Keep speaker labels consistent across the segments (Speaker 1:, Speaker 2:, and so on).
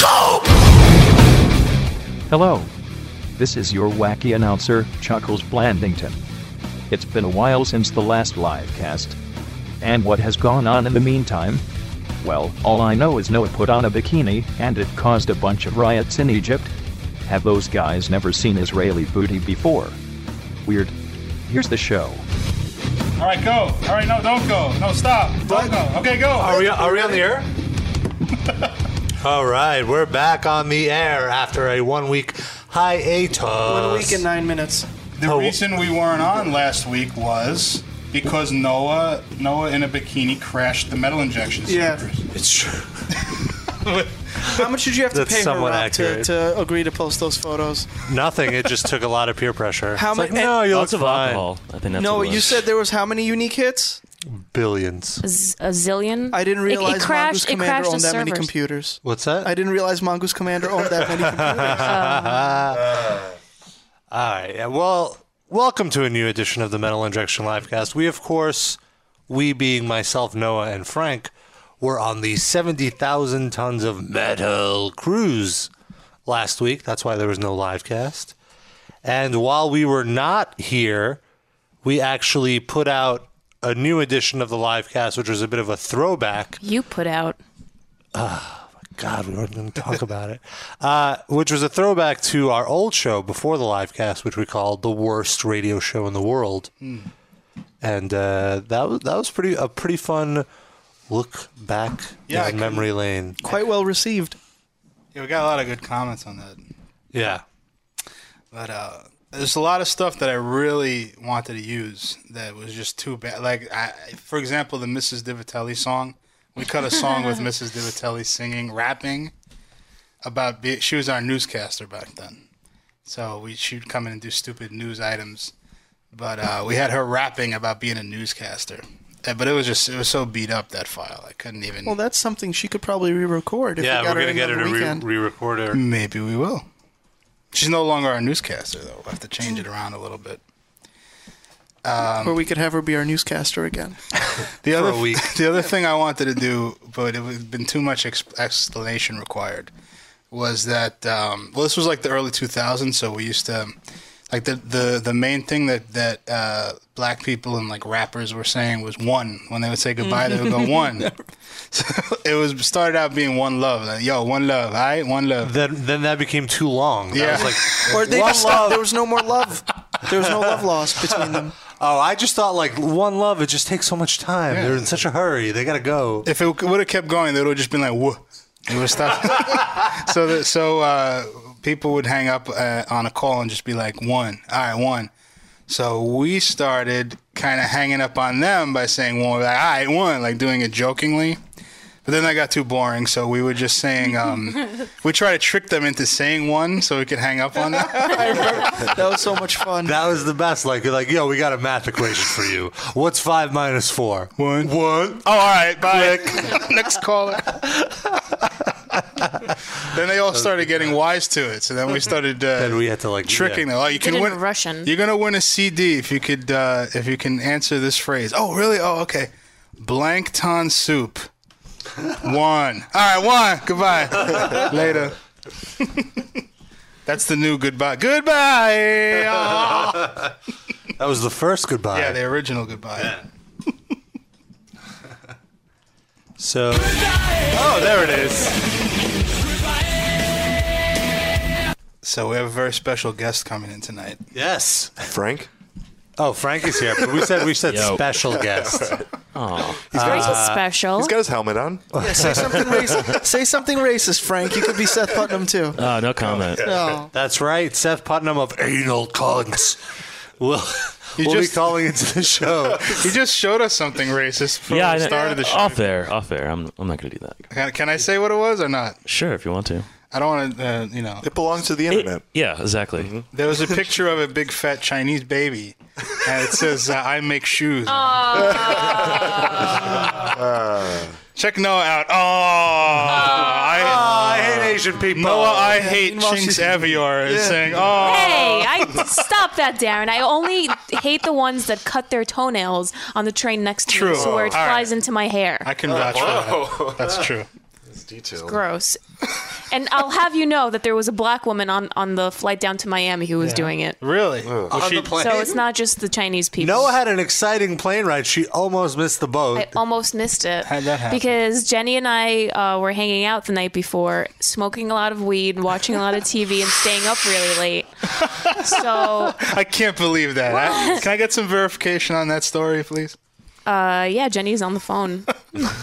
Speaker 1: soap!
Speaker 2: Hello. This is your wacky announcer, Chuckles Blandington. It's been a while since the last live cast. And what has gone on in the meantime? Well, all I know is Noah put on a bikini, and it caused a bunch of riots in Egypt. Have those guys never seen Israeli booty before? Weird. Here's the show.
Speaker 3: All right, go. All right, no, don't go. No, stop. Don't go. Okay, go.
Speaker 1: Are we, are we on the air? All right, we're back on the air after a one week hiatus.
Speaker 4: One week and nine minutes.
Speaker 1: Oh,
Speaker 3: The reason we weren't on last week was because Noah Noah in a bikini crashed the metal injection.
Speaker 4: Yeah.
Speaker 3: centers.
Speaker 1: It's true.
Speaker 4: How much did you have to
Speaker 1: That's
Speaker 4: pay her
Speaker 1: somewhat
Speaker 4: Rob, to,
Speaker 1: accurate.
Speaker 4: to uh, agree to post those photos?
Speaker 1: Nothing. It just took a lot of peer pressure.
Speaker 4: How
Speaker 1: It's
Speaker 4: ma-
Speaker 1: Like, no, you look
Speaker 5: Lots of
Speaker 1: fine.
Speaker 5: alcohol. I think that's
Speaker 4: No,
Speaker 5: what it
Speaker 4: you
Speaker 5: was.
Speaker 4: said there was how many unique hits?
Speaker 1: Billions.
Speaker 6: z- a zillion.
Speaker 4: I didn't
Speaker 6: It-
Speaker 4: realize
Speaker 6: it,
Speaker 4: Mongoose
Speaker 6: crashed. It
Speaker 4: Commander
Speaker 6: crashed the
Speaker 4: owned that many
Speaker 6: servers.
Speaker 4: computers.
Speaker 1: What's that?
Speaker 4: I didn't realize Mongoose Commander owned that many computers.
Speaker 1: Uh, All right. Yeah, well, welcome to a new edition of the Metal Injection Livecast. We, of course, we being myself, Noah, and Frank, were on the 70,000 tons of metal cruise last week. That's why there was no live cast. And while we were not here, we actually put out a new edition of the live cast, which was a bit of a throwback
Speaker 6: You put out.
Speaker 1: God, we weren't going to talk about it. Uh, which was a throwback to our old show before the live cast, which we called the worst radio show in the world.
Speaker 4: Hmm.
Speaker 1: And uh, that was that was pretty a pretty fun look back
Speaker 3: Yeah, I
Speaker 1: down memory lane.
Speaker 4: Quite well received.
Speaker 3: Yeah, we got a lot of good comments on that.
Speaker 1: Yeah,
Speaker 3: But uh, there's a lot of stuff that I really wanted to use that was just too bad. Like, I, for example, the Mrs. Divitelli song. We cut a song with Mrs. Divitelli singing, rapping about. Be- she was our newscaster back then, so we she'd come in and do stupid news items. But uh, we had her rapping about being a newscaster. Uh, But it was just it was so beat up that file I couldn't even.
Speaker 4: Well, that's something she could probably re-record if we
Speaker 1: yeah, we're
Speaker 4: got her
Speaker 1: gonna
Speaker 4: in
Speaker 1: get
Speaker 4: on the
Speaker 1: her to
Speaker 4: weekend.
Speaker 1: re- re-record her.
Speaker 3: Maybe we will. She's no longer our newscaster though. We'll have to change it
Speaker 4: Mm.
Speaker 3: around a little bit.
Speaker 1: Um,
Speaker 4: or we could have her be our newscaster again.
Speaker 3: The other
Speaker 1: a week.
Speaker 3: the other thing I wanted to do, but it was been too much ex- explanation required, was that um, well, this was like the early 2000s, so we used to like the the, the main thing that that uh, black people and like rappers were saying was one. When they would say goodbye, they would
Speaker 1: Mm-hmm.
Speaker 3: go one. so it was started out being one love, like yo, one love, all right, one love.
Speaker 1: Then then that became too long. Yeah,
Speaker 3: Yeah.
Speaker 1: was like,
Speaker 4: Or they
Speaker 1: One
Speaker 4: just stopped.
Speaker 1: love.
Speaker 4: There was no more love. There was no love lost between them.
Speaker 1: oh, I just thought like one love. It just takes so much time.
Speaker 3: Yeah.
Speaker 1: They're in such a hurry. They gotta go.
Speaker 3: if it would have kept going, they would have just been like, "Whoa!" It would stop. so that so uh, people would hang up uh, on a call and just be like, "One, all right, one." So we started kind of hanging up on them by saying, "One, We're like, all right, one," like doing it jokingly. But then that got too boring, so we were just saying um, we try to trick them into saying one so we could hang up on them.
Speaker 4: That was so much fun.
Speaker 1: That was the best. Like, you're like, yo, we got a math equation for you. What's five minus four?
Speaker 3: One.
Speaker 1: One.
Speaker 3: Oh, all right, bye. Next caller. then they all started getting wise to it. So then we started. Uh,
Speaker 1: Then we had to, like,
Speaker 3: tricking
Speaker 1: yeah.
Speaker 3: them. Oh, you
Speaker 6: Did
Speaker 3: can
Speaker 6: it
Speaker 3: win.
Speaker 6: in Russian.
Speaker 3: You're gonna win a CD if you could uh, if you can answer this phrase. Oh, really? Oh, okay. Blank ton soup. One. All right, one. Goodbye. Later. That's the new goodbye. Goodbye. Aw.
Speaker 1: That was the first goodbye.
Speaker 3: Yeah, the original goodbye.
Speaker 1: so. Oh, there it is.
Speaker 3: So we have a very special guest coming in tonight.
Speaker 1: Yes.
Speaker 7: Frank?
Speaker 1: Oh, Frank is here. But we said we said
Speaker 5: Yo.
Speaker 1: special guest.
Speaker 6: Rachel's special.
Speaker 7: Uh, He's got his helmet on.
Speaker 4: Yeah, say something racist. Say something racist, Frank. You could be Seth Putnam too.
Speaker 5: Oh, no comment.
Speaker 4: No.
Speaker 1: That's right. Seth Putnam of Anal Cunts will will be
Speaker 3: just-
Speaker 1: calling into the show.
Speaker 3: He just showed us something racist before
Speaker 5: Yeah, I
Speaker 3: we
Speaker 5: know.
Speaker 3: started the show.
Speaker 5: Off air, off air. I'm, I'm not gonna do that.
Speaker 3: Can, can I say what it was or not?
Speaker 5: Sure, if you want to.
Speaker 3: I don't want to, uh, you know.
Speaker 7: It belongs to the internet.
Speaker 5: Yeah, exactly.
Speaker 1: Mm-hmm.
Speaker 3: There was a picture of a big fat Chinese baby, and it says, uh, "I make shoes." Check Noah out. Oh, I,
Speaker 1: I hate Asian people.
Speaker 3: Noah, I hate
Speaker 4: Meanwhile,
Speaker 3: Chinks
Speaker 4: she's-
Speaker 3: Avior is saying, "Oh,
Speaker 6: Hey, I stop that, Darren. I only hate the ones that cut their toenails on the train next to
Speaker 3: True.
Speaker 6: me, so where it
Speaker 3: All right.
Speaker 6: flies into my hair.
Speaker 1: Oh.
Speaker 3: I can vouch for that. That's true."
Speaker 7: Detail.
Speaker 6: Gross. And I'll have you know that there was a black woman on, on the flight down to Miami who was doing it.
Speaker 3: Really?
Speaker 1: on
Speaker 3: Was
Speaker 1: the plane.
Speaker 6: So it's not just the Chinese people.
Speaker 1: Noah had an exciting plane ride. She almost missed the boat.
Speaker 6: I almost missed it.
Speaker 3: Oh, How'd that happen?
Speaker 6: Because Jenny and I uh, were hanging out the night before, smoking a lot of weed, watching a lot of TV, and staying up really late. So,
Speaker 3: I can't believe that. I- can I get some verification on that story, please?
Speaker 6: uh, yeah, Jenny's on the phone.
Speaker 3: All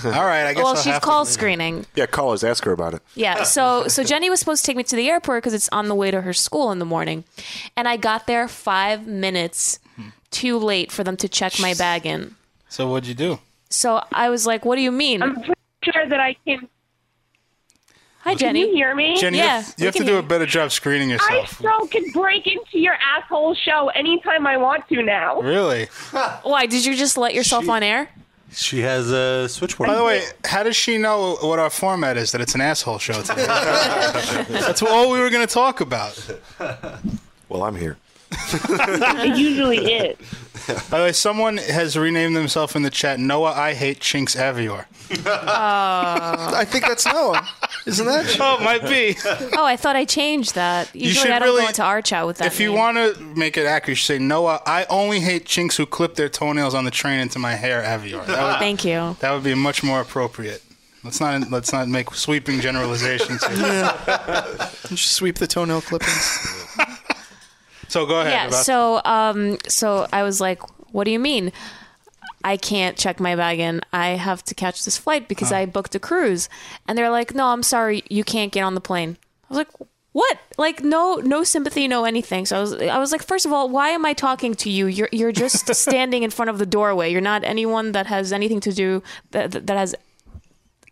Speaker 3: right, I guess.
Speaker 6: Well,
Speaker 3: I'll
Speaker 6: she's
Speaker 3: have to
Speaker 6: called
Speaker 3: believe it.
Speaker 6: screening.
Speaker 7: Yeah, call us. Ask her about it.
Speaker 6: Yeah. So, so Jenny was supposed to take me to the airport because it's on the way to her school in the morning, and I got there five minutes too late for them to check my bag in.
Speaker 3: So what'd you do?
Speaker 6: So I was like, "What do you mean?"
Speaker 8: I'm pretty sure that I can.
Speaker 6: Hi,
Speaker 8: Can you
Speaker 6: Jenny.
Speaker 8: hear me?
Speaker 3: Jenny, you
Speaker 6: Yeah,
Speaker 3: have,
Speaker 6: we
Speaker 3: you have to
Speaker 6: can
Speaker 3: do
Speaker 6: hear
Speaker 3: a better job screening
Speaker 8: I
Speaker 3: yourself.
Speaker 8: still can break into your asshole show anytime I want to now.
Speaker 3: Really?
Speaker 6: Why did you just let yourself on air?
Speaker 1: she has a switchboard.
Speaker 3: By the way, how does she know what our format is? That it's an asshole show today. That's all we were going to talk about.
Speaker 7: Well, I'm here.
Speaker 8: It usually is.
Speaker 3: By the way, someone has renamed themselves in the chat. Noah, I hate Chinks Avior.
Speaker 4: I think that's Noah, isn't that?
Speaker 3: Oh, might be.
Speaker 6: Oh, I thought I changed that. Usually,
Speaker 3: should
Speaker 6: I don't
Speaker 3: really-
Speaker 6: go into our chat with that.
Speaker 3: If you
Speaker 6: name.
Speaker 3: want to make it accurate, you should say Noah. I only hate Chinks who clip their toenails on the train into my hair, Avior. That would,
Speaker 6: thank you.
Speaker 3: that would be much more appropriate. Let's not let's not make sweeping generalizations. Here.
Speaker 4: Just sweep the toenail clippings.
Speaker 3: So go ahead.
Speaker 6: Yeah.
Speaker 3: about-
Speaker 6: So, um, so I was like, "What do you mean?" I can't check my bag in. I have to catch this flight because
Speaker 3: Ah.
Speaker 6: I booked a cruise. And they're like, "No, I'm sorry, you can't get on the plane." I was like, "What?" Like, no, no sympathy, no anything. So I was, I was like, first of all, why am I talking to you? You're, you're just standing in front of the doorway. You're not anyone that has anything to do that, that that has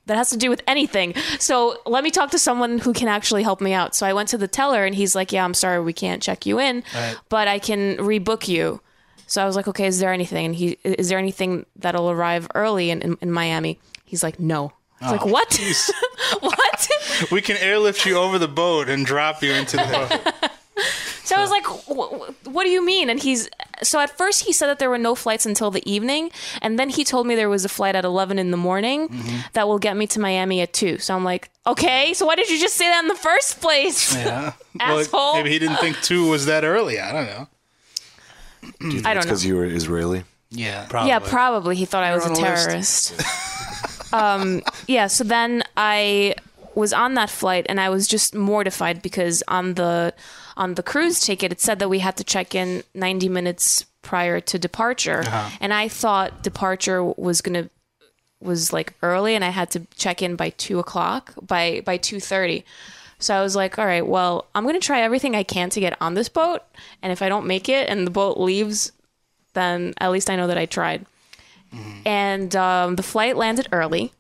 Speaker 6: that has to do with anything. So let me talk to someone who can actually help me out. So I went to the teller and he's like, Yeah, I'm sorry, we can't check you in, but I can rebook you. So I was like, Okay, is there anything? And he, Is there anything that'll arrive early in, in, in Miami? He's like, No. I was like, What? what?
Speaker 3: we can airlift you over the boat and drop you into the.
Speaker 6: So I was like, "Wh- wh- "What do you mean?" And he's so at first he said that there were no flights until the evening, and then he told me there was a flight at eleven in the morning that will get me to Miami at two. So I'm like, "Okay, so why did you just say that in the first place?"
Speaker 3: yeah.
Speaker 6: Asshole.
Speaker 3: maybe he didn't think two was that early. I don't know.
Speaker 6: I don't know.
Speaker 7: Because you were Israeli.
Speaker 3: Yeah.
Speaker 6: Yeah, probably he thought I was a
Speaker 4: on a list.
Speaker 6: terrorist. um, yeah. So then I was on that flight, and I was just mortified because on the on the cruise ticket it said that we had to check in 90 minutes prior to departure, and I thought departure was gonna was like early, and I had to check in by two o'clock by by two thirty. So I was like, all right, well, I'm gonna try everything I can to get on this boat, and if I don't make it and the boat leaves then at least I know that I tried. And um, the flight landed early,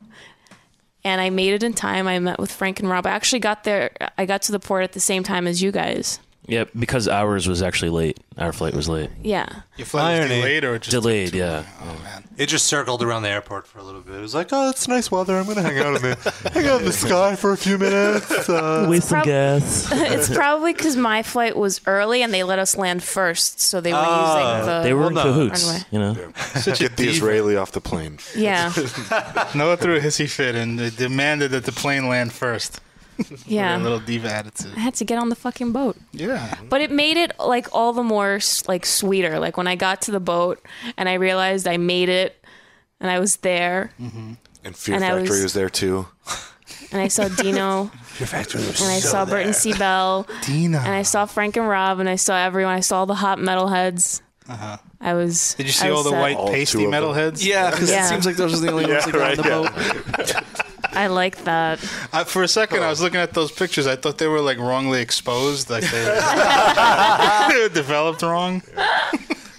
Speaker 6: and I made it in time. I met with Frank and Rob. I actually got there. I got to the port at the same time as you guys.
Speaker 5: Yeah, because ours was actually late. Our flight was late.
Speaker 6: Yeah.
Speaker 3: Your flight was
Speaker 1: Irony.
Speaker 3: delayed or just
Speaker 5: Delayed, yeah.
Speaker 3: Oh,
Speaker 1: It just circled around the airport for a little bit. It was like, oh, it's nice weather. I'm going to hang out in the hang out in the sky for a few minutes. Uh,
Speaker 5: Waste
Speaker 6: some prob-
Speaker 5: gas.
Speaker 6: it's probably because my flight was early, and they let us land first, so they were using the.
Speaker 5: They were in
Speaker 1: Ah. Hold on.
Speaker 5: cahoots,
Speaker 6: Runway.
Speaker 5: you know.
Speaker 7: Get the Israeli off the plane.
Speaker 6: Yeah.
Speaker 3: Noah threw a hissy fit and they demanded that the plane land first. A
Speaker 6: Yeah.
Speaker 3: little diva attitude.
Speaker 6: I had to get on the fucking boat.
Speaker 3: Yeah.
Speaker 6: but it made it like all the more s- like sweeter like when i got to the boat and i realized i made it and i was there
Speaker 1: Mm-hmm.
Speaker 7: And Fear
Speaker 6: And I
Speaker 7: Factory
Speaker 6: was-
Speaker 7: was there too.
Speaker 6: and i saw dino and i saw burton c bell
Speaker 3: Dina.
Speaker 6: and i saw frank and rob and i saw everyone i saw all the hot metalheads
Speaker 1: Uh-huh.
Speaker 6: i was
Speaker 3: Did you
Speaker 6: I
Speaker 3: see
Speaker 6: was
Speaker 3: all the
Speaker 6: set.
Speaker 3: white
Speaker 7: All
Speaker 3: pasty
Speaker 7: two of them.
Speaker 3: metalheads?
Speaker 4: Yeah, because
Speaker 6: Yeah.
Speaker 4: it seems like those are the only ones that go on the boat.
Speaker 6: i like that
Speaker 3: I, for a second, I was looking at those pictures. I thought they were like wrongly exposed, like they, they were developed wrong.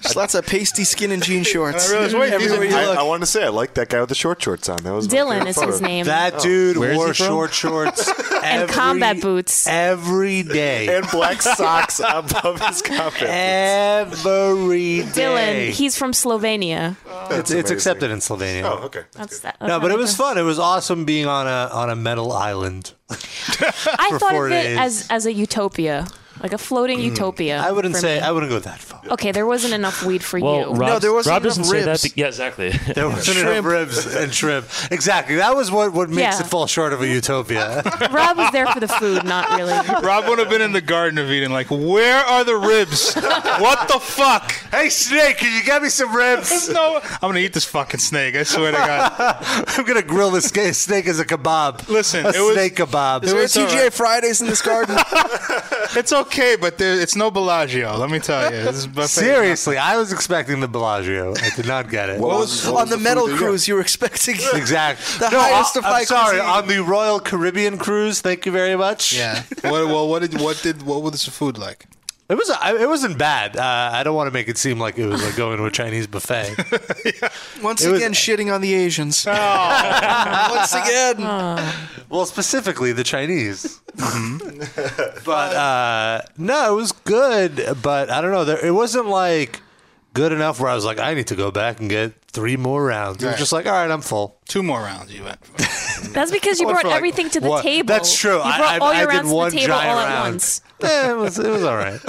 Speaker 4: There's lots of pasty skin and jean shorts.
Speaker 3: I realized, wait, these
Speaker 4: everywhere
Speaker 3: are-
Speaker 4: you
Speaker 7: I,
Speaker 4: look.
Speaker 7: I wanted to say I like that guy with the short shorts on. That was my
Speaker 6: dylan
Speaker 7: favorite
Speaker 6: is
Speaker 7: photo.
Speaker 6: his name
Speaker 7: Oh.
Speaker 1: that dude
Speaker 5: he from?
Speaker 1: wore short shorts
Speaker 6: and
Speaker 1: every-
Speaker 6: combat boots
Speaker 1: every day.
Speaker 7: And black socks above his carpet.
Speaker 1: Every day.
Speaker 6: dylan he's from slovenia
Speaker 1: it's, it's
Speaker 7: amazing.
Speaker 1: accepted in Slovenia.
Speaker 7: Oh, okay.
Speaker 6: that's that
Speaker 1: No,
Speaker 6: that's
Speaker 1: but
Speaker 6: how
Speaker 1: it
Speaker 6: I
Speaker 1: was
Speaker 6: go.
Speaker 1: fun. It was awesome being on a on a metal island.
Speaker 6: i
Speaker 1: for
Speaker 6: thought
Speaker 1: four
Speaker 6: of it
Speaker 1: days. Mm.
Speaker 6: as as a utopia like a floating utopia
Speaker 1: I wouldn't
Speaker 6: for
Speaker 1: say
Speaker 6: me.
Speaker 1: I wouldn't go that far.
Speaker 6: Okay, there wasn't enough weed for
Speaker 5: Well,
Speaker 6: you.
Speaker 5: Rob, Rob doesn't say that. be- yeah, exactly.
Speaker 1: There wasn't enough ribs and shrimp. Exactly. That was what, what makes
Speaker 6: Yeah.
Speaker 1: it fall short of a utopia.
Speaker 6: Rob was there for the food, not really.
Speaker 3: Rob would have been in the Garden of Eden, like, where are the ribs? what the fuck?
Speaker 1: hey, Snake, can you get me some ribs?
Speaker 3: There's no. I'm gonna eat this fucking snake. I swear to God.
Speaker 1: I'm going to grill this ga- snake as a kebab.
Speaker 3: Listen,
Speaker 1: a
Speaker 3: it was-
Speaker 1: snake kebab.
Speaker 4: There were
Speaker 3: It's all
Speaker 4: TGI Fridays in this garden.
Speaker 3: It's okay, but there, it's no Bellagio. Let me tell you. This is buffet.
Speaker 1: Seriously, I was expecting the Bellagio. I did not get it.
Speaker 7: What was- what was
Speaker 4: on the
Speaker 7: food
Speaker 4: metal
Speaker 7: that you got?
Speaker 4: cruise, you were expecting
Speaker 1: Exactly.
Speaker 4: The highest of
Speaker 1: I'm
Speaker 4: high
Speaker 1: sorry,
Speaker 4: cuisine.
Speaker 1: on the Royal Caribbean cruise. Thank you very much.
Speaker 3: Yeah. What, well, what did what did what was the food like?
Speaker 1: It was. I- It wasn't bad. Uh, I don't want to make it seem like it was like going to a Chinese buffet.
Speaker 4: Once
Speaker 1: It was-
Speaker 4: again, shitting on the Asians.
Speaker 1: Oh.
Speaker 4: Once again.
Speaker 6: Oh.
Speaker 1: well, specifically the Chinese.
Speaker 3: Mm-hmm.
Speaker 1: but uh, no, it was good. But I don't know. There, it wasn't like good enough where I was like, I need to go back and get three more rounds. It was
Speaker 3: Right.
Speaker 1: just like, all right, I'm full.
Speaker 3: Two more rounds you went. For.
Speaker 6: That's because you
Speaker 1: One
Speaker 6: brought
Speaker 1: for, like,
Speaker 6: everything to the
Speaker 1: one-
Speaker 6: table.
Speaker 1: That's true.
Speaker 6: You brought
Speaker 1: I, I,
Speaker 6: all your
Speaker 1: I did
Speaker 6: rounds
Speaker 1: one
Speaker 6: to the table
Speaker 1: giant
Speaker 6: all at
Speaker 1: round.
Speaker 6: once.
Speaker 1: Eh, it was. It was all right.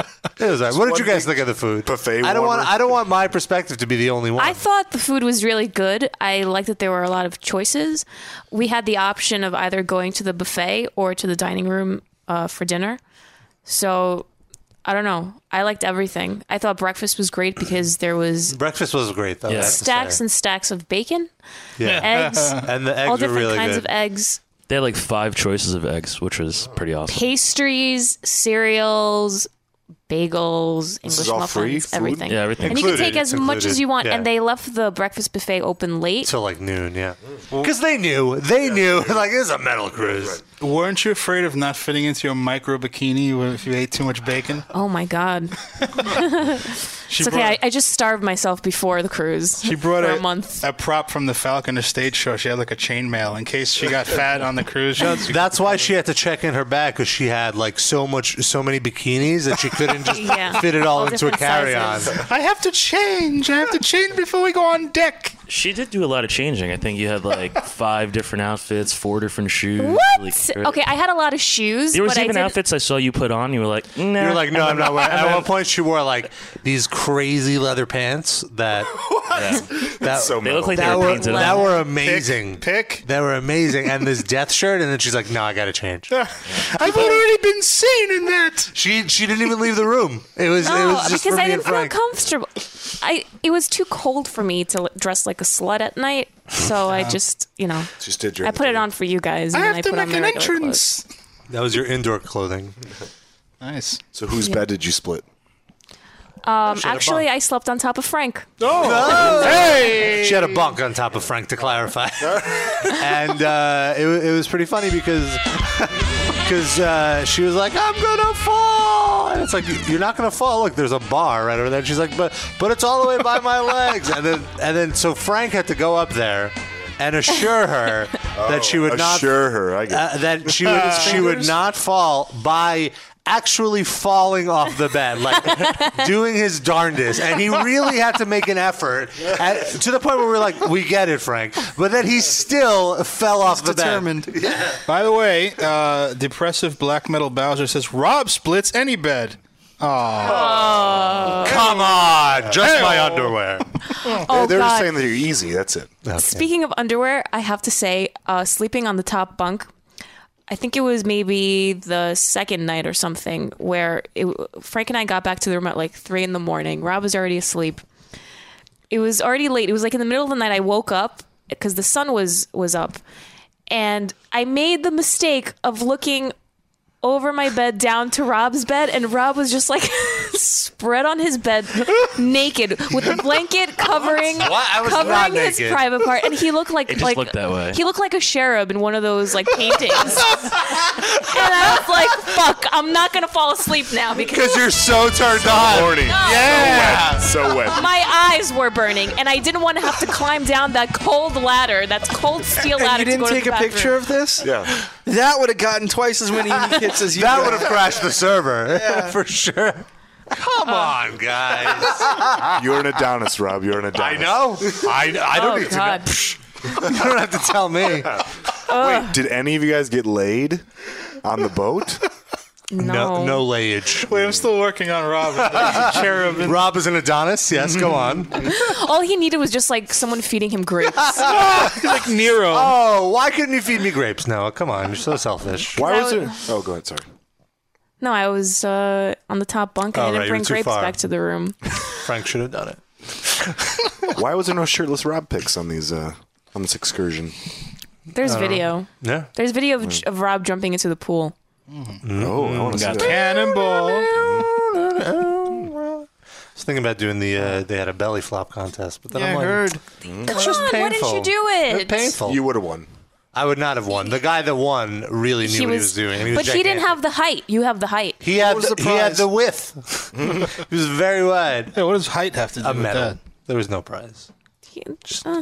Speaker 1: It was all right. What did you
Speaker 7: one
Speaker 1: guys
Speaker 7: big
Speaker 1: think of the food?
Speaker 7: buffet,
Speaker 1: I don't
Speaker 7: one
Speaker 1: want.
Speaker 7: room.
Speaker 1: I don't want my perspective to be the only one.
Speaker 6: I thought the food was really good. I liked that there were a lot of choices. We had the option of either going to the buffet or to the dining room uh, for dinner. So I don't know. I liked everything. I thought breakfast was great because there was
Speaker 1: Breakfast was great though. I have to
Speaker 6: stacks
Speaker 1: say.
Speaker 6: and stacks of bacon,
Speaker 1: Yeah.
Speaker 6: eggs,
Speaker 1: and the eggs
Speaker 6: all
Speaker 1: were
Speaker 6: different
Speaker 1: really
Speaker 6: kinds of
Speaker 1: good.
Speaker 6: eggs,
Speaker 5: They had like five choices of eggs, which was pretty awesome.
Speaker 6: pastries, cereals, bagels, English
Speaker 7: is all
Speaker 6: muffins,
Speaker 7: free food?
Speaker 6: everything.
Speaker 5: Yeah, everything.
Speaker 6: And you can
Speaker 1: Included,
Speaker 6: take as
Speaker 1: it's
Speaker 6: much as
Speaker 1: included,
Speaker 6: you want.
Speaker 1: yeah.
Speaker 6: And they left the breakfast buffet open late.
Speaker 1: Till like noon, yeah. Because they knew, they knew. Like it's a metal cruise.
Speaker 3: Weren't you afraid of not fitting into your micro bikini if you ate too much bacon?
Speaker 6: oh my god.
Speaker 3: She
Speaker 6: It's okay. I, I just starved myself before the cruise.
Speaker 3: she brought
Speaker 6: for
Speaker 3: a,
Speaker 6: a, month.
Speaker 3: a prop from the Falconer stage show. She had like a chainmail in case she got fat on the cruise. She-
Speaker 1: That's why she had to check in her bag because she had like so much, so many bikinis that she couldn't just
Speaker 6: Yeah.
Speaker 1: fit it all,
Speaker 6: All
Speaker 1: into a
Speaker 6: different
Speaker 1: carry-on.
Speaker 6: sizes.
Speaker 3: I have to change. I have to change before we go on deck.
Speaker 5: She did do a lot of changing. I think you had like five different outfits, four different shoes. like,
Speaker 6: What?
Speaker 5: there-
Speaker 6: Okay, I had a lot of shoes,
Speaker 5: There was
Speaker 6: but I
Speaker 5: even
Speaker 6: did
Speaker 5: outfits I saw you put on. You were like, nah.
Speaker 1: You're like, no, I'm not wearing. At
Speaker 5: then-
Speaker 1: one point, she wore like these crazy leather pants that that
Speaker 7: So
Speaker 5: They look like they
Speaker 1: that
Speaker 5: were
Speaker 1: were
Speaker 5: painted
Speaker 1: that
Speaker 5: on.
Speaker 1: were amazing.
Speaker 3: pick.
Speaker 1: They were amazing, and this death shirt, and then she's like, no, I got to change.
Speaker 3: I've already been seen in that.
Speaker 1: She she didn't even leave the room. It was it
Speaker 6: No,
Speaker 1: was just
Speaker 6: because
Speaker 1: for
Speaker 6: I
Speaker 1: me and
Speaker 6: didn't feel
Speaker 1: Frank.
Speaker 6: comfortable. I it was too cold for me to l- dress like a slut at night, so I just you know
Speaker 7: Just did your
Speaker 6: I put it on for you guys. And
Speaker 3: I
Speaker 6: then
Speaker 3: have to
Speaker 6: put on
Speaker 3: make
Speaker 6: my
Speaker 3: an
Speaker 6: regular clothes.
Speaker 3: entrance.
Speaker 1: That was your indoor clothing.
Speaker 3: Nice.
Speaker 7: So whose bed did you split?
Speaker 6: Um, actually, I slept on top of Frank.
Speaker 3: Oh.
Speaker 1: She had a bunk on top of Frank to clarify, and uh, it, wa- it was pretty funny because because uh, she was like, "I'm gonna fall," and it's like, "You're not gonna fall." Look, there's a bar right over there. And she's like, "But but it's all the way by my legs," and then and then so Frank had to go up there and assure her that she would not
Speaker 7: Oh, Assure her. I get it.
Speaker 1: uh, that she would she would not fall by actually falling off the bed, like doing his darndest, and he really had to make an effort at, to the point where we're like, "We get it, Frank," but then he still fell off the
Speaker 4: Determined.
Speaker 3: By the way, uh, depressive black metal Bowser says Rob splits any bed.
Speaker 6: Uh,
Speaker 1: bed. Come on, just my underwear.
Speaker 6: Oh
Speaker 7: They're just
Speaker 6: God!
Speaker 7: saying that you're easy. That's it.
Speaker 6: Speaking of underwear, I have to say, uh, sleeping on the top bunk. I think it was maybe the second night or something where it, Frank and I got back to the room at like three in the morning. Rob was already asleep. It was already late. It was like in the middle of the night. I woke up because the sun was was up, and I made the mistake of looking over my bed down to Rob's bed, and Rob was just like spread on his bed, naked, with a blanket covering
Speaker 1: What? I was
Speaker 6: covering
Speaker 1: not
Speaker 6: his
Speaker 1: naked.
Speaker 6: private part, and he looked like
Speaker 5: It just
Speaker 6: like
Speaker 5: looked that way.
Speaker 6: He looked like a cherub in one of those like paintings, and I was like, "Fuck, I'm not gonna fall asleep now because."
Speaker 1: Because you're so turned on. Yeah.
Speaker 7: So wet.
Speaker 6: My eyes were burning, and I didn't want to have to climb down that cold ladder, that cold steel
Speaker 4: And
Speaker 6: ladder.
Speaker 4: you didn't
Speaker 6: to go
Speaker 4: take
Speaker 6: to the
Speaker 4: a
Speaker 6: bathroom.
Speaker 4: picture of this?
Speaker 7: Yeah.
Speaker 4: That would have gotten twice as many unique hits as you.
Speaker 1: That
Speaker 4: got.
Speaker 1: would have crashed the server for sure. Come on, guys.
Speaker 6: uh,
Speaker 7: You're an Adonis, Rob. You're an
Speaker 1: I
Speaker 7: Adonis.
Speaker 1: know. I, I don't
Speaker 6: Oh,
Speaker 1: need
Speaker 6: God.
Speaker 1: to. Know. you don't have to tell me.
Speaker 7: Wait, did any of you guys get laid on the boat?
Speaker 1: No,
Speaker 6: No.
Speaker 1: no layage.
Speaker 3: Wait, I'm still working on Robin. There's a cherubim.
Speaker 1: Rob is an Adonis. Yes, go on.
Speaker 6: All he needed was just like someone feeding him grapes.
Speaker 3: He's like Nero.
Speaker 1: Oh, why couldn't you feed me grapes, Noah? Come on, you're so selfish.
Speaker 7: Why
Speaker 6: that
Speaker 7: was
Speaker 6: would-
Speaker 7: there? Oh, go ahead. Sorry.
Speaker 6: no, I was uh, on the top bunk.
Speaker 1: Oh,
Speaker 6: I didn't
Speaker 1: right, you
Speaker 6: bring
Speaker 1: were too
Speaker 6: grapes
Speaker 1: far.
Speaker 6: back to the room.
Speaker 1: Frank should have done it.
Speaker 7: Why was there no shirtless Rob pics on these uh, on this excursion?
Speaker 6: There's video.
Speaker 1: Uh, Yeah.
Speaker 6: There's video of,
Speaker 4: Mm.
Speaker 6: of Rob jumping into the pool.
Speaker 7: Oh, I
Speaker 3: Mm.
Speaker 7: want to see that.
Speaker 3: Cannonball.
Speaker 1: I was thinking about doing the. Uh, they had a belly flop contest, but then
Speaker 4: Yeah,
Speaker 1: I'm
Speaker 4: I
Speaker 1: like,
Speaker 4: heard.
Speaker 1: it's just
Speaker 6: Come on, why
Speaker 1: painful.
Speaker 6: didn't you do it?
Speaker 1: It's painful.
Speaker 7: You would have won.
Speaker 1: I would not have won. The guy that won really knew what he was doing. and
Speaker 6: but
Speaker 1: was
Speaker 6: he didn't
Speaker 1: gigantic.
Speaker 6: have the height. You have the height.
Speaker 1: He had,
Speaker 4: was the
Speaker 1: he had
Speaker 4: prize?
Speaker 1: the width. he was very wide.
Speaker 3: Hey, what does height have to do
Speaker 1: A
Speaker 3: with
Speaker 1: medal.
Speaker 3: that?
Speaker 1: There was no prize.
Speaker 6: He-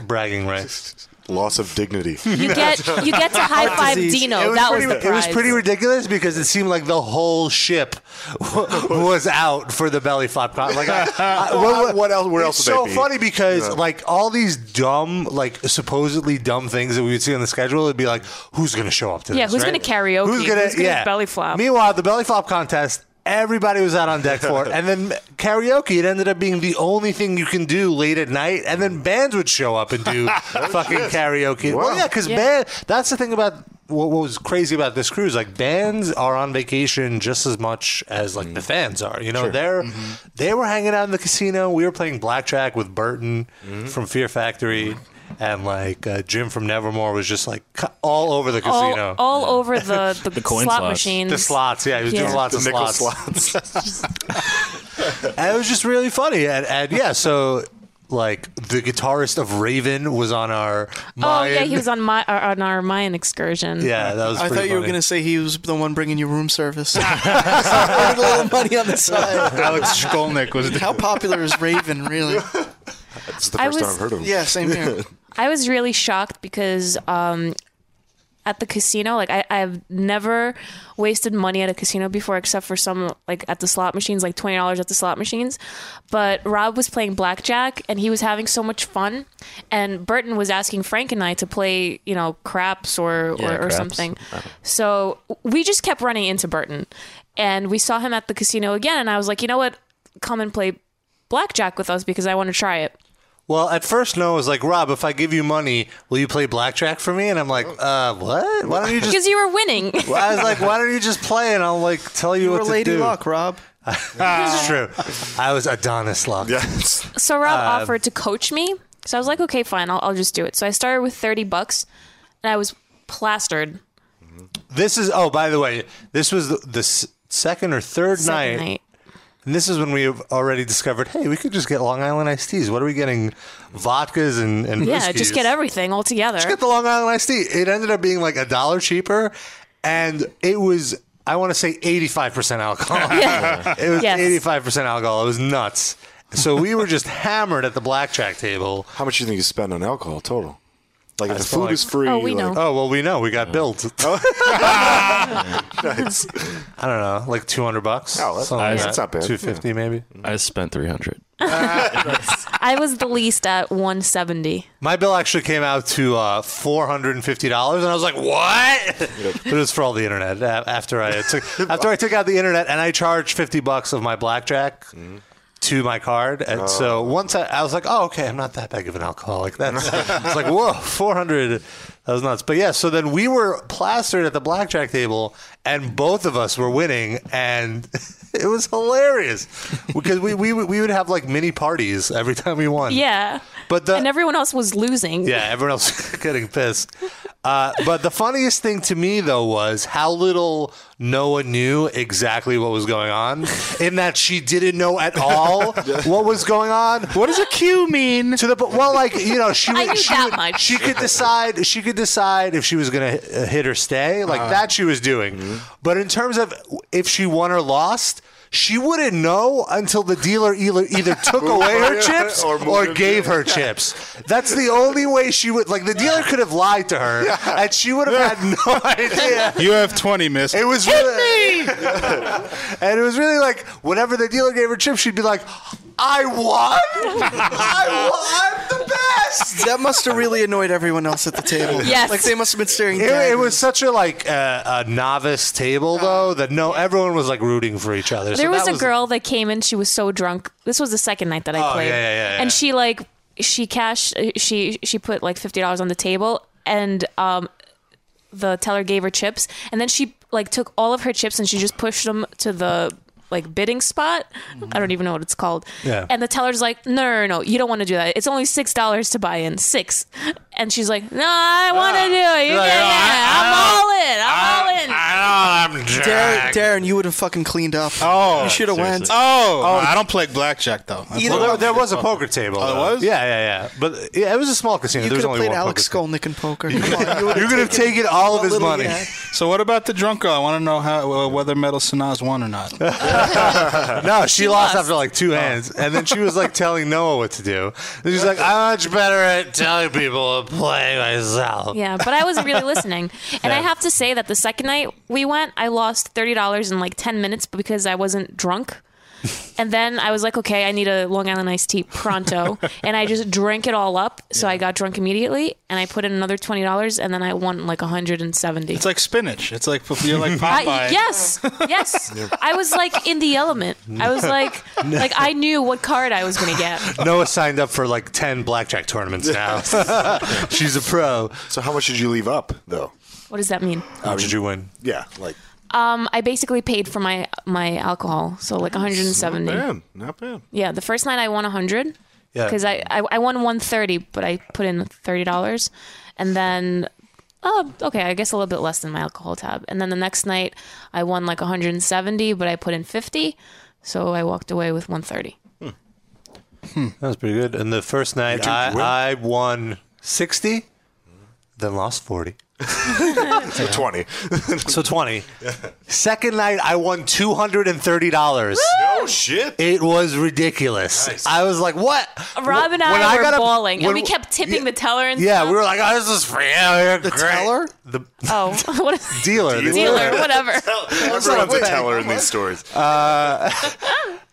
Speaker 1: Bragging rights.
Speaker 7: Loss of dignity.
Speaker 6: uh. you get you get to high five
Speaker 4: disease.
Speaker 6: Dino.
Speaker 1: it was
Speaker 6: that was
Speaker 1: pretty,
Speaker 6: the
Speaker 1: It was
Speaker 6: prize.
Speaker 1: pretty ridiculous because it seemed like the whole ship w- was out for the belly flop. con- Like, I, I-
Speaker 7: Well, what else- where else
Speaker 1: it's
Speaker 7: would
Speaker 1: so
Speaker 7: they be?
Speaker 1: funny because
Speaker 7: Yeah.
Speaker 1: like all these dumb, like supposedly dumb things that we would see on the schedule, it'd be like, who's going to show up to
Speaker 6: Yeah,
Speaker 1: this?
Speaker 6: who's
Speaker 1: right?
Speaker 6: gonna karaoke?
Speaker 1: Who's going
Speaker 6: Who's
Speaker 1: to
Speaker 6: gonna
Speaker 1: yeah.
Speaker 6: belly flop?
Speaker 1: Meanwhile, the belly flop contest. Everybody was out on deck for it, and then karaoke. It ended up being the only thing you can do late at night, and then bands would show up and do fucking karaoke. Well,
Speaker 7: Wow.
Speaker 1: yeah, because
Speaker 6: Yeah.
Speaker 1: band. That's the thing about what, what was crazy about this cruise. Like bands are on vacation just as much as like the fans are. You know, they're they were hanging out in the casino. We were playing blackjack with Burton from Fear Factory. And like uh, Jim from Nevermore was just like cu- all over the
Speaker 6: all,
Speaker 1: casino,
Speaker 6: all over the the,
Speaker 5: coin
Speaker 6: slot
Speaker 5: slots.
Speaker 6: machines.
Speaker 1: the slots. Yeah, he was doing
Speaker 6: Yeah.
Speaker 1: lots
Speaker 7: the
Speaker 1: of
Speaker 7: nickel
Speaker 1: slots.
Speaker 7: slots.
Speaker 1: And it was just really funny. And, and yeah, so like the guitarist of Raven was on our.
Speaker 6: Oh yeah,
Speaker 1: Mayan-
Speaker 6: he was on my uh, on our Mayan excursion.
Speaker 1: Yeah, that was.
Speaker 4: I
Speaker 1: pretty
Speaker 4: thought you were
Speaker 1: funny.
Speaker 4: going to say he was the one bringing you room service. Earning a little money on the side.
Speaker 3: Alex Skolnick was.
Speaker 4: How popular is Raven, really?
Speaker 7: It's the
Speaker 6: I
Speaker 7: first time
Speaker 6: was-
Speaker 7: I've heard of him.
Speaker 4: Yeah, same here.
Speaker 6: I was really shocked because um, at the casino, like I, I've never wasted money at a casino before, except for some like at the slot machines, like twenty dollars at the slot machines. But Rob was playing blackjack, and he was having so much fun. And Burton was asking Frank and I to play, you know, craps or or, or
Speaker 5: craps.
Speaker 6: something. So we just kept running into Burton, and we saw him at the casino again. And I was like, you know what, come and play blackjack with us because I want to try it.
Speaker 1: Well, at first Noah was like, Rob, if I give you money, will you play blackjack for me? And I'm like, uh, what? Why don't you just?
Speaker 6: Because you were winning.
Speaker 1: I was like, why don't you just play and I'll like tell you,
Speaker 4: You're
Speaker 1: what to
Speaker 4: Lady
Speaker 1: do.
Speaker 4: Luck, Rob.
Speaker 1: It's true. I was Adonis Luck. Uh,
Speaker 7: Yeah, it's-
Speaker 6: So Rob offered to coach me. So I was like, okay, fine, I'll, I'll just do it. So I started with 30 bucks and I was plastered.
Speaker 1: This is. Oh, by the way, this was the, the s- second or third
Speaker 6: Second
Speaker 1: night
Speaker 6: night.
Speaker 1: And this is when we have already discovered, hey, we could just get Long Island iced teas. What are we getting? Vodkas and and
Speaker 6: Yeah,
Speaker 1: whiskeys.
Speaker 6: just get everything all together.
Speaker 1: Just get the Long Island iced tea. It ended up being like a dollar cheaper, and it was I want to say eighty five percent alcohol. It was
Speaker 6: Yes.
Speaker 1: eighty five percent alcohol. It was nuts. So we were just hammered at the blackjack table.
Speaker 7: How much do you think you spend on alcohol total? Like if the
Speaker 1: spent
Speaker 7: food
Speaker 1: like-
Speaker 7: is free,
Speaker 6: Oh, we
Speaker 7: like,
Speaker 6: know.
Speaker 1: Oh well, we know we got billed.
Speaker 7: nice.
Speaker 1: I don't know, like two hundred bucks.
Speaker 7: Oh, that's-
Speaker 1: Something like
Speaker 7: that's not bad. Mm-hmm.
Speaker 1: Two fifty maybe.
Speaker 5: I spent 300.
Speaker 6: I was the least at 170.
Speaker 1: My bill actually came out to uh, four hundred and fifty dollars, and I was like, "What?" But it was for all the internet. A- After I took after I took out the internet, and I charged fifty bucks of my blackjack to my card, and so once I, I was like, "Oh, okay, I'm not that big of an alcoholic." That's it's like, "Whoa, four hundred. That was nuts. But yeah, so then we were plastered at the blackjack table, and both of us were winning, and it was hilarious because we, we would- we would have like mini parties every time we won.
Speaker 6: Yeah.
Speaker 1: But the-
Speaker 6: and everyone else was losing.
Speaker 1: Yeah, everyone else getting pissed. Uh, but the funniest thing to me though was how little Noah knew exactly what was going on. In that she didn't know at all what was going on.
Speaker 3: What does a Q mean?
Speaker 1: To the po- well, like you know, she
Speaker 6: I
Speaker 1: would,
Speaker 6: knew
Speaker 1: she,
Speaker 6: that
Speaker 1: would-
Speaker 6: much.
Speaker 1: she could decide she could decide if she was gonna h- uh, hit or stay like that she was doing, but in terms of if she won or lost. She wouldn't know until the dealer either, either took away her chips or,
Speaker 7: Or moved them
Speaker 1: gave
Speaker 7: to-
Speaker 1: her chips. That's the only way she would like. The dealer could have lied to her, and she would have had no idea.
Speaker 3: You have 20, miss.
Speaker 1: It was really, and it was really like whenever the dealer gave her chips, she'd be like, "I won, I won the
Speaker 4: that must have really annoyed everyone else at the table.
Speaker 6: Yes.
Speaker 4: Like they must have been staring.
Speaker 1: It, it
Speaker 4: daggers.
Speaker 1: was such a like uh, a novice table though that no everyone was like rooting for each other. So
Speaker 6: There was
Speaker 1: that
Speaker 6: a girl that came in. She was so drunk. This was the second night that I
Speaker 1: Oh,
Speaker 6: played,
Speaker 1: yeah, yeah, yeah, yeah.
Speaker 6: and she like she cashed. She she put like fifty dollars on the table, and um, the teller gave her chips, and then she like took all of her chips and she just pushed them to the like bidding spot. I don't even know what it's called.
Speaker 1: Yeah.
Speaker 6: And the teller's like, no, no, no, no, you don't want to do that. It's only six dollars to buy in six, and she's like, no, I want to do it. You
Speaker 1: Like,
Speaker 6: can't-
Speaker 1: "Oh, I-
Speaker 6: I'm
Speaker 1: I don't-
Speaker 6: all in. Oh, I'm all in.
Speaker 1: I know I'm
Speaker 4: Darren,
Speaker 1: jacked.
Speaker 4: Darren, you would have fucking cleaned up.
Speaker 3: Oh.
Speaker 4: you should have went.
Speaker 5: seriously.
Speaker 3: Oh, I don't play blackjack though. That's
Speaker 1: Well,
Speaker 3: what-
Speaker 1: there, there was a poker table.
Speaker 3: Oh, there
Speaker 1: though.
Speaker 3: was?
Speaker 1: Yeah, yeah, yeah. But yeah, it was a small casino.
Speaker 4: You
Speaker 1: there
Speaker 4: could
Speaker 1: was
Speaker 4: have
Speaker 1: only
Speaker 4: played
Speaker 1: one
Speaker 4: Alex
Speaker 1: poker
Speaker 4: Skolnick in poker. Come on, you
Speaker 1: table.
Speaker 4: would've
Speaker 1: You're gonna take it all of his
Speaker 4: little
Speaker 1: money.
Speaker 4: guy.
Speaker 3: So what about the drunk girl? I want to know how well, whether Metal Sanaz won or not.
Speaker 1: No, she,
Speaker 6: lost.
Speaker 1: lost, after like
Speaker 7: Oh.
Speaker 1: two hands, and then she was like telling Noah what to do. And she's like, "I'm much better at telling people to play myself."
Speaker 6: Yeah, but I wasn't really listening. And I have to say that the second night we went, I lost $30 in like 10 minutes because I wasn't drunk. And then I was like, okay, I need a Long Island iced tea pronto. and I just drank it all up. So I got drunk immediately and I put in another $20 and then I won like 170.
Speaker 3: It's like spinach. It's like you're like Popeye.
Speaker 6: I, yes, yes. I was like in the element. I was like, like I knew what card I was gonna get.
Speaker 1: Noah signed up for like ten blackjack tournaments now. she's a pro.
Speaker 7: So how much did you leave up though?
Speaker 6: What does that mean?
Speaker 1: How much did you win?
Speaker 7: Yeah, like
Speaker 6: Um, I basically paid for my my alcohol, so like 170.
Speaker 7: man, not bad.
Speaker 6: Yeah, the first night I won 100
Speaker 1: Yeah.
Speaker 6: because I, I I won 130, but I put in $30, and then oh okay, I guess a little bit less than my alcohol tab. And then the next night I won like 170, but I put in 50, so I walked away with 130.
Speaker 7: Hmm.
Speaker 1: That was pretty good. And the first night,
Speaker 7: did win.
Speaker 1: I, I won 60, then lost 40.
Speaker 7: So twenty.
Speaker 1: So 20. Second night, I won $230.
Speaker 7: no shit.
Speaker 1: It was ridiculous.
Speaker 7: Nice.
Speaker 1: I was like, what?
Speaker 6: Rob and I
Speaker 1: When
Speaker 6: were
Speaker 1: got up-
Speaker 6: bawling,
Speaker 1: when-
Speaker 6: and we kept tipping
Speaker 1: yeah,
Speaker 6: the teller and
Speaker 1: Yeah,
Speaker 6: stuff.
Speaker 1: we were like, oh, this is free. Oh, the
Speaker 4: teller?
Speaker 1: The
Speaker 6: oh, what is
Speaker 1: dealer. the
Speaker 6: dealer, whatever.
Speaker 7: Everyone's a teller in these stores.
Speaker 1: Uh,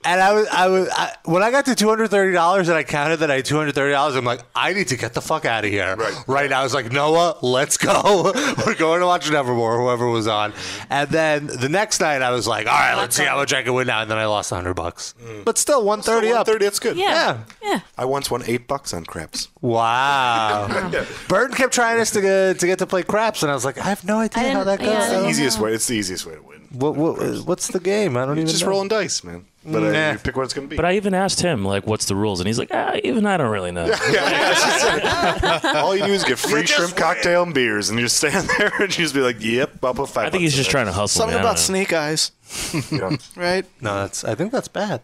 Speaker 1: And I was, I was, I, when I got to two hundred thirty dollars, and I counted that I had two hundred thirty dollars, I'm like, I need to get the fuck out of here
Speaker 7: Right.
Speaker 1: now. I was like, Noah, let's go. We're going to watch Nevermore, whoever was on. And then the next night, I was like, all right, let's see how much I can win now. And then I lost hundred bucks, but still one Mm. thirty up.
Speaker 7: Thirty. That's good.
Speaker 6: Yeah, yeah.
Speaker 7: I once won eight bucks on craps.
Speaker 1: Wow.
Speaker 7: Yeah.
Speaker 1: Burton kept trying us to get, to get to play craps, and I was like, I have no idea
Speaker 6: I
Speaker 1: how that
Speaker 6: didn't- yeah, I
Speaker 1: goes.
Speaker 6: didn't-
Speaker 7: Easiest way. It's the easiest way to win.
Speaker 1: What, what, what's the game? I don't even
Speaker 7: It's just
Speaker 1: know.
Speaker 7: rolling dice, man. But uh,
Speaker 1: Nah.
Speaker 7: you pick what it's gonna be.
Speaker 5: But I even asked him like, "What's the rules?" And he's like, ah, "Even I don't really know."
Speaker 7: All you do is get free shrimp cocktail and beers, and you just stand there and you just be like, "Yep, I'll put five.
Speaker 5: I think he's just trying to hustle.
Speaker 4: Something
Speaker 5: man. I don't
Speaker 4: about
Speaker 5: know.
Speaker 4: snake eyes,
Speaker 7: Yeah.
Speaker 4: right?
Speaker 1: No, that's. I think that's bad.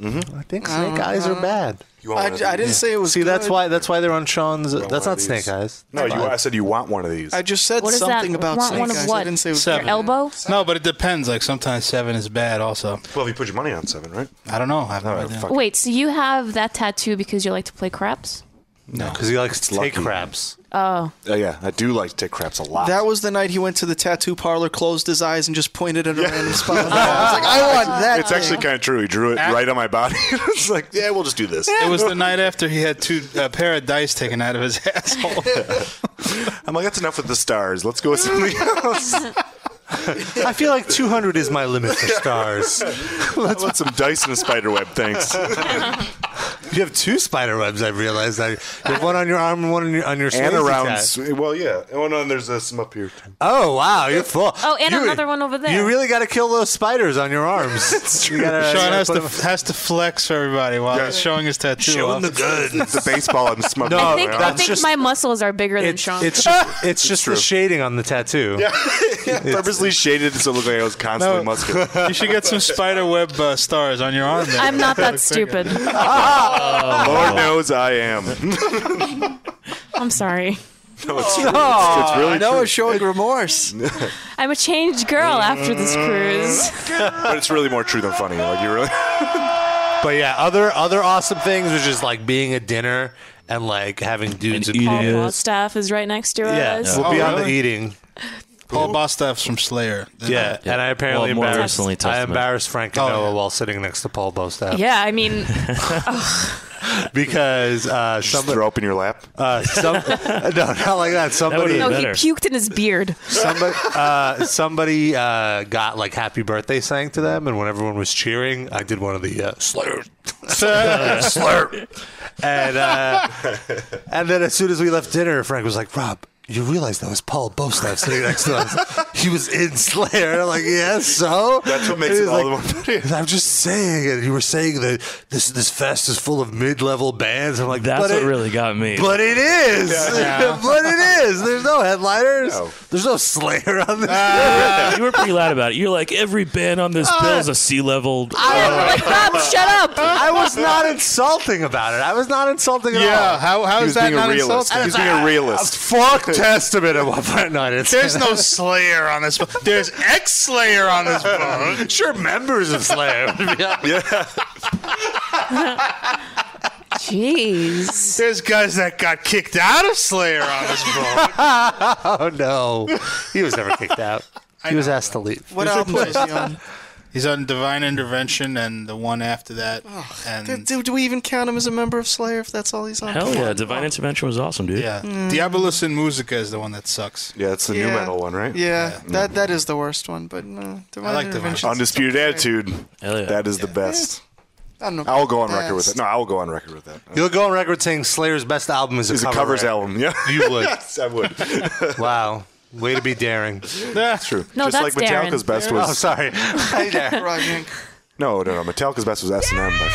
Speaker 7: Mm-hmm.
Speaker 1: I think
Speaker 6: Uh-huh.
Speaker 1: snake eyes are bad.
Speaker 7: You
Speaker 4: I, I
Speaker 7: want one of
Speaker 4: didn't
Speaker 7: these?
Speaker 4: say it was.
Speaker 1: See, that's
Speaker 4: good.
Speaker 1: why that's why they're on Sean's.
Speaker 7: one
Speaker 1: That's not
Speaker 7: of
Speaker 1: snake
Speaker 7: these.
Speaker 1: eyes.
Speaker 7: No, you, I said you want one of these.
Speaker 4: I just said
Speaker 6: What is
Speaker 4: something
Speaker 6: that?
Speaker 4: about
Speaker 6: Want
Speaker 4: snake
Speaker 6: one of
Speaker 4: eyes. I
Speaker 6: what?
Speaker 4: didn't say it was
Speaker 3: Seven.
Speaker 4: good.
Speaker 6: Elbow.
Speaker 3: No, but it depends. Like sometimes seven is bad. Also,
Speaker 7: well, you put your money on seven, right?
Speaker 3: I don't know. I have no
Speaker 7: Oh,
Speaker 3: idea.
Speaker 7: fuck.
Speaker 6: Wait, so you have that tattoo because you like to play craps?
Speaker 1: because he likes to take
Speaker 7: lucky.
Speaker 1: craps.
Speaker 7: Oh, yeah, I do like to take craps a lot.
Speaker 4: That was the night he went to the tattoo parlor, closed his eyes, and just pointed at a random spot. I was like, I
Speaker 1: Ah,
Speaker 4: want that.
Speaker 7: it's actually kind of true. He drew it right on my body. it's like, yeah, we'll just do this.
Speaker 3: It was the night after he had two a pair of dice taken out of his asshole.
Speaker 7: I'm like, that's enough with the stars. Let's go with something else.
Speaker 1: I feel like 200 is my limit for stars.
Speaker 7: Let's put some dice in a spider web. Thanks.
Speaker 1: you have two spider webs. I realized. I, you have one on your arm and one on your on your
Speaker 7: and
Speaker 1: Swayze
Speaker 7: around.
Speaker 1: tat.
Speaker 7: Sw- well, yeah. Oh no, and there's uh, some up here. too.
Speaker 1: Oh wow, you're full.
Speaker 6: Oh, and
Speaker 1: You-
Speaker 6: another one over there.
Speaker 1: You really got to kill those spiders on your arms. That's true.
Speaker 3: Sean has to has to flex for everybody while he's showing his tattoo. off.
Speaker 1: goods.
Speaker 7: It's a baseball and smoke.
Speaker 1: No,
Speaker 6: I think,
Speaker 1: yeah.
Speaker 6: I
Speaker 1: that's
Speaker 6: think
Speaker 1: just-
Speaker 6: my muscles are bigger than
Speaker 1: It's,
Speaker 6: Sean's.
Speaker 1: it's just, it's just the
Speaker 7: true.
Speaker 1: shading on the tattoo.
Speaker 7: purposely shaded so it looked like I was constantly
Speaker 3: No.
Speaker 7: muscular.
Speaker 3: you should get some spider web uh, stars on your arm. there.
Speaker 6: I'm not that stupid.
Speaker 1: Oh.
Speaker 7: Lord knows I am.
Speaker 6: I'm sorry.
Speaker 7: No, it's, true. It's- it's really
Speaker 4: Noah
Speaker 7: true.
Speaker 4: showing remorse.
Speaker 6: I'm a changed girl after this cruise.
Speaker 7: but it's really more true than funny. Like you really.
Speaker 1: But yeah, other other awesome things was just like being at dinner and like having dudes.
Speaker 5: And eating
Speaker 1: at
Speaker 5: it.
Speaker 6: Paul Staff is right next to
Speaker 1: yeah,
Speaker 6: us.
Speaker 1: we'll be
Speaker 3: Oh,
Speaker 1: on the
Speaker 3: really?
Speaker 1: eating.
Speaker 3: Paul Bostaph from Slayer.
Speaker 1: Yeah, and I apparently
Speaker 5: Well, more
Speaker 1: embarrassed.
Speaker 5: recently,
Speaker 1: I
Speaker 5: Testament.
Speaker 1: embarrassed Frank
Speaker 3: Oh,
Speaker 1: Canoa
Speaker 3: yeah.
Speaker 1: while sitting next to Paul Bostaph
Speaker 6: Yeah, I mean,
Speaker 1: because uh,
Speaker 7: Just
Speaker 1: somebody,
Speaker 7: throw up in your lap.
Speaker 1: uh, some, no, not like that. Somebody,
Speaker 5: would've
Speaker 6: no, he
Speaker 5: Better.
Speaker 6: puked in his beard.
Speaker 1: somebody, uh, somebody uh, got like "Happy Birthday" sang to them, and when everyone was cheering, I did one of the uh, slurs, slur, and uh, and then as soon as we left dinner, Frank was like, "Rob." You realize that was Paul Bostaph sitting next to us. He was in Slayer. And I'm like, yeah, so
Speaker 7: That's what makes
Speaker 1: He
Speaker 7: it
Speaker 1: was
Speaker 7: all
Speaker 1: like,
Speaker 7: the more funny.
Speaker 1: And I'm just saying it. You were saying that this this fest is full of mid level bands. I'm like,
Speaker 5: That's
Speaker 1: but
Speaker 5: what
Speaker 1: it-
Speaker 5: really got me.
Speaker 1: But it is. but it is. There's no headliners.
Speaker 7: No.
Speaker 1: There's no Slayer on this.
Speaker 7: Ah.
Speaker 5: Uh, you were pretty loud about it. You're like every band on this bill is a uh, sea level.
Speaker 9: Oh,
Speaker 6: I'm like, Rob, shut up.
Speaker 1: I was not insulting about it. I was not insulting at
Speaker 3: Yeah,
Speaker 1: all.
Speaker 3: how, how
Speaker 7: He
Speaker 3: is
Speaker 7: was
Speaker 3: that
Speaker 7: being a
Speaker 3: not
Speaker 7: realist. He
Speaker 3: insulting?
Speaker 7: was being a realist.
Speaker 1: Fuck Testament at one point. No, I didn't say
Speaker 3: There's
Speaker 1: that.
Speaker 3: no Slayer on this boat. There's ex Slayer on this boat.
Speaker 1: sure members of Slayer. yeah.
Speaker 6: Jeez.
Speaker 3: There's guys that got kicked out of Slayer on this boat.
Speaker 1: Oh no, he was never kicked out. He was asked to leave.
Speaker 4: What album is he on?
Speaker 3: He's on Divine Intervention and the one after that. and
Speaker 4: Do, do we even count him as a member of Slayer if that's all he's on?
Speaker 5: Hell
Speaker 4: Come
Speaker 5: yeah,
Speaker 4: on.
Speaker 5: Divine Intervention was awesome, dude.
Speaker 3: yeah, uh,
Speaker 6: Hmm.
Speaker 3: Diabolus in Musica is the one that sucks.
Speaker 7: Yeah, it's the new
Speaker 4: Yeah.
Speaker 7: metal one, right?
Speaker 4: Yeah, that that is the worst one. But uh, Divine
Speaker 3: I like Divine.
Speaker 4: Intervention.
Speaker 7: Undisputed attitude.
Speaker 5: Hell yeah.
Speaker 7: That is the best.
Speaker 4: I don't know.
Speaker 7: I'll go on
Speaker 4: Best.
Speaker 7: record with it. No, I will go on record with that.
Speaker 1: You'll go on record saying Slayer's best album is a
Speaker 7: It's a
Speaker 1: cover
Speaker 7: covers
Speaker 1: record.
Speaker 7: album. Yeah,
Speaker 1: You would.
Speaker 7: yes, I would.
Speaker 1: Wow. Way to be daring.
Speaker 7: That's true.
Speaker 6: No,
Speaker 7: Just
Speaker 6: that's
Speaker 7: like Metallica's
Speaker 6: Darren.
Speaker 7: best
Speaker 1: Oh,
Speaker 7: was
Speaker 1: sorry. Hey there.
Speaker 4: Rock Inc.
Speaker 7: no, no, no. Metallica's best was S and M by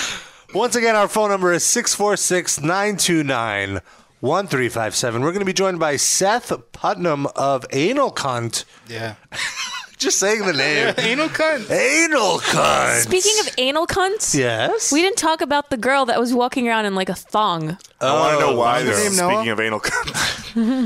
Speaker 7: far.
Speaker 1: Once again, our phone number is 646 929 1357. We're going to be joined by Seth Putnam of Anal Cunt.
Speaker 3: Yeah.
Speaker 1: Just saying the name.
Speaker 3: Anal cunt.
Speaker 1: Anal Cunt.
Speaker 6: Speaking of anal cunts,
Speaker 1: Yes.
Speaker 6: we didn't talk about the girl that was walking around in like a thong.
Speaker 1: Oh,
Speaker 7: I want to know why.
Speaker 4: his
Speaker 7: This
Speaker 4: name
Speaker 7: is
Speaker 4: Noah?
Speaker 7: speaking of anal, cunt.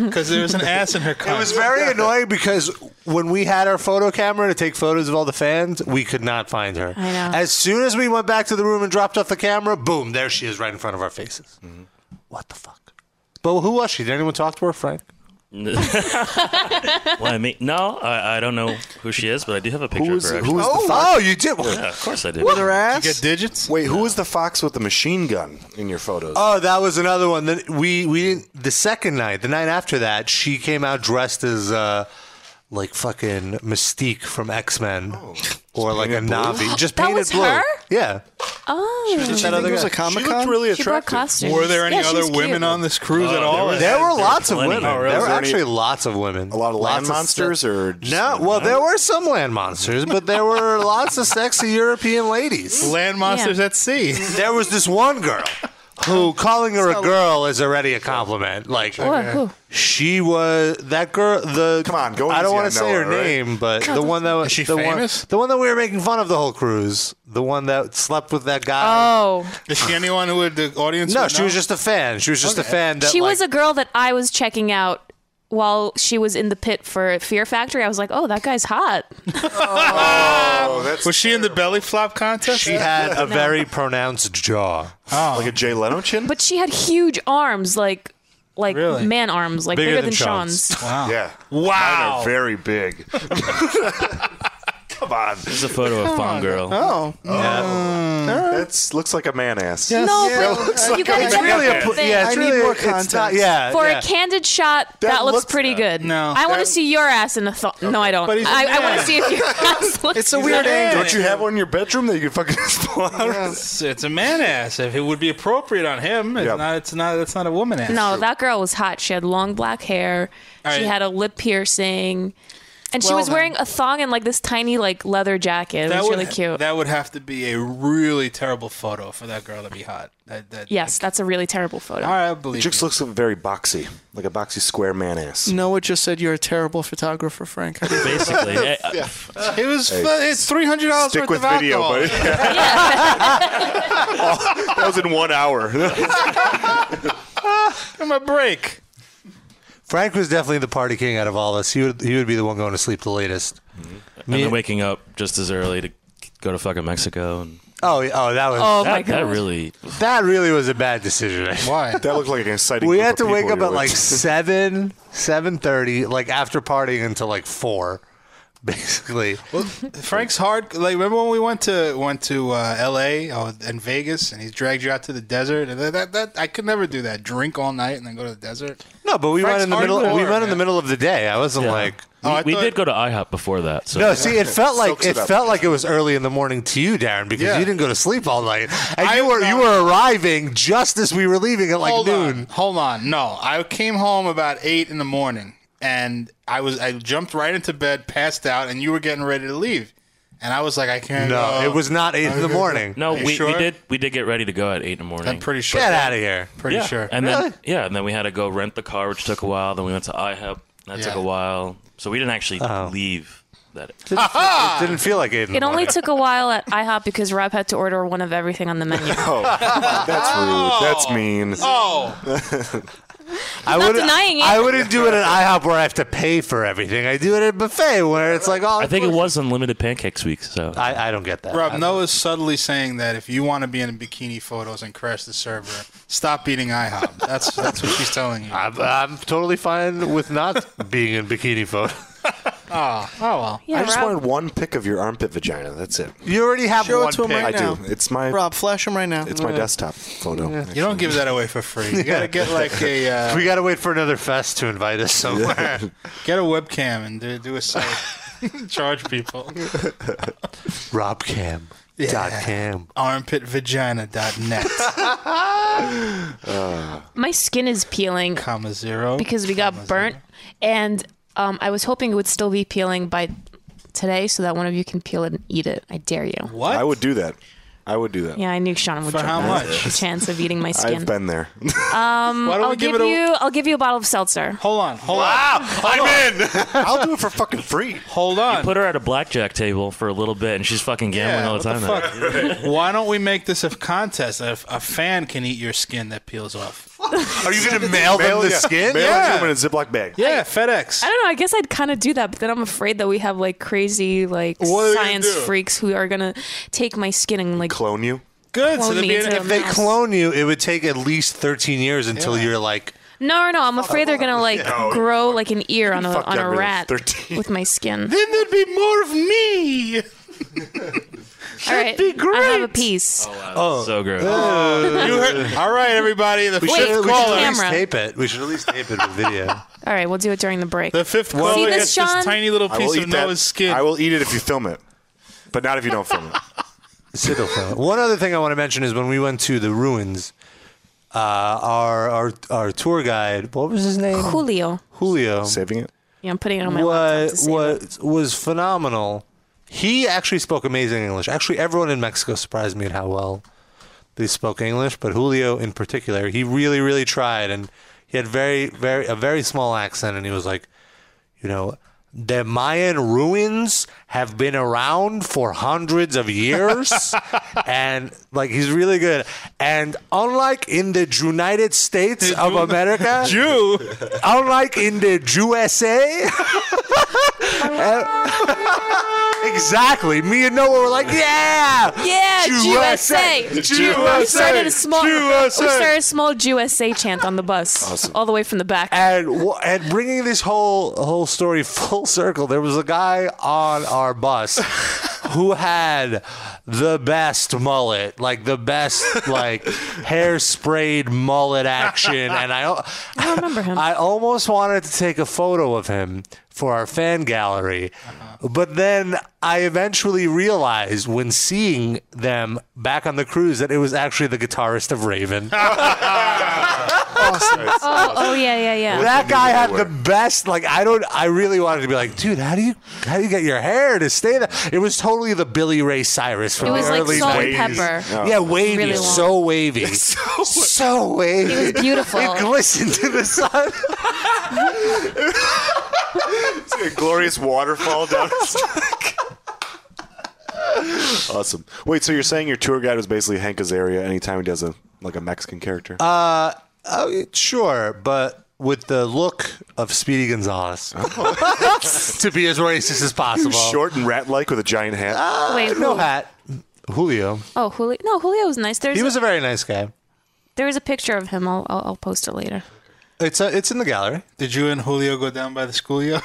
Speaker 3: Because there was an ass in her cunt.
Speaker 1: It was very annoying because when we had our photo camera to take photos of all the fans, we could not find her.
Speaker 6: I know.
Speaker 1: As soon as we went back to the room and dropped off the camera, boom, there she is right in front of our faces. What the fuck? But who was she? Did anyone talk to her, Frank?
Speaker 5: Why me? No, I, I don't know who she is, but I do have a picture
Speaker 7: who's
Speaker 5: of her.
Speaker 7: who's
Speaker 5: actually.
Speaker 1: Oh,
Speaker 7: the fox?
Speaker 1: you did.
Speaker 5: Yeah, of course I did.
Speaker 4: Their ass.
Speaker 3: Get digits?
Speaker 7: Wait, who is the fox with the machine gun in your photos?
Speaker 1: Oh, that was another one. Then we we didn't, the second night, the night after that, she came out dressed as uh, like fucking Mystique from X Men, or like a
Speaker 7: painted blue?
Speaker 1: Navi, just
Speaker 6: That
Speaker 1: Oh. painted
Speaker 6: was
Speaker 1: blue.
Speaker 6: her?
Speaker 1: Yeah,
Speaker 6: Oh,
Speaker 4: Did you think it was a Comic Con?
Speaker 7: really
Speaker 6: she brought costumes.
Speaker 3: Were there any
Speaker 6: Yeah, she
Speaker 3: other
Speaker 6: was
Speaker 3: women
Speaker 6: cute.
Speaker 3: on this
Speaker 7: Oh,
Speaker 3: cruise at all?
Speaker 5: was-
Speaker 1: there were
Speaker 5: there were
Speaker 1: lots of
Speaker 5: plenty.
Speaker 1: women.
Speaker 5: Oh, really?
Speaker 1: There were
Speaker 7: Was there any-
Speaker 1: actually lots of women.
Speaker 7: A lot of land
Speaker 1: Lots
Speaker 7: monsters,
Speaker 1: se-
Speaker 7: or just
Speaker 1: no, well, there were some land monsters, Oh, but there were lots of sexy European ladies.
Speaker 3: Land monsters
Speaker 6: Yeah.
Speaker 3: at sea.
Speaker 1: There was this one girl who calling her a girl is already a compliment. Like
Speaker 6: What? Who?
Speaker 1: She was that girl. The
Speaker 7: Come on, go
Speaker 1: I don't
Speaker 7: easy
Speaker 1: want to
Speaker 7: on
Speaker 1: say her
Speaker 7: Noah, right?
Speaker 1: name, but the one that was
Speaker 3: Is she
Speaker 1: the
Speaker 3: famous?
Speaker 1: one, the one that we were making fun of the whole cruise, the one that slept with that guy.
Speaker 6: Oh,
Speaker 3: Is she anyone who would the audience?
Speaker 1: no,
Speaker 3: would
Speaker 1: she
Speaker 3: know?
Speaker 1: was just a fan. She was just a fan. That
Speaker 6: she was a
Speaker 1: like,
Speaker 6: girl that I was checking out while she was in the pit for Fear Factory. I was like, oh, that guy's hot.
Speaker 7: oh, that's
Speaker 3: Was she in the belly flop contest?
Speaker 1: She had a very pronounced jaw,
Speaker 7: like a Jay Leno chin.
Speaker 6: But she had huge arms, like like
Speaker 3: Really?
Speaker 6: man arms, like
Speaker 1: Bigger
Speaker 6: bigger,
Speaker 1: than
Speaker 6: than,
Speaker 1: Sean's.
Speaker 6: Sean's.
Speaker 7: yeah,
Speaker 3: wow.
Speaker 7: Mine are very big. Come on,
Speaker 5: This is a photo of Fawn Girl.
Speaker 4: Oh,
Speaker 7: that looks like a man ass.
Speaker 6: No,
Speaker 4: Yeah,
Speaker 6: but
Speaker 4: it looks
Speaker 6: you gotta
Speaker 4: it's
Speaker 6: check
Speaker 1: really
Speaker 6: out
Speaker 1: a
Speaker 6: the
Speaker 1: pl-
Speaker 6: thing.
Speaker 1: yeah,
Speaker 4: I
Speaker 1: it's
Speaker 4: need
Speaker 1: really,
Speaker 4: more
Speaker 1: it's not-
Speaker 4: context.
Speaker 1: yeah,
Speaker 6: For
Speaker 1: yeah.
Speaker 6: a candid shot, that, looks,
Speaker 7: looks-
Speaker 6: pretty good.
Speaker 3: No.
Speaker 6: I want to
Speaker 7: That-
Speaker 6: see your ass in a thong. No, I don't.
Speaker 3: But he's a
Speaker 6: I, I want
Speaker 3: man.
Speaker 6: to see if your ass looks.
Speaker 4: it's a weird angle.
Speaker 7: Don't you have one in your bedroom that you can fucking just pull out?
Speaker 3: It's, it's a man ass. If it would be appropriate on him, it's
Speaker 7: Yep.
Speaker 3: not. It's not. It's not a woman ass.
Speaker 6: No, that girl was hot. She had long black hair.
Speaker 3: All
Speaker 6: She
Speaker 3: right.
Speaker 6: had a lip piercing, and she
Speaker 4: Well,
Speaker 6: was
Speaker 4: then.
Speaker 6: wearing a thong and like this tiny like leather jacket. It
Speaker 3: That
Speaker 6: was
Speaker 3: would,
Speaker 6: really cute.
Speaker 3: That would have to be a really terrible photo for that girl to be hot. That, that,
Speaker 6: yes, that's a really terrible photo.
Speaker 3: All right, I believe.
Speaker 7: Jukes
Speaker 3: you.
Speaker 7: looks very boxy, like a boxy square man ass.
Speaker 4: Noah just said you're a terrible photographer, Frank.
Speaker 5: Basically, uh, yeah,
Speaker 3: It was. It's three hundred dollars worth
Speaker 7: Stick with
Speaker 3: of alcohol.
Speaker 7: video, buddy. that was in one hour.
Speaker 3: I'm a break.
Speaker 1: Frank was definitely the party king out of all us. He would he would be the one going to sleep the latest.
Speaker 5: and then waking up just as early to go to fucking Mexico and
Speaker 1: Oh, yeah, oh, that was.
Speaker 6: Oh,
Speaker 5: that,
Speaker 6: my
Speaker 5: that
Speaker 6: God.
Speaker 5: really.
Speaker 1: That really was a bad decision.
Speaker 3: Why?
Speaker 7: That looked like an exciting.
Speaker 1: We
Speaker 7: group
Speaker 1: had
Speaker 7: of
Speaker 1: to wake
Speaker 7: people
Speaker 1: up
Speaker 7: you
Speaker 1: at
Speaker 7: were
Speaker 1: like
Speaker 7: with.
Speaker 1: seven, seven thirty, like after partying until like four, basically.
Speaker 3: Frank's hard. Like remember when we went to went to uh, L.A. or and Vegas, and he dragged you out to the desert. And that, that, that I could never do that. Drink all night and then go to the desert.
Speaker 1: No, but we
Speaker 3: Frank's
Speaker 1: went in the
Speaker 3: hardcore,
Speaker 1: middle. we went in the
Speaker 3: man.
Speaker 1: middle of the day. I wasn't like.
Speaker 3: Oh, I
Speaker 5: we
Speaker 3: thought-
Speaker 5: did go to IHOP before that. So
Speaker 1: No, see, it felt like
Speaker 7: Soaks
Speaker 1: it,
Speaker 7: it up.
Speaker 1: felt like it was early in the morning to you, Darren, because
Speaker 3: Yeah.
Speaker 1: you didn't go to sleep all night, and
Speaker 3: I-
Speaker 1: you were you
Speaker 3: no.
Speaker 1: were arriving just as we were leaving at like
Speaker 3: hold
Speaker 1: noon.
Speaker 3: on, hold on. No, I came home about eight in the morning, and I was I jumped right into bed, passed out, and you were getting ready to leave, and I was like, I can't.
Speaker 1: No,
Speaker 3: go.
Speaker 1: it was not eight in the morning.
Speaker 5: No,
Speaker 3: you
Speaker 5: we, we
Speaker 3: sure?
Speaker 5: did we did get ready to go at eight in the morning.
Speaker 3: I'm pretty sure.
Speaker 1: get out of here.
Speaker 3: Pretty
Speaker 5: yeah.
Speaker 3: sure.
Speaker 5: And
Speaker 1: Really?
Speaker 5: then yeah, and then we had to go rent the car, which took a while. Then we went to IHOP. That took
Speaker 3: Yeah.
Speaker 5: a while. So we didn't actually leave that.
Speaker 1: Oh. It didn't feel like eight. In
Speaker 6: It
Speaker 1: the
Speaker 6: only
Speaker 1: morning.
Speaker 6: took a while at IHOP because Rob had to order one of everything on the menu.
Speaker 7: Oh, that's rude. That's mean.
Speaker 3: oh,
Speaker 1: I
Speaker 6: not
Speaker 1: would
Speaker 6: denying it.
Speaker 1: I wouldn't do it at IHOP where I have to pay for everything. I do it at a buffet where it's like all.
Speaker 5: I think it was unlimited pancakes week. So
Speaker 1: I, I don't get that.
Speaker 3: Rob Noah's subtly saying that if you want to be in bikini photos and crash the server, stop eating IHOP. That's that's what she's telling you.
Speaker 1: I'm, I'm totally fine with not being in bikini photo.
Speaker 3: Oh, oh well.
Speaker 6: Yeah,
Speaker 7: I just
Speaker 6: Rob.
Speaker 7: wanted one pic of your armpit vagina. That's it.
Speaker 1: You already have
Speaker 4: Show it
Speaker 1: one
Speaker 4: to him
Speaker 1: pic.
Speaker 4: right
Speaker 7: I
Speaker 4: now.
Speaker 7: do. It's my
Speaker 4: Rob, flash him right now.
Speaker 7: it's my desktop photo.
Speaker 3: You don't give that away for free. You gotta get like a uh,
Speaker 1: We gotta wait for another fest to invite us somewhere.
Speaker 3: get a webcam and do, do a site. Charge people.
Speaker 1: Robcam.
Speaker 3: Yeah.
Speaker 1: Dot cam.
Speaker 3: Armpitvagina.net,
Speaker 6: My skin is peeling
Speaker 3: comma zero.
Speaker 6: because we got burnt, and um, I was hoping it would still be peeling by today, so that one of you can peel it and eat it. I dare you.
Speaker 3: what?
Speaker 7: I would do that. I would do that.
Speaker 6: Yeah, I knew Sean would.
Speaker 3: For how
Speaker 6: jump at
Speaker 3: much?
Speaker 6: The chance of eating my skin.
Speaker 7: I've been there.
Speaker 3: Why don't
Speaker 6: Um, I'll
Speaker 3: we
Speaker 6: give,
Speaker 3: give it a?
Speaker 6: you. I'll give you a bottle of seltzer.
Speaker 3: Hold on. Hold
Speaker 1: Wow, I'm in.
Speaker 7: I'll do it for fucking free.
Speaker 3: on. Hold on.
Speaker 5: put her at a blackjack table for a little bit, and she's fucking gambling
Speaker 3: Yeah,
Speaker 5: all the time.
Speaker 3: what the fuck? Why don't we make this a contest? If a fan can eat your skin that peels off.
Speaker 1: Are you gonna mail them the
Speaker 7: yeah.
Speaker 1: skin?
Speaker 7: Mail
Speaker 3: Yeah.
Speaker 7: it to him in a Ziploc bag.
Speaker 3: Yeah, FedEx.
Speaker 6: I don't know. I guess I'd kind of do that, but then I'm afraid that we have like crazy like
Speaker 3: What are you gonna
Speaker 6: science
Speaker 3: do?
Speaker 6: freaks who are gonna take my skin and like
Speaker 7: Clone you.
Speaker 3: Good.
Speaker 6: clone
Speaker 3: So
Speaker 6: me
Speaker 3: there'd be
Speaker 6: into
Speaker 3: an,
Speaker 6: a
Speaker 1: If they
Speaker 6: mouse.
Speaker 1: clone you, it would take at least 13 years until
Speaker 3: Yeah.
Speaker 1: you're like,
Speaker 6: No, no, no. I'm afraid they're gonna like grow like an ear on a
Speaker 7: fucked
Speaker 6: on a
Speaker 7: younger than
Speaker 6: rat
Speaker 7: 13.
Speaker 6: with my skin.
Speaker 3: then there'd be more of me.
Speaker 6: All right, I
Speaker 1: be
Speaker 6: have a
Speaker 1: great.
Speaker 6: piece.
Speaker 5: Oh, so gross.
Speaker 3: You heard- all right, everybody. The
Speaker 1: we
Speaker 6: Wait,
Speaker 1: should,
Speaker 3: fifth
Speaker 1: we should
Speaker 3: caller.
Speaker 1: at least
Speaker 6: camera.
Speaker 1: tape it. We should at least tape it with
Speaker 7: Oh,
Speaker 1: video.
Speaker 6: All right, we'll do it during the break.
Speaker 3: The fifth caller
Speaker 6: this,
Speaker 3: gets
Speaker 6: Sean?
Speaker 3: this tiny little
Speaker 7: I will
Speaker 3: piece of
Speaker 7: eat that.
Speaker 3: Noah's skin.
Speaker 7: I will eat it if you film it, but not if you don't film it.
Speaker 1: Sit down. One other thing I want to mention is when we went to the ruins, uh, our, our our tour guide, what was his name?
Speaker 6: Julio.
Speaker 1: Julio.
Speaker 7: Saving it.
Speaker 6: Yeah, I'm putting it on my laptop. To
Speaker 1: What
Speaker 6: save it.
Speaker 1: what was phenomenal. He actually spoke amazing English. Actually, everyone in Mexico surprised me at how well they spoke English, but Julio in particular, he really really tried, and he had very very a very small accent, and he was like, you know. The Mayan ruins have been around for hundreds of years, and like he's really good. And unlike in the United States of America,
Speaker 3: Jew.
Speaker 1: unlike in the USA. exactly. Me and Noah were like, yeah.
Speaker 6: Yeah,
Speaker 1: USA.
Speaker 6: USA. We started a small
Speaker 1: USA.
Speaker 6: We started a small USA chant on the bus, all the way from the back.
Speaker 1: And wha- and bringing this whole whole story full circle, there was a guy on our bus who had the best mullet, like the best like hairsprayed mullet action, and I al-
Speaker 6: I remember him.
Speaker 1: I almost wanted to take a photo of him for our fan gallery, but then I eventually realized when seeing them back on the cruise that it was actually the guitarist of Raven.
Speaker 6: oh, oh yeah, yeah, yeah.
Speaker 1: that guy had the best. Like I don't. I really wanted to be like, dude, how do you how do you get your hair to stay that? It was totally the Billy Ray Cyrus from
Speaker 6: it was
Speaker 1: the
Speaker 6: like
Speaker 1: early
Speaker 6: salt and
Speaker 1: 90s.
Speaker 6: pepper.
Speaker 1: Yeah, wavy,
Speaker 6: Really long.
Speaker 1: so wavy, so, wavy.
Speaker 6: It was beautiful.
Speaker 1: It glistened in the sun.
Speaker 7: a glorious waterfall down his Awesome. Wait, so you're saying your tour guide was basically Hank Azaria anytime he does a like a Mexican character?
Speaker 1: Oh, sure, but with the look of Speedy Gonzalez,
Speaker 7: Oh.
Speaker 1: to be as racist as possible. Uh,
Speaker 7: Short and rat like with a giant hat.
Speaker 6: Wait,
Speaker 1: no
Speaker 6: who?
Speaker 1: hat. Julio.
Speaker 6: Oh, Julio. No, Julio was nice. There's
Speaker 1: He was
Speaker 6: a,
Speaker 1: a very nice guy.
Speaker 6: there is a picture of him. I'll, I'll, I'll post it later.
Speaker 1: It's a, it's in the gallery.
Speaker 3: Did you and Julio go down by the schoolyard?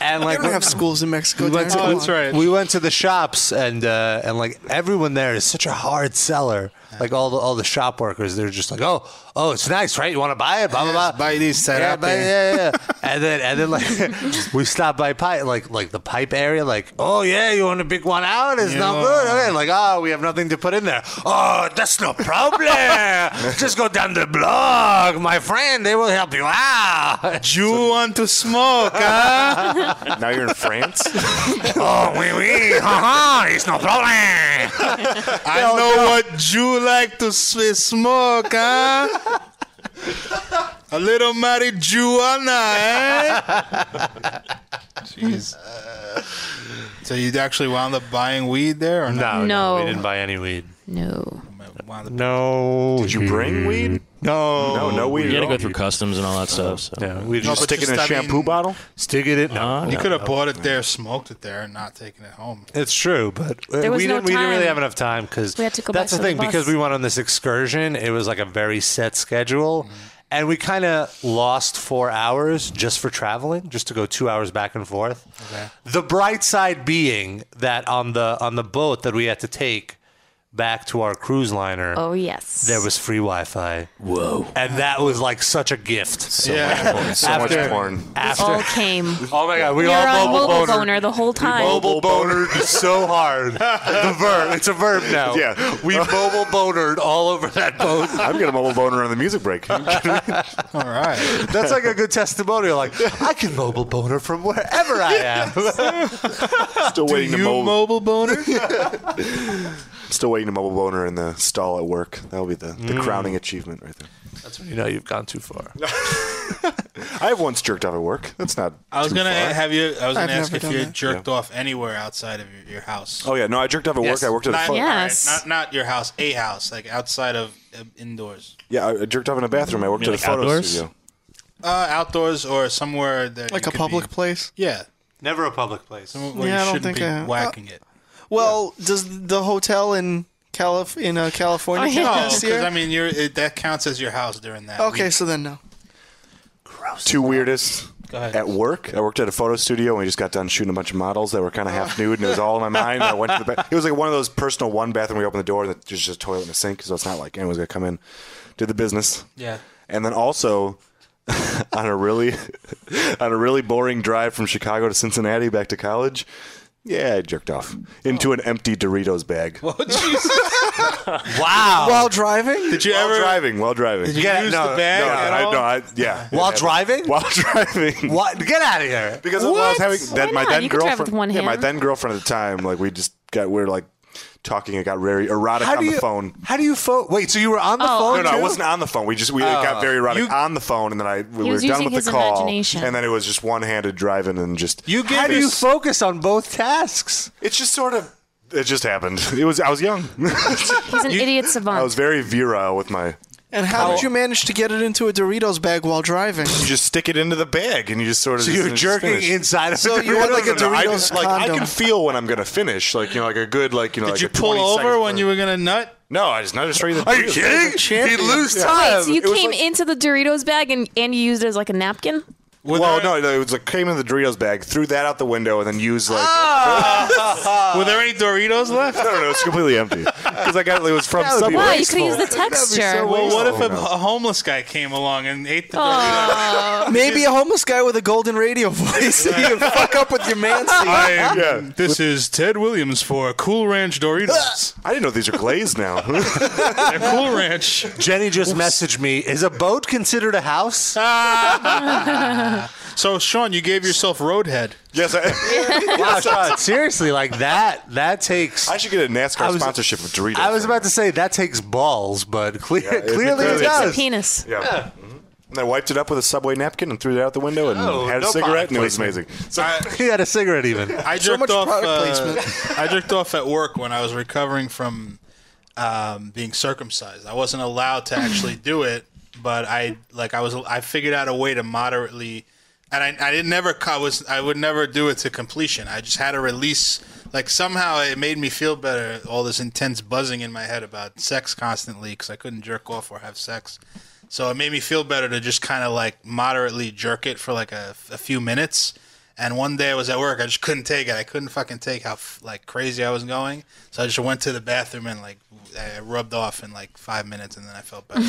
Speaker 1: And like
Speaker 4: They don't have schools in Mexico.
Speaker 3: We went
Speaker 4: Darren,
Speaker 3: to-
Speaker 4: come
Speaker 3: that's
Speaker 4: on.
Speaker 3: right.
Speaker 1: we went to the shops and uh, and like everyone there is such a hard seller. Like all the all the shop workers, they're just like, oh oh, it's nice, right? You want to buy it? Blah blah
Speaker 3: Yes,
Speaker 1: blah.
Speaker 3: buy these,
Speaker 1: yeah,
Speaker 3: terapia.
Speaker 1: buy, yeah, yeah, yeah. and then and then like we stopped by pipe like like the pipe area. Like oh yeah, you want to pick one out? It's not
Speaker 3: Yeah.
Speaker 1: good. Okay, like oh, we have nothing to put in there. Oh, that's no problem. just go down the block, my friend. They will help you out.
Speaker 3: You want to smoke, huh?
Speaker 7: Now you're in France.
Speaker 1: oh oui oui, ha ha, it's no problem.
Speaker 3: I know what you like to s- smoke, huh? A little marijuana, eh? Jeez. So you actually wound up buying weed there, or not?
Speaker 1: No, no, we
Speaker 6: No.
Speaker 1: didn't buy any weed.
Speaker 6: No.
Speaker 3: Wound up-
Speaker 1: No. Did
Speaker 7: you
Speaker 3: Mm-hmm.
Speaker 7: bring weed?
Speaker 1: No.
Speaker 7: No, no weed.
Speaker 5: You got
Speaker 7: at
Speaker 5: to go
Speaker 7: all.
Speaker 5: through customs and all that stuff. So.
Speaker 1: Yeah, we
Speaker 7: You
Speaker 1: just
Speaker 7: stick it
Speaker 3: just,
Speaker 7: in a
Speaker 3: I
Speaker 7: shampoo
Speaker 3: mean-
Speaker 7: bottle.
Speaker 1: stick it in. No.
Speaker 5: Uh,
Speaker 3: You could have bought it there, smoked it there, and not taken it home.
Speaker 1: It's true, but uh, we
Speaker 6: There was no
Speaker 1: didn't. We didn't really
Speaker 6: time.
Speaker 1: have enough time because
Speaker 6: We had to go
Speaker 1: that's
Speaker 6: back
Speaker 1: the
Speaker 6: to the
Speaker 1: thing. because
Speaker 6: bus.
Speaker 1: we went on this excursion, it was like a very set schedule, and we kind of lost four hours just for traveling, just to go two hours back and forth. The bright side being that on the on the boat that we had to take back to our cruise liner,
Speaker 6: Oh yes.
Speaker 1: there was free Wi-Fi. Whoa! And that was like such a gift.
Speaker 3: yeah,
Speaker 7: So
Speaker 1: After-
Speaker 7: much porn.
Speaker 1: After
Speaker 6: all came.
Speaker 1: Oh my god, we
Speaker 6: You're
Speaker 1: all
Speaker 6: on
Speaker 1: mobile,
Speaker 6: mobile
Speaker 1: boner.
Speaker 6: boner the whole time.
Speaker 1: Mobile bonered so hard. The verb. It's a verb now.
Speaker 7: Yeah.
Speaker 1: We mobile bonered all over that boat.
Speaker 7: I'm gonna mobile boner on the music break.
Speaker 3: all right.
Speaker 1: That's like a good testimonial. Like, I can mobile boner from wherever I am.
Speaker 7: Still waiting to
Speaker 3: You mobile
Speaker 7: mobile.
Speaker 3: boner?
Speaker 7: Still waiting to mobile boner in the stall at work. That'll be the,
Speaker 3: Mm.
Speaker 7: the crowning achievement right there.
Speaker 1: That's when you know you've gone too far.
Speaker 7: I have once jerked off at work. That's not.
Speaker 3: I was
Speaker 7: too
Speaker 3: gonna
Speaker 7: far.
Speaker 3: have you. I was gonna
Speaker 4: I've
Speaker 3: ask
Speaker 4: never
Speaker 3: if
Speaker 4: done
Speaker 3: you
Speaker 4: that.
Speaker 3: jerked off anywhere outside of your, your house.
Speaker 7: Oh yeah, no, I jerked off at work. I worked at a
Speaker 3: not,
Speaker 7: fu-
Speaker 6: Yeah.
Speaker 3: all right,
Speaker 6: Yes.
Speaker 3: not not your house, a house, like outside of uh, indoors,
Speaker 7: yeah, I I jerked off in a bathroom. I worked
Speaker 5: You mean
Speaker 7: at a
Speaker 5: like
Speaker 7: photo
Speaker 5: outdoors?
Speaker 7: studio.
Speaker 3: uh, outdoors or somewhere that
Speaker 4: Like
Speaker 3: you
Speaker 4: a
Speaker 3: could
Speaker 4: public
Speaker 3: be-
Speaker 4: place.
Speaker 3: yeah.
Speaker 1: Never a public place.
Speaker 3: Where
Speaker 4: Yeah, I
Speaker 3: you
Speaker 4: don't
Speaker 3: shouldn't
Speaker 4: think
Speaker 3: be
Speaker 4: I-
Speaker 3: whacking it.
Speaker 4: Well, does the hotel in Calif in uh, California
Speaker 6: Oh,
Speaker 4: count
Speaker 6: yeah.
Speaker 3: No,
Speaker 4: this
Speaker 3: because
Speaker 4: year?
Speaker 3: I mean, you're it, that counts as your house during that.
Speaker 4: okay,
Speaker 3: week.
Speaker 4: so then no.
Speaker 7: Two weirdest.
Speaker 3: Go ahead.
Speaker 7: At work, I worked at a photo studio, and we just got done shooting a bunch of models that were kind of half nude, and it was all in my mind. I went to the ba- it was like one of those personal one bathroom. We opened the door, and there's just a toilet and a sink, so it's not like anyone's gonna come in. Did the business,
Speaker 3: Yeah.
Speaker 7: and then also on a really on a really boring drive from Chicago to Cincinnati back to college. Yeah, I jerked off into an empty Doritos bag
Speaker 3: Oh, Jesus.
Speaker 1: Wow.
Speaker 4: While driving?
Speaker 3: Did you
Speaker 7: while
Speaker 3: ever?
Speaker 7: driving. While driving,
Speaker 3: Did you
Speaker 1: Yeah,
Speaker 3: use
Speaker 1: no,
Speaker 3: the
Speaker 7: no,
Speaker 3: bag at
Speaker 7: I,
Speaker 3: all?
Speaker 7: no, I, yeah.
Speaker 1: While driving?
Speaker 7: While driving.
Speaker 1: What? Get out of here.
Speaker 7: because of- well, I
Speaker 6: What?
Speaker 7: was having that
Speaker 6: Why
Speaker 7: my
Speaker 6: not?
Speaker 7: then
Speaker 6: You could drive
Speaker 7: girlfriend.
Speaker 6: with one
Speaker 7: Yeah, my
Speaker 6: hand.
Speaker 7: then girlfriend at the time. Like we just got we were like talking. It got very erotic
Speaker 1: How
Speaker 7: on
Speaker 1: do
Speaker 7: the
Speaker 1: you
Speaker 7: phone.
Speaker 1: How do you phone? Wait, so you were on the
Speaker 6: Oh.
Speaker 1: phone?
Speaker 7: No, no, I
Speaker 1: too? Oh.
Speaker 7: wasn't on the phone. We just we it got very erotic on the phone, and then I we were
Speaker 6: was
Speaker 7: done
Speaker 6: using
Speaker 7: with
Speaker 6: his
Speaker 7: the call,
Speaker 6: imagination.
Speaker 7: and then it was just one handed driving and just
Speaker 1: You How do you focus on both tasks?
Speaker 7: It's just sort of. It just happened. It was I was young.
Speaker 6: He's an idiot savant.
Speaker 7: I was very virile with my.
Speaker 4: And how did you manage to get it into a Doritos bag while driving?
Speaker 7: You just stick it into the bag, and you just sort of.
Speaker 1: So
Speaker 7: just-
Speaker 1: you're
Speaker 7: just
Speaker 1: jerking
Speaker 7: finish.
Speaker 1: inside of
Speaker 4: So
Speaker 1: the
Speaker 4: you want, like, a
Speaker 1: Doritos?
Speaker 7: I
Speaker 4: Doritos
Speaker 7: just, like I
Speaker 4: condom.
Speaker 7: can feel when I'm gonna finish, like you know, like a good like you know.
Speaker 3: Did you pull over when you were gonna nut?
Speaker 7: No, I just not just ready.
Speaker 1: Are you kidding? He'd
Speaker 4: champion.
Speaker 1: lose
Speaker 7: Yeah.
Speaker 1: time.
Speaker 6: Wait, so you
Speaker 7: it was
Speaker 6: came
Speaker 7: like-
Speaker 6: into the Doritos bag and, and you used it as like a napkin?
Speaker 3: Were
Speaker 7: Well,
Speaker 3: there,
Speaker 7: no, no, it was like came in the Doritos bag, threw that out the window, and then used like
Speaker 1: Ah!
Speaker 3: Ah! Were there any Doritos left?
Speaker 7: I don't know, it's completely empty because I got it was from
Speaker 1: would be
Speaker 7: Subway.
Speaker 6: Wow, you could have used the
Speaker 7: so
Speaker 6: texture.
Speaker 7: weird.
Speaker 3: Well, what if
Speaker 7: Oh,
Speaker 3: a,
Speaker 7: no.
Speaker 3: a homeless guy came along and ate the Uh,
Speaker 4: Maybe a homeless guy with a golden radio voice. you can fuck up with your man seat.
Speaker 3: I am-
Speaker 7: Yeah.
Speaker 3: This is Ted Williams for Cool Ranch Doritos.
Speaker 7: Ah! I didn't know these are glazed now.
Speaker 3: They're Cool Ranch.
Speaker 1: Jenny just messaged me. Is a boat considered a house?
Speaker 3: So, Sean, you gave yourself Roadhead.
Speaker 7: yes, I,
Speaker 1: wow, Sean, seriously, like that. That takes.
Speaker 7: I should get a NASCAR
Speaker 1: was-
Speaker 7: sponsorship of Doritos.
Speaker 1: I was about to say that takes balls, but cle-
Speaker 7: it-
Speaker 1: clearly it,
Speaker 7: it
Speaker 6: It's
Speaker 1: does.
Speaker 6: a penis.
Speaker 7: Yeah. Mhm. And I wiped it up with a Subway napkin and threw it out the window and
Speaker 1: Oh,
Speaker 7: had a
Speaker 1: no
Speaker 7: cigarette, and it was
Speaker 1: product
Speaker 7: amazing. So,
Speaker 1: he had a cigarette even.
Speaker 3: I jerked
Speaker 4: much
Speaker 3: off.
Speaker 4: product
Speaker 3: uh,
Speaker 4: placement.
Speaker 3: I jerked off at work when I was recovering from um, being circumcised. I wasn't allowed to actually do it, but I like I was. I figured out a way to moderately, and I, I didn't never. I was. I would never do it to completion. I just had to release like somehow it made me feel better. All this intense buzzing in my head about sex constantly because I couldn't jerk off or have sex. So it made me feel better to just kind of like moderately jerk it for like a, a few minutes. And one day I was at work, I just couldn't take it. I couldn't fucking take how f- like crazy I was going. So I just went to the bathroom and like I uh, rubbed off in like five minutes, and then I felt better.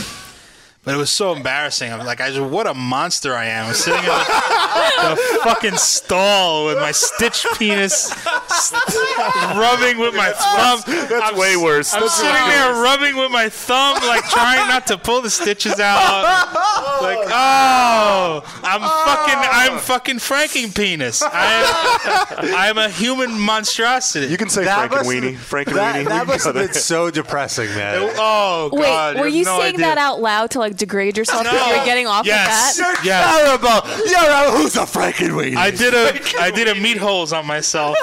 Speaker 3: But it was so embarrassing. I'm like, I just, what a monster I am. I'm sitting in a, fucking stall with my stitch penis rubbing with my thumb.
Speaker 7: That's way worse.
Speaker 3: I'm
Speaker 7: That's
Speaker 3: sitting there rubbing with my thumb, like trying not to pull the stitches out. Like, oh, I'm fucking, I'm fucking franking penis. I am, I'm a human monstrosity.
Speaker 7: you can say
Speaker 1: That
Speaker 7: Frank and
Speaker 1: must-
Speaker 7: Weenie. Frank and
Speaker 1: That,
Speaker 7: Weenie.
Speaker 1: that
Speaker 7: we can
Speaker 1: must
Speaker 7: go
Speaker 1: have been
Speaker 7: there.
Speaker 1: so depressing, man.
Speaker 3: oh
Speaker 6: Wait,
Speaker 3: God!
Speaker 6: were you
Speaker 3: have no
Speaker 6: saying
Speaker 3: idea.
Speaker 6: that out loud to like degrade yourself?
Speaker 3: No.
Speaker 6: That you were getting off
Speaker 3: Yes.
Speaker 6: of that?
Speaker 3: Yes.
Speaker 1: Terrible. You're a, who's a Frank and Weenie?
Speaker 3: I did a I did a meat holes on myself.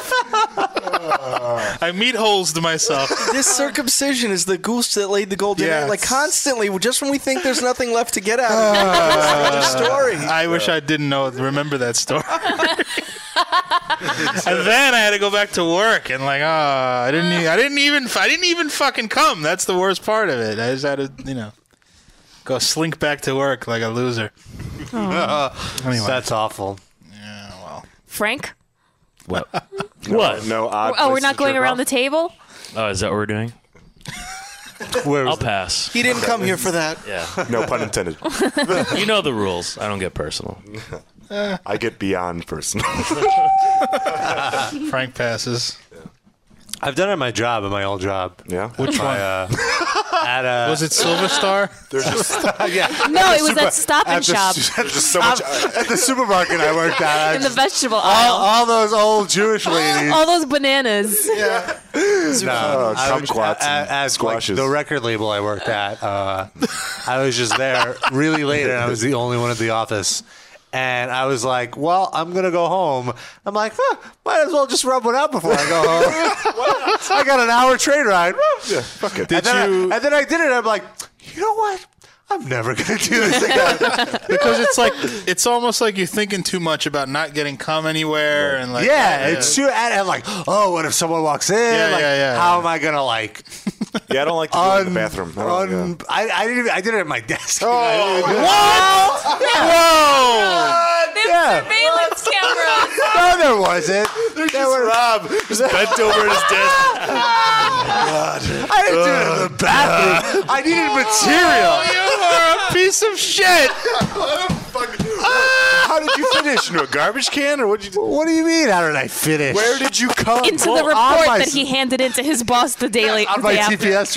Speaker 3: I meat holes to myself.
Speaker 4: This circumcision is the goose that laid the golden
Speaker 3: Yeah,
Speaker 4: egg. Like
Speaker 3: it's-
Speaker 4: constantly, just when we think there's nothing left to get out
Speaker 7: Uh,
Speaker 1: Uh,
Speaker 4: of, there's another story.
Speaker 3: I wish I didn't know remember that story. and then I had to go back to work and like ah I didn't e- I didn't even I didn't even fucking come. That's the worst part of it. I just had to you know go slink back to work like a loser. Anyway,
Speaker 1: That's awful.
Speaker 3: yeah, well.
Speaker 6: Frank?
Speaker 5: What? what?
Speaker 7: No, odd
Speaker 6: Oh, we're
Speaker 7: places
Speaker 6: not
Speaker 7: to
Speaker 6: going
Speaker 7: jerk
Speaker 6: around
Speaker 7: off.
Speaker 6: the table?
Speaker 5: Oh, is that what we're doing?
Speaker 1: Where
Speaker 5: I'll
Speaker 1: was
Speaker 5: pass.
Speaker 4: He didn't come here for that.
Speaker 5: Yeah.
Speaker 7: No pun intended.
Speaker 5: You know the rules. I don't get personal.
Speaker 7: I get beyond personal.
Speaker 3: Frank passes.
Speaker 1: I've done it at my job, at my old job. uh,
Speaker 7: yeah.
Speaker 3: Which one?
Speaker 1: At a,
Speaker 3: Was it Silver Star?
Speaker 7: There's just,
Speaker 6: No, it was at Stop and
Speaker 1: the
Speaker 6: Shop
Speaker 1: su-
Speaker 7: there's just so much.
Speaker 1: at the supermarket I worked at. I
Speaker 6: in the Oh,
Speaker 1: just-
Speaker 6: vegetable
Speaker 1: all,
Speaker 6: aisle.
Speaker 1: all those old Jewish ladies.
Speaker 6: All those bananas.
Speaker 1: No,
Speaker 7: Uh,
Speaker 1: I was-
Speaker 7: kumquats
Speaker 1: a- a-
Speaker 7: and
Speaker 1: as, like,
Speaker 7: squashes.
Speaker 1: the record label I worked at, uh, I was just there really late, and I was the only one at the office. And I was like, "Well, I'm gonna go home." I'm like, huh, "Might as well just rub one out before I go home." I got an hour train ride.
Speaker 7: yeah, fuck it.
Speaker 1: and, then I, and then I did it. I'm like, you know what? I'm never gonna do this again.
Speaker 3: because it's like it's almost like you're thinking too much about not getting cum anywhere and like oh,
Speaker 1: yeah, it's true. And, and like, oh, what if someone walks in?
Speaker 3: Yeah,
Speaker 1: like,
Speaker 3: yeah, yeah,
Speaker 1: how
Speaker 3: yeah.
Speaker 1: am I gonna like?
Speaker 7: yeah, I don't like to go in the bathroom. I don't- yeah. Oh,
Speaker 1: un- I, I didn't. Even, I did it at my desk.
Speaker 3: What? Whoa!
Speaker 1: yeah.
Speaker 6: Surveillance camera.
Speaker 1: No, there wasn't. There were, Rob.
Speaker 7: Bent over his desk.
Speaker 1: I didn't do it in the bathroom. I needed material.
Speaker 3: You are a piece of shit.
Speaker 7: How did you finish? Into a garbage can, or what did you? do?
Speaker 1: What do you mean? How did I finish?
Speaker 7: Where did you come?
Speaker 6: Into
Speaker 7: Well,
Speaker 6: the report
Speaker 1: on my-
Speaker 6: that he handed in to his boss the day, late,
Speaker 1: on
Speaker 6: the
Speaker 1: my
Speaker 6: day after.
Speaker 1: TPS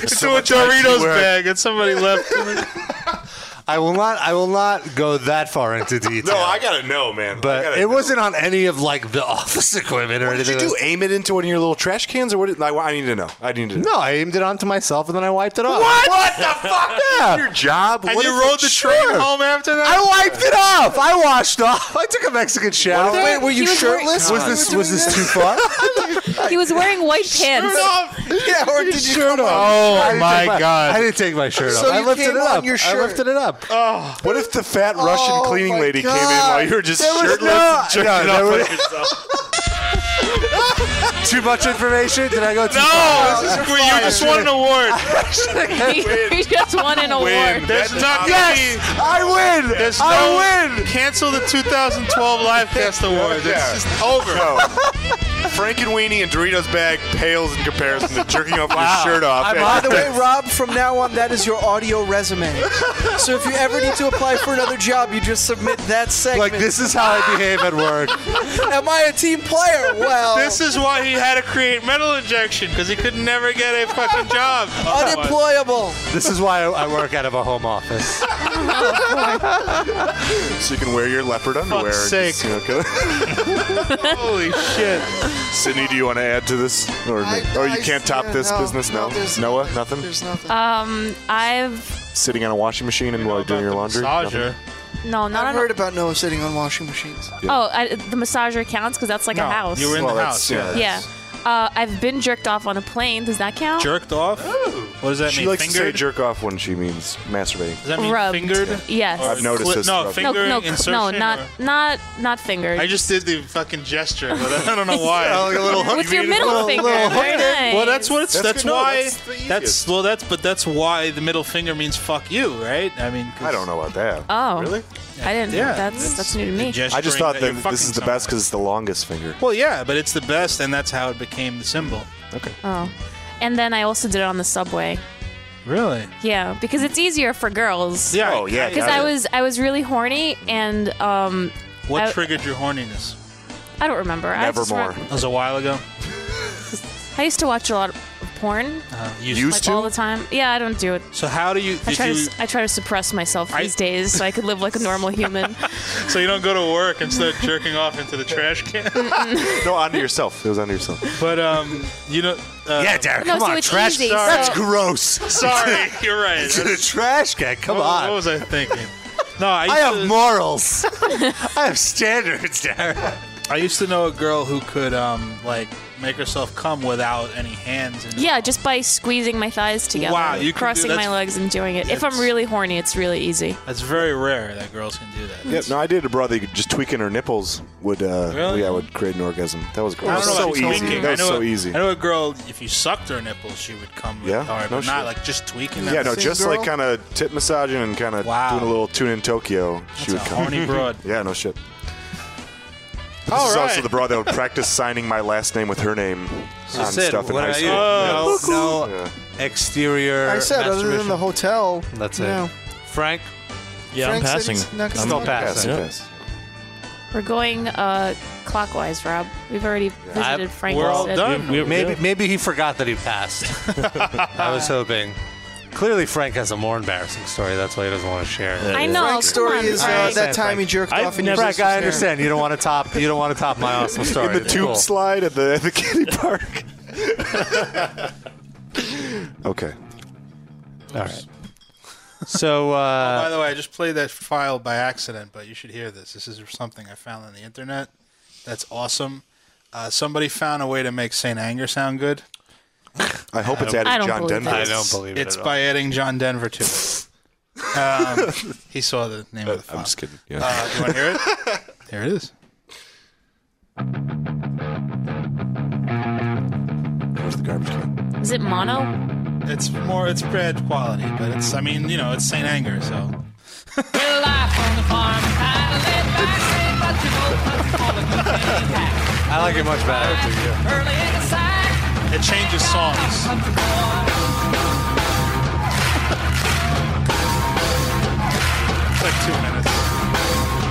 Speaker 3: It's a Doritos
Speaker 7: work.
Speaker 3: bag and somebody left.
Speaker 1: I will not. I will not go that far into detail.
Speaker 7: No, I gotta know, man. I
Speaker 1: But
Speaker 7: gotta
Speaker 1: it
Speaker 7: know.
Speaker 1: wasn't on any of like the office equipment or
Speaker 7: What did
Speaker 1: anything.
Speaker 7: you do? Aim it into one of your little trash cans, or what? Did, I, I need to know. I need to know.
Speaker 1: No, I aimed it onto myself and then I wiped it off.
Speaker 7: What the fuck?
Speaker 1: Yeah.
Speaker 7: Your job?
Speaker 3: And
Speaker 7: What
Speaker 3: you
Speaker 7: if
Speaker 3: rode the
Speaker 1: Sure.
Speaker 3: train home after that.
Speaker 1: I wiped it off. I washed off. I took a Mexican shower.
Speaker 4: Wait, were you
Speaker 6: He was
Speaker 4: shirtless?
Speaker 1: was
Speaker 4: when you
Speaker 1: this
Speaker 4: were
Speaker 1: was
Speaker 4: doing
Speaker 1: this too far?
Speaker 6: He was wearing white pants.
Speaker 4: Yeah, or did you come on?
Speaker 1: I
Speaker 3: Oh
Speaker 1: didn't
Speaker 3: my
Speaker 1: take I
Speaker 3: god!
Speaker 1: didn't take my shirt off.
Speaker 4: So
Speaker 1: I
Speaker 4: you
Speaker 1: lifted
Speaker 4: came
Speaker 1: it up.
Speaker 4: on your
Speaker 1: I
Speaker 4: shirt.
Speaker 1: lifted it up.
Speaker 7: What if the fat Russian
Speaker 4: Oh
Speaker 7: cleaning
Speaker 4: my
Speaker 7: lady came in
Speaker 4: God.
Speaker 7: while you were just
Speaker 1: There was
Speaker 7: shirtless
Speaker 1: no-
Speaker 7: and jerking
Speaker 1: no, there
Speaker 7: off on
Speaker 1: was-
Speaker 7: yourself?
Speaker 1: Too much information? Did I go too
Speaker 3: No, this is where you just won an award.
Speaker 6: he, he just won an award.
Speaker 3: There's not gonna be.
Speaker 1: Yes, I win.
Speaker 3: There's
Speaker 1: I
Speaker 3: no
Speaker 1: win.
Speaker 3: cancel the 2012 Live Cast
Speaker 4: Oh,
Speaker 3: Award.
Speaker 7: Yeah.
Speaker 3: It's just over.
Speaker 7: No. Frank and Weenie and Doritos bag pales in comparison to jerking off your shirt off.
Speaker 1: I'm
Speaker 4: By
Speaker 1: on
Speaker 4: the way, Rob, from now on, that is your audio resume. So if you ever need to apply for another job, you just submit that segment.
Speaker 1: Like this is how I behave at work.
Speaker 4: Am I a team player? Well,
Speaker 3: This is why he had to create metal injection because he could never get a fucking job.
Speaker 4: unemployable.
Speaker 1: This is why I work out of a home office.
Speaker 7: so you can wear your leopard underwear.
Speaker 3: Fuck's
Speaker 7: and
Speaker 3: sake.
Speaker 7: you know, go-
Speaker 3: Holy shit!
Speaker 7: Sydney, do you want to add to this, or,
Speaker 4: I-
Speaker 7: or you
Speaker 4: I-
Speaker 7: can't top
Speaker 4: yeah,
Speaker 7: this
Speaker 4: no.
Speaker 7: business? No,
Speaker 4: No, there's-
Speaker 7: Noah, nothing.
Speaker 4: There's nothing.
Speaker 6: Um, I've
Speaker 7: Sitting on a washing machine and while doing your laundry.
Speaker 3: Massager.
Speaker 6: no, not on.
Speaker 4: I've heard about Noah sitting on washing machines.
Speaker 6: oh, I, the massager counts because that's like a house.
Speaker 3: You were in
Speaker 7: Well,
Speaker 3: the
Speaker 7: that's-
Speaker 3: house.
Speaker 7: yeah,
Speaker 3: Yeah.
Speaker 6: yeah. Uh, I've been jerked off on a plane. Does that count?
Speaker 3: Jerked off? What does that
Speaker 7: She
Speaker 3: mean?
Speaker 7: likes to say
Speaker 3: Fingered?
Speaker 7: jerk off when she means masturbating.
Speaker 3: does that mean
Speaker 6: Rubbed.
Speaker 3: fingered?
Speaker 6: Yes.
Speaker 7: I've noticed
Speaker 3: Cli-
Speaker 7: this
Speaker 3: No,
Speaker 7: rubbed.
Speaker 6: no,
Speaker 3: finger
Speaker 6: no,
Speaker 3: insertion.
Speaker 6: no, not
Speaker 3: or-
Speaker 6: not not fingered.
Speaker 3: I just did the fucking gesture, but I don't know why.
Speaker 1: like a little hook.
Speaker 6: With your middle finger. Very nice.
Speaker 3: Well, that's what it's.
Speaker 7: That's
Speaker 3: That's,
Speaker 7: good. No,
Speaker 3: why.
Speaker 7: that's the
Speaker 3: That's,
Speaker 7: easiest.
Speaker 3: well. That's but that's why the middle finger means fuck you, right? I mean, 'cause-
Speaker 7: I don't know about that.
Speaker 6: Oh,
Speaker 7: Really?
Speaker 6: I didn't.
Speaker 3: Yeah,
Speaker 6: that's that's new to
Speaker 3: the
Speaker 6: me.
Speaker 7: I just
Speaker 3: gesturing
Speaker 7: thought
Speaker 3: you're
Speaker 7: that,
Speaker 3: fucking
Speaker 7: this is the
Speaker 3: someone.
Speaker 7: best because it's the longest finger.
Speaker 3: Well, yeah, but it's the best, and that's how it became the symbol.
Speaker 6: Oh, and then I also did it on the subway.
Speaker 3: Really?
Speaker 6: Yeah, because it's easier for girls.
Speaker 3: Yeah.
Speaker 7: Oh, yeah,
Speaker 6: Because
Speaker 7: got
Speaker 6: I
Speaker 7: it.
Speaker 6: was I was really horny and um
Speaker 3: What
Speaker 6: I-
Speaker 3: triggered your horniness?
Speaker 6: I don't remember. I just
Speaker 7: Nevermore.
Speaker 6: remember-
Speaker 3: That was a while ago.
Speaker 6: I used to watch a lot of porn
Speaker 3: You
Speaker 7: Used
Speaker 6: like
Speaker 7: to?
Speaker 6: all the time. Yeah, I don't do it.
Speaker 3: Uh, So how do you?
Speaker 6: I
Speaker 3: Did
Speaker 6: try
Speaker 3: you?
Speaker 6: to I try to suppress myself
Speaker 3: I-
Speaker 6: these days so I could live like a normal human.
Speaker 3: So you don't go to work and start jerking off into the trash can.
Speaker 7: no, onto yourself. It was onto yourself.
Speaker 3: But um, you know. Uh,
Speaker 1: Yeah, Derek,
Speaker 6: no,
Speaker 1: come
Speaker 6: so
Speaker 1: on,
Speaker 6: it's
Speaker 1: trash.
Speaker 6: easy.
Speaker 1: That's
Speaker 6: so-
Speaker 1: gross.
Speaker 3: Sorry, you're right.
Speaker 1: to the trash can. Come
Speaker 3: what,
Speaker 1: on.
Speaker 3: What was I thinking? No, I. Used
Speaker 1: I
Speaker 3: to,
Speaker 1: have morals. I have standards, Derek.
Speaker 3: I used to know a girl who could um like make herself come without any hands. In
Speaker 6: Yeah, just by squeezing my thighs together,
Speaker 3: Wow, you can do-
Speaker 6: crossing my
Speaker 3: that's-
Speaker 6: legs and doing it. If I'm
Speaker 3: that's-
Speaker 6: really horny, it's really easy.
Speaker 3: That's very rare that girls can do that.
Speaker 7: Yeah, no, I did a brother you could just tweaking her nipples would uh
Speaker 3: Really?
Speaker 7: yeah, would create an orgasm. That was great.
Speaker 3: I
Speaker 7: That
Speaker 3: don't know
Speaker 7: was
Speaker 3: about
Speaker 7: so easy.
Speaker 3: tweaking.
Speaker 7: That
Speaker 3: I
Speaker 7: was
Speaker 3: know
Speaker 7: so
Speaker 3: a,
Speaker 7: easy.
Speaker 3: I know a girl, if you sucked her nipples, she would come
Speaker 7: Yeah,
Speaker 3: with hard,
Speaker 7: no
Speaker 3: but not
Speaker 7: shit.
Speaker 3: like just tweaking
Speaker 7: Yeah,
Speaker 3: them.
Speaker 7: no, just
Speaker 1: girl?
Speaker 7: like kind of tip massaging and kind of
Speaker 3: Wow.
Speaker 7: doing a little tune in Tokyo. she
Speaker 3: It's a
Speaker 7: would come.
Speaker 3: horny broad.
Speaker 7: Yeah, no shit. This
Speaker 3: All
Speaker 7: is also
Speaker 3: right.
Speaker 7: the broad that would practice signing my last name with her name
Speaker 1: So
Speaker 7: on
Speaker 1: Sid,
Speaker 7: stuff in
Speaker 1: what
Speaker 7: high
Speaker 1: about
Speaker 7: school.
Speaker 1: you?
Speaker 3: Oh,
Speaker 1: no, no
Speaker 7: Yeah.
Speaker 1: exterior.
Speaker 4: I said, other than the
Speaker 1: masturbation.
Speaker 4: hotel.
Speaker 1: That's it.
Speaker 4: no.
Speaker 1: Frank,
Speaker 5: Yeah,
Speaker 4: Frank
Speaker 5: I'm
Speaker 4: said
Speaker 5: passing.
Speaker 4: he's not gonna
Speaker 5: I'm
Speaker 4: stop.
Speaker 7: Pass,
Speaker 1: pass.
Speaker 5: Yeah.
Speaker 7: pass.
Speaker 6: We're going uh, clockwise, Rob. We've already visited Frank's.
Speaker 3: We're all
Speaker 6: at-
Speaker 3: done.
Speaker 5: We-
Speaker 1: Maybe
Speaker 5: yeah.
Speaker 1: maybe he forgot that he passed. I was hoping. Clearly, Frank has a more embarrassing story. That's why he doesn't want to share. it.
Speaker 6: I know.
Speaker 4: Frank's
Speaker 6: come
Speaker 4: story
Speaker 6: on,
Speaker 4: is uh,
Speaker 6: Frank.
Speaker 4: that time he jerked
Speaker 5: I've
Speaker 4: off in your
Speaker 5: never-
Speaker 1: Frank,
Speaker 4: sister's
Speaker 1: I
Speaker 4: hair.
Speaker 1: understand. You don't want to top. You don't want to top my awesome story.
Speaker 7: In the
Speaker 1: It's
Speaker 7: tube
Speaker 1: cool.
Speaker 7: slide at the at the kiddie park. okay.
Speaker 1: All right. So
Speaker 3: By
Speaker 1: uh,
Speaker 3: the way, I just played that file by accident, but you should hear this. This is something I found on the internet. That's awesome. Uh, somebody found a way to make St. Anger sound good.
Speaker 7: I hope it's added
Speaker 6: I don't
Speaker 7: John
Speaker 6: believe
Speaker 7: Denver.
Speaker 1: I don't believe it.
Speaker 3: It's
Speaker 1: at all.
Speaker 3: by adding John Denver to it. Um, he saw the name of the file.
Speaker 7: I'm just kidding. Yeah.
Speaker 3: Uh, do you want to hear it? There it is.
Speaker 7: Where's the garbage can?
Speaker 6: Is it mono?
Speaker 3: It's more, it's bad quality, but it's, I mean, you know, it's St. Anger, so.
Speaker 1: I like it much better.
Speaker 3: It changes songs. It's like two minutes.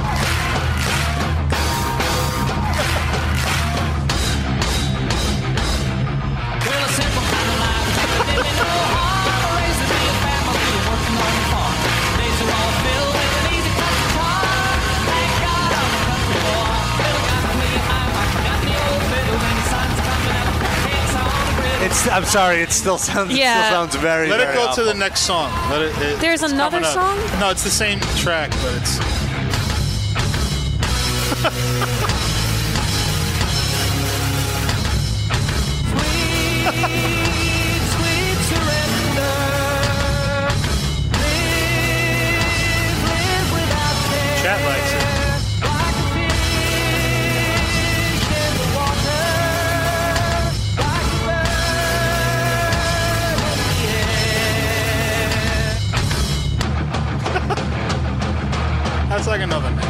Speaker 1: It's. I'm sorry. It still sounds. It
Speaker 6: Yeah.
Speaker 1: still sounds very.
Speaker 3: Let it
Speaker 1: very
Speaker 3: go to
Speaker 1: awful.
Speaker 3: the next song. Let it, it-
Speaker 6: There's
Speaker 3: it's
Speaker 6: another
Speaker 3: coming up.
Speaker 6: song?
Speaker 3: No, it's the same track, but it's. Chat likes it. That's like another minute.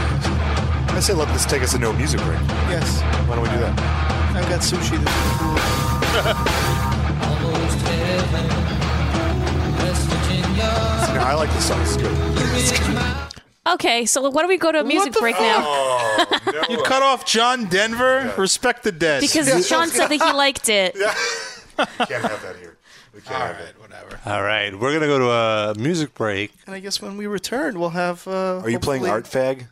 Speaker 7: I say let this take us into a music break.
Speaker 4: Yes,
Speaker 7: Why don't we do that?
Speaker 4: I've got sushi. That's
Speaker 7: No, I like this song. It's good.
Speaker 6: Okay, so why don't we go to a music break now?
Speaker 3: Oh, You cut off John Denver. Respect the dead.
Speaker 6: Because Sean said that he liked it.
Speaker 7: Can't have that here. We can't have it.
Speaker 3: whatever.
Speaker 1: All right. We're gonna go to a music break.
Speaker 4: And I guess when we return, we'll have. Uh,
Speaker 7: Are you playing Art Fag?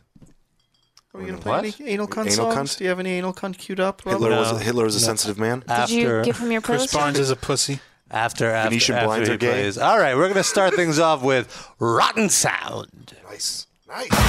Speaker 4: Are we gonna play
Speaker 1: What?
Speaker 4: any anal cunt
Speaker 7: Anal
Speaker 4: songs?
Speaker 7: cunt?
Speaker 4: Do you have any anal cunt queued up? Rob?
Speaker 7: Hitler was Hitler was a sensitive man.
Speaker 6: Did you
Speaker 1: after
Speaker 6: give him your
Speaker 3: Chris
Speaker 6: playlist?
Speaker 3: Barnes is a pussy.
Speaker 1: after uh, after,
Speaker 7: Venetian
Speaker 1: after
Speaker 7: blinds
Speaker 1: he
Speaker 7: are gay.
Speaker 1: plays. All right. We're gonna start things off with Rotten Sound.
Speaker 7: Nice. Nice.
Speaker 10: Who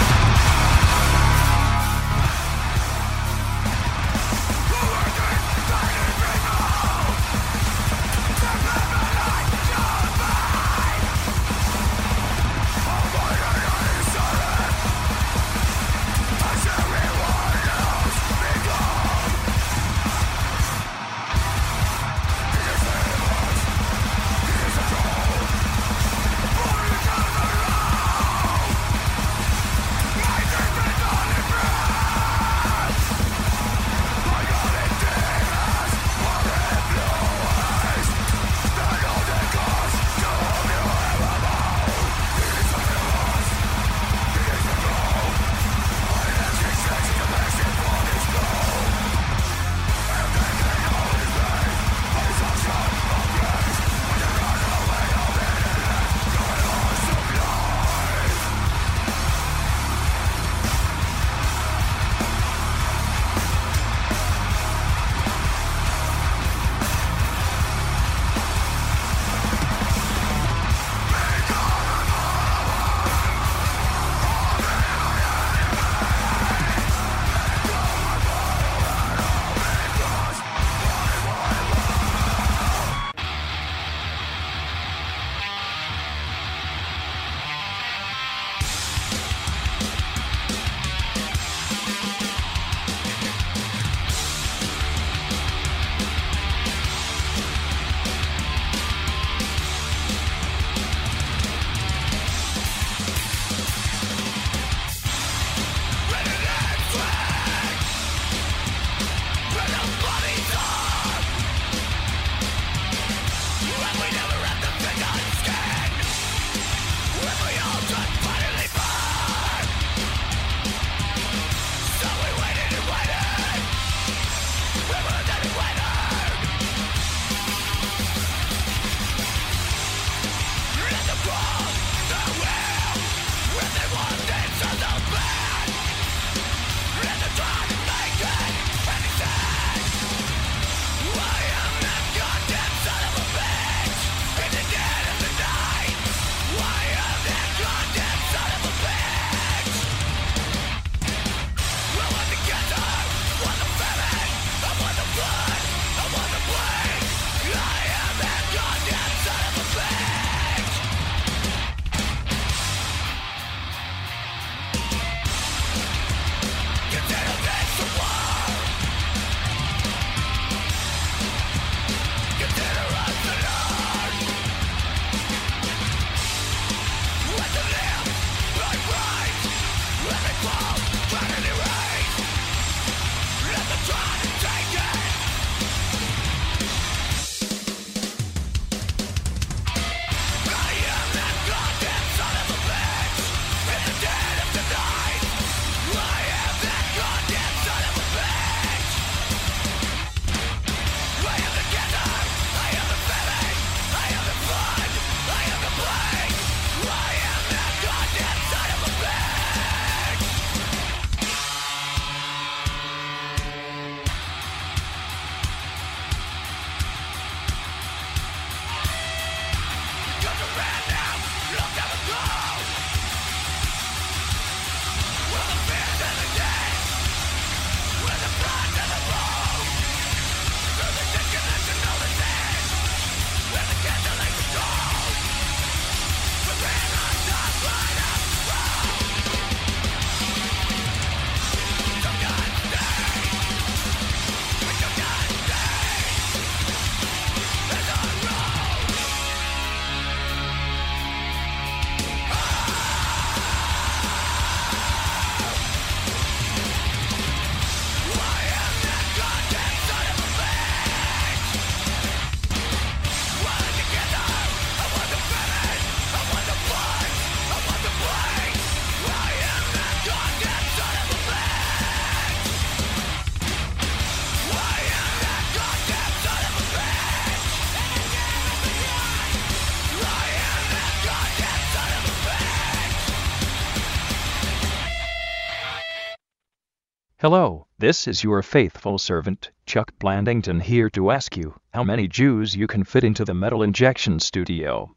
Speaker 2: Hello, this is your faithful servant, Chuck Blandington, here to ask you how many Jews you can fit into the metal injection studio.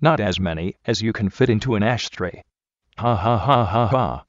Speaker 2: Not as many as you can fit into an ashtray. Ha ha ha ha ha.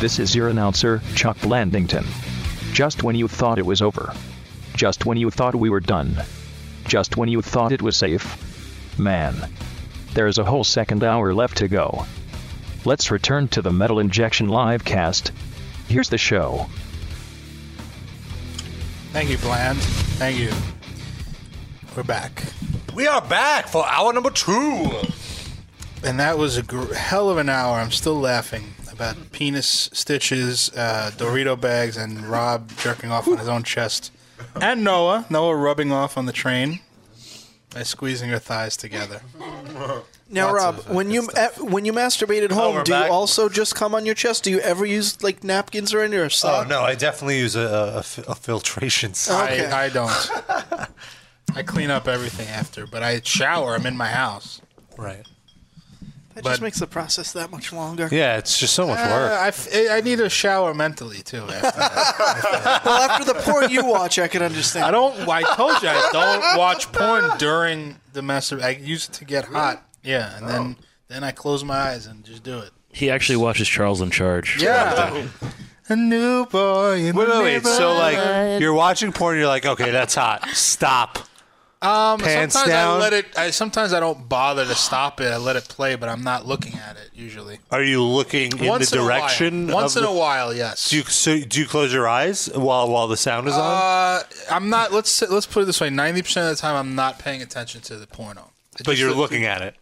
Speaker 2: This is your announcer, Chuck Blandington. Just when you thought it was over. Just when you thought we were done. Just when you thought it was safe. Man. There's a whole second hour left to go. Let's return to the Metal Injection live cast. Here's the show.
Speaker 3: Thank you, Bland. Thank you. We're back.
Speaker 1: We are back for hour number two.
Speaker 3: And that was a gr- hell of an hour. I'm still laughing about penis stitches, uh, Dorito bags, and Rob jerking off on his own chest. And Noah. Noah rubbing off on the train by squeezing her thighs together.
Speaker 4: Now, Rob, when you eh, when you masturbate at home,
Speaker 1: we're
Speaker 4: do you
Speaker 1: back?
Speaker 4: also just come on your chest? Do you ever use like napkins or any or
Speaker 1: Oh
Speaker 4: sock?
Speaker 1: no, I definitely use a, a, a fi- a filtration. side.
Speaker 4: Okay.
Speaker 3: I, I don't. I clean up everything after, but I shower. I'm in my house.
Speaker 1: Right.
Speaker 4: that
Speaker 3: but-
Speaker 4: just makes the process that much longer.
Speaker 1: Yeah, it's just so much
Speaker 3: Uh,
Speaker 1: work.
Speaker 3: I, f- I need a shower mentally, too, after
Speaker 4: Well, after the porn you watch, I can understand.
Speaker 3: I don't. I told you I don't watch porn during the master. I use it to get hot. Yeah, and then
Speaker 4: Oh.
Speaker 3: then I close my eyes and just do it.
Speaker 5: He actually watches Charles in Charge.
Speaker 3: Yeah. A new boy. In
Speaker 1: Wait,
Speaker 3: the
Speaker 1: wait, wait. So like,
Speaker 6: neighborhood.
Speaker 1: you're watching porn. You're like, okay, that's hot. Stop. Um, pants
Speaker 3: sometimes
Speaker 1: down.
Speaker 3: I let it. I sometimes I don't bother to stop it. I let it play, but I'm not looking at it usually.
Speaker 1: Are you looking in
Speaker 3: Once
Speaker 1: the
Speaker 3: in a while.
Speaker 1: direction?
Speaker 3: Once
Speaker 1: of
Speaker 3: in a
Speaker 1: the-
Speaker 3: while, yes.
Speaker 1: Do you so do you close your eyes while while the sound is on?
Speaker 3: uh, I'm not. Let's say- let's put it this way. Ninety percent of the time, I'm not paying attention to the porno. It
Speaker 1: But
Speaker 3: just-
Speaker 1: you're looking at it.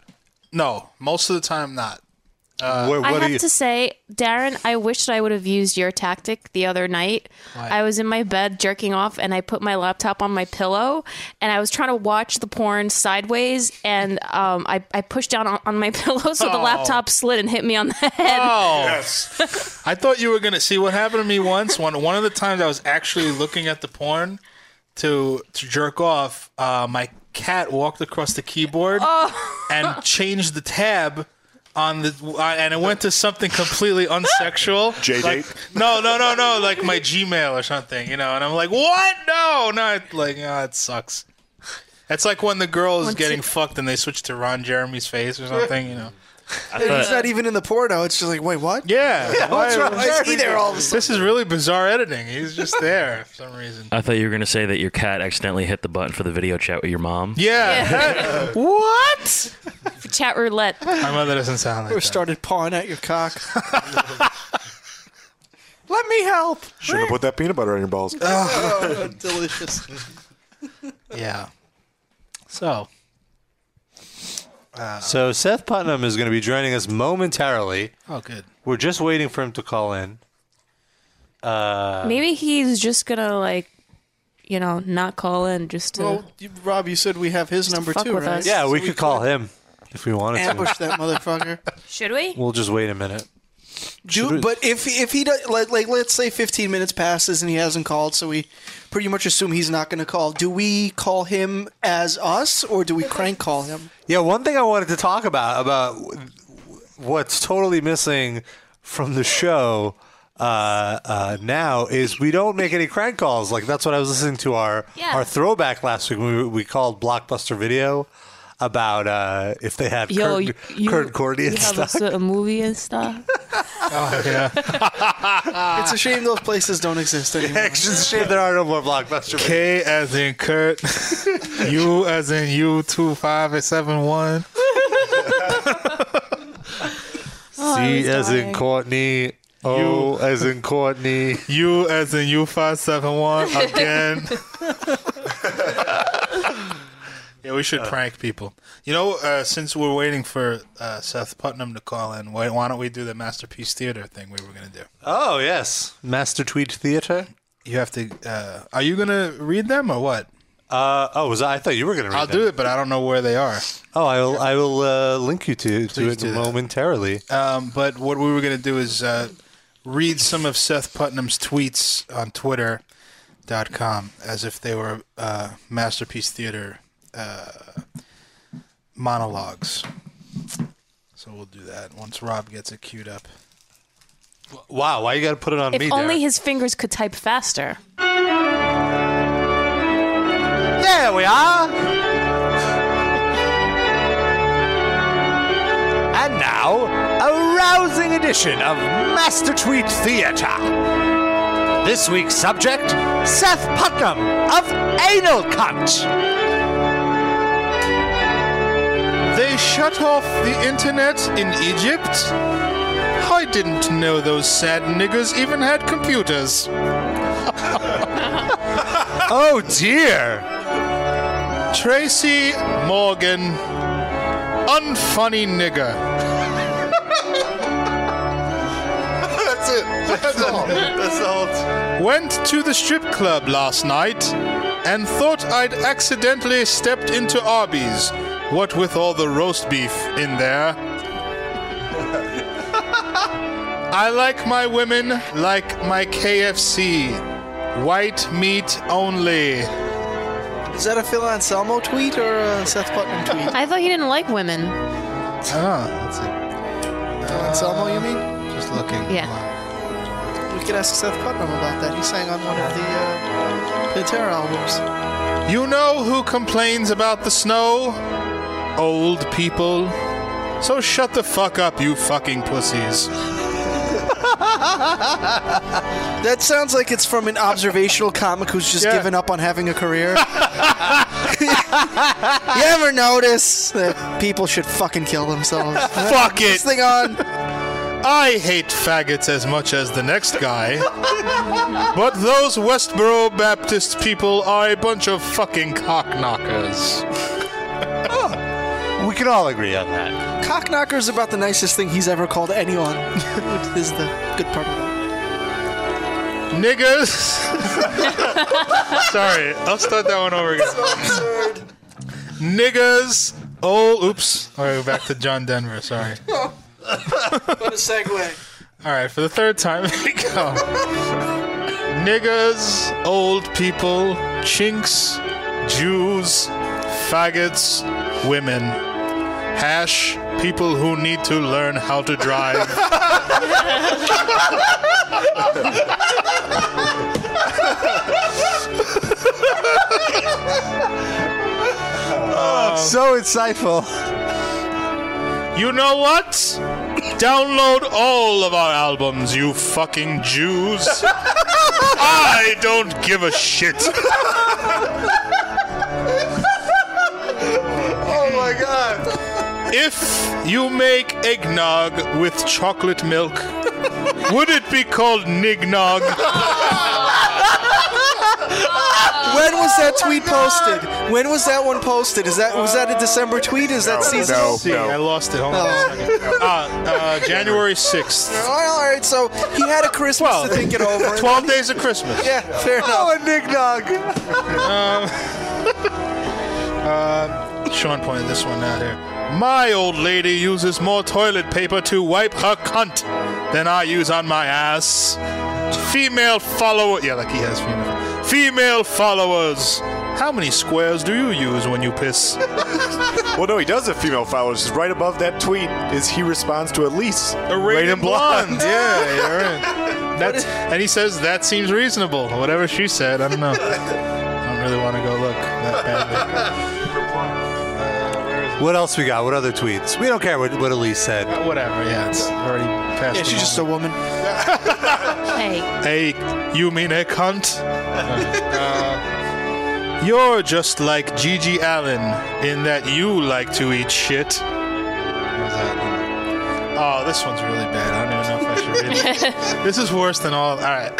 Speaker 3: No, most of the time, not. Uh,
Speaker 1: Where-
Speaker 6: I
Speaker 1: what are
Speaker 6: have
Speaker 1: you?
Speaker 6: to say, Darren, I wish that I would have used your tactic the other night. I was in my bed jerking off and I put my laptop on my pillow and I was trying to watch the porn sideways and um, I, I pushed down on, on my pillow so
Speaker 1: Oh.
Speaker 6: the laptop slid and hit me on the head.
Speaker 3: Oh.
Speaker 7: Yes.
Speaker 3: I thought you were gonna see what happened to me once. One one of the times I was actually looking at the porn to to jerk off. Uh, my cat walked across the keyboard
Speaker 6: Oh.
Speaker 3: and changed the tab on the uh, and it went to something completely unsexual.
Speaker 7: J
Speaker 3: Like,
Speaker 7: date?
Speaker 3: no, no, no, no. Like my Gmail or something, you know. And I'm like, what? No, no. it- Like, oh, it sucks. It's like when the girl is
Speaker 6: Once
Speaker 3: getting
Speaker 6: it-
Speaker 3: fucked and they switch to Ron Jeremy's face or something, you know.
Speaker 4: it's not even in the porno. It's just like, wait, what?
Speaker 3: Yeah.
Speaker 4: What's wrong? Why is he there all of a sudden?
Speaker 3: This is really bizarre editing. He's just there for some reason.
Speaker 5: I thought you were going to say that your cat accidentally hit the button for the video chat with your mom.
Speaker 3: Yeah.
Speaker 4: What?
Speaker 6: Chat roulette.
Speaker 3: My mother doesn't sound like
Speaker 4: Or
Speaker 3: that.
Speaker 4: started pawing at your cock. Let me help.
Speaker 7: Shouldn't have put that peanut butter on your balls.
Speaker 4: Oh, delicious.
Speaker 3: yeah. So,
Speaker 1: So Seth Putnam is going to be joining us momentarily.
Speaker 3: oh, good.
Speaker 1: We're just waiting for him to call in. Uh,
Speaker 6: Maybe he's just gonna like, you know, not call in just to.
Speaker 4: Well, you, Rob, you said we have his number
Speaker 6: fuck
Speaker 4: too,
Speaker 6: with
Speaker 4: right?
Speaker 6: us.
Speaker 1: Yeah,
Speaker 4: So
Speaker 1: we could call him if we wanted to.
Speaker 4: ambush that motherfucker.
Speaker 6: Should we?
Speaker 1: We'll just wait a minute.
Speaker 4: Do, but if if he does, like, like let's say 15 minutes passes and he hasn't called, so we pretty much assume he's not going to call. Do we call him as us, or do we crank call him?
Speaker 1: Yeah, one thing I wanted to talk about about what's totally missing from the show uh, uh, now is we don't make any crank calls. Like that's what I was listening to our
Speaker 6: Yeah.
Speaker 1: our throwback last week. when We we called Blockbuster Video about uh, if they had
Speaker 6: Yo,
Speaker 1: Kurt,
Speaker 6: you,
Speaker 1: Kurt Cordy and
Speaker 6: you have
Speaker 1: stuff.
Speaker 6: a certain movie and stuff.
Speaker 4: it's a shame those places don't exist anymore.
Speaker 1: It's just a shame there are no more Blockbuster. Videos.
Speaker 3: K as in Kurt. U as in U two five and seven one.
Speaker 4: Oh,
Speaker 1: C as in
Speaker 6: Oh, dying.
Speaker 1: Courtney. O as in Courtney.
Speaker 3: U as in U five seven one again. yeah, we should prank people. You know, uh, since we're waiting for uh, Seth Putnam to call in, why, why don't we do the masterpiece theater thing we were gonna do?
Speaker 1: Oh yes, Master Tweet Theater.
Speaker 3: You have to. Uh, are you gonna read them or what?
Speaker 1: Uh, oh, was I, I thought you were going to.
Speaker 3: I'll do it, but I don't know where they are.
Speaker 1: Oh, I will. I will uh, link you to, to
Speaker 3: Please
Speaker 1: it
Speaker 3: do that.
Speaker 1: momentarily.
Speaker 3: Um, but what we were going to do is uh, read some of Seth Putnam's tweets on Twitter.com as if they were uh, Masterpiece Theater uh, monologues. So we'll do that once Rob gets it queued up.
Speaker 1: wow, why you got to put it on
Speaker 6: If
Speaker 1: me?
Speaker 6: only
Speaker 1: there?
Speaker 6: his fingers could type faster.
Speaker 1: there we are. And now a rousing edition of Master Tweet Theater. This week's subject Seth Putnam of Anal Cunt.
Speaker 3: They shut off the internet in Egypt? I didn't know those sad niggers even had computers.
Speaker 1: Oh dear.
Speaker 3: Tracy Morgan, unfunny nigger.
Speaker 7: That's it. That's all. That's all.
Speaker 3: Went to the strip club last night and thought I'd accidentally stepped into Arby's, what with all the roast beef in there. I like my women like my KFC, white meat only.
Speaker 4: Is that a Phil Anselmo tweet or a Seth Putnam tweet?
Speaker 6: I thought he didn't like women.
Speaker 3: Ah, that's it.
Speaker 4: Phil Uh, Anselmo, you mean?
Speaker 3: Just looking.
Speaker 6: Yeah.
Speaker 4: We could ask Seth Putnam about that. He sang on one of the uh, Pantera albums.
Speaker 3: You know who complains about the snow? Old people. So shut the fuck up, you fucking pussies.
Speaker 4: That sounds like it's from an observational comic who's just
Speaker 3: Yeah.
Speaker 4: given up on having a career. you ever notice that people should fucking kill themselves?
Speaker 3: Fuck
Speaker 4: this
Speaker 3: it.
Speaker 4: thing on.
Speaker 3: I hate faggots as much as the next guy. but those Westboro Baptist people are a bunch of fucking cockknockers.
Speaker 1: We can all agree on that.
Speaker 4: Cockknocker is about the nicest thing he's ever called anyone. This is the good part of that.
Speaker 3: Niggas. Sorry, I'll start that one over again. Niggas. Oh, oops. All right, we're back to John Denver. Sorry.
Speaker 4: What a segue.
Speaker 3: All right, for the third time, here we go. Niggas, old people, chinks, Jews, faggots, women. Hash, people who need to learn how to drive.
Speaker 1: So insightful.
Speaker 3: You know what? Download all of our albums, you fucking Jews. I don't give a shit.
Speaker 7: Oh my god.
Speaker 3: If you make eggnog with chocolate milk, would it be called nignog? Ah,
Speaker 4: When was that tweet posted? When was that one posted? Is that was that a December tweet? Is that
Speaker 7: No,
Speaker 4: season? Oh.
Speaker 7: no.
Speaker 3: See, I lost it. Hold on a second. Uh, uh, January 6th.
Speaker 4: All right, so he had a Christmas
Speaker 3: Well,
Speaker 4: to think it over.
Speaker 3: 12 days of Christmas.
Speaker 4: Yeah, fair enough.
Speaker 1: a Nick Nog.
Speaker 3: Um,
Speaker 7: Uh,
Speaker 3: Sean pointed this one out here. My old lady uses more toilet paper to wipe her cunt than I use on my ass. Female follower. Yeah, like he has female. Female followers. How many squares do you use when you piss?
Speaker 7: Well, no, he does have female followers. Just Right above that tweet is he responds to Elise.
Speaker 3: A rated blonde. Yeah, you're right. That's, and he says that seems reasonable. Whatever she said, I don't know. I don't really want to go look that badly.
Speaker 1: What else we got? What other tweets? We don't care what, what Elise said.
Speaker 3: But Whatever. Yeah, it's already past.
Speaker 4: Yeah,
Speaker 3: the
Speaker 4: she's
Speaker 3: moment.
Speaker 4: just a woman.
Speaker 6: Hey.
Speaker 3: A, you mean a cunt? Uh, you're just like Gigi Allen in that you like to eat shit. What was that? Oh, this one's really bad. I don't even know if I should read it. this is worse than all. All right.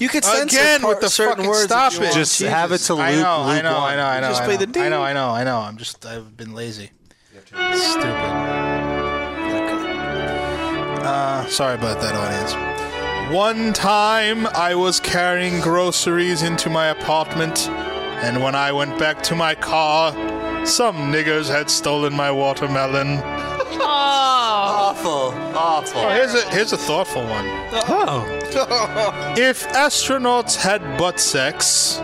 Speaker 4: You could censor
Speaker 3: Again
Speaker 4: part,
Speaker 3: with the
Speaker 4: certain
Speaker 3: fucking
Speaker 4: words. if
Speaker 3: stop
Speaker 4: you
Speaker 3: it.
Speaker 4: want.
Speaker 1: Just
Speaker 4: Jesus.
Speaker 1: have it to Luke.
Speaker 3: I know, I
Speaker 1: Luke
Speaker 3: know,
Speaker 1: one.
Speaker 3: I know, I know.
Speaker 4: Just
Speaker 3: I
Speaker 4: play
Speaker 3: know,
Speaker 4: the
Speaker 3: I know, I know, I know. I'm just, I've been lazy. Stupid. Uh, sorry about that, audience. One time I was carrying groceries into my apartment, and when I went back to my car, some niggers had stolen my watermelon.
Speaker 1: Awful. Awful.
Speaker 3: Oh, here's a here's a thoughtful one. if astronauts had butt sex,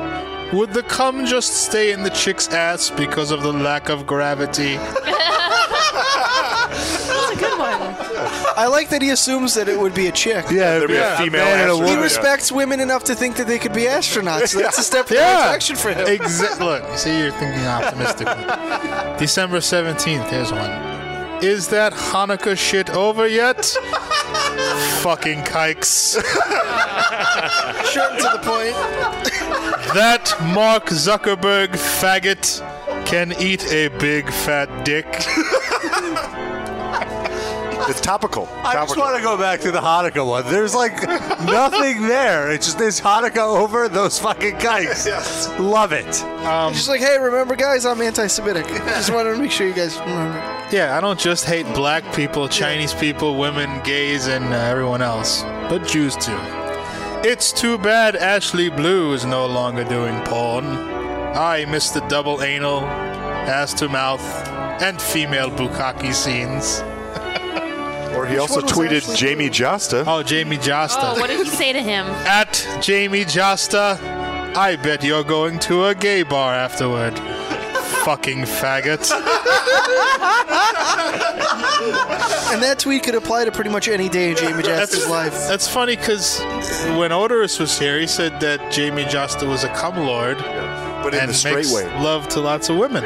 Speaker 3: would the cum just stay in the chick's ass because of the lack of gravity?
Speaker 4: I like that he assumes that it would be a chick.
Speaker 1: Yeah,
Speaker 7: There'd be a female astronaut.
Speaker 4: He
Speaker 7: Yeah.
Speaker 4: respects women enough to think that they could be astronauts. That's a step in the right direction for him.
Speaker 3: Exa- look, you see, you're thinking optimistically. December 17th, here's one. Is that Hanukkah shit over yet? Fucking kikes.
Speaker 4: Short and to the point.
Speaker 3: That Mark Zuckerberg faggot can eat a big fat dick.
Speaker 7: It's topical.
Speaker 1: I just
Speaker 7: topical.
Speaker 1: want to go back to the Hanukkah one. There's like nothing there. It's just this Hanukkah over those fucking kikes.
Speaker 7: Yes.
Speaker 1: Love it.
Speaker 4: Just like, hey, remember, guys, I'm anti-Semitic. Just wanted to make sure you guys remember.
Speaker 3: Yeah, I don't just hate black people, Chinese people, women, gays, and uh, everyone else, but Jews too. It's too bad Ashley Blue is no longer doing porn. I miss the double anal, ass to mouth, and female bukkake scenes.
Speaker 7: Or he also
Speaker 4: one was
Speaker 7: tweeted
Speaker 4: actually-
Speaker 7: Jamie Josta.
Speaker 3: Oh, Jamie Josta.
Speaker 6: Oh, what did you say to him?
Speaker 3: At Jamie Josta, I bet you're going to a gay bar afterward. Fucking faggot.
Speaker 4: And that tweet could apply to pretty much any day in Jamie Jackson's life.
Speaker 3: That's funny because when Odorous was here, he said that Jamie Josta was a cum lord
Speaker 7: But in
Speaker 3: and
Speaker 7: the straight
Speaker 3: makes
Speaker 7: way.
Speaker 3: love to lots of women.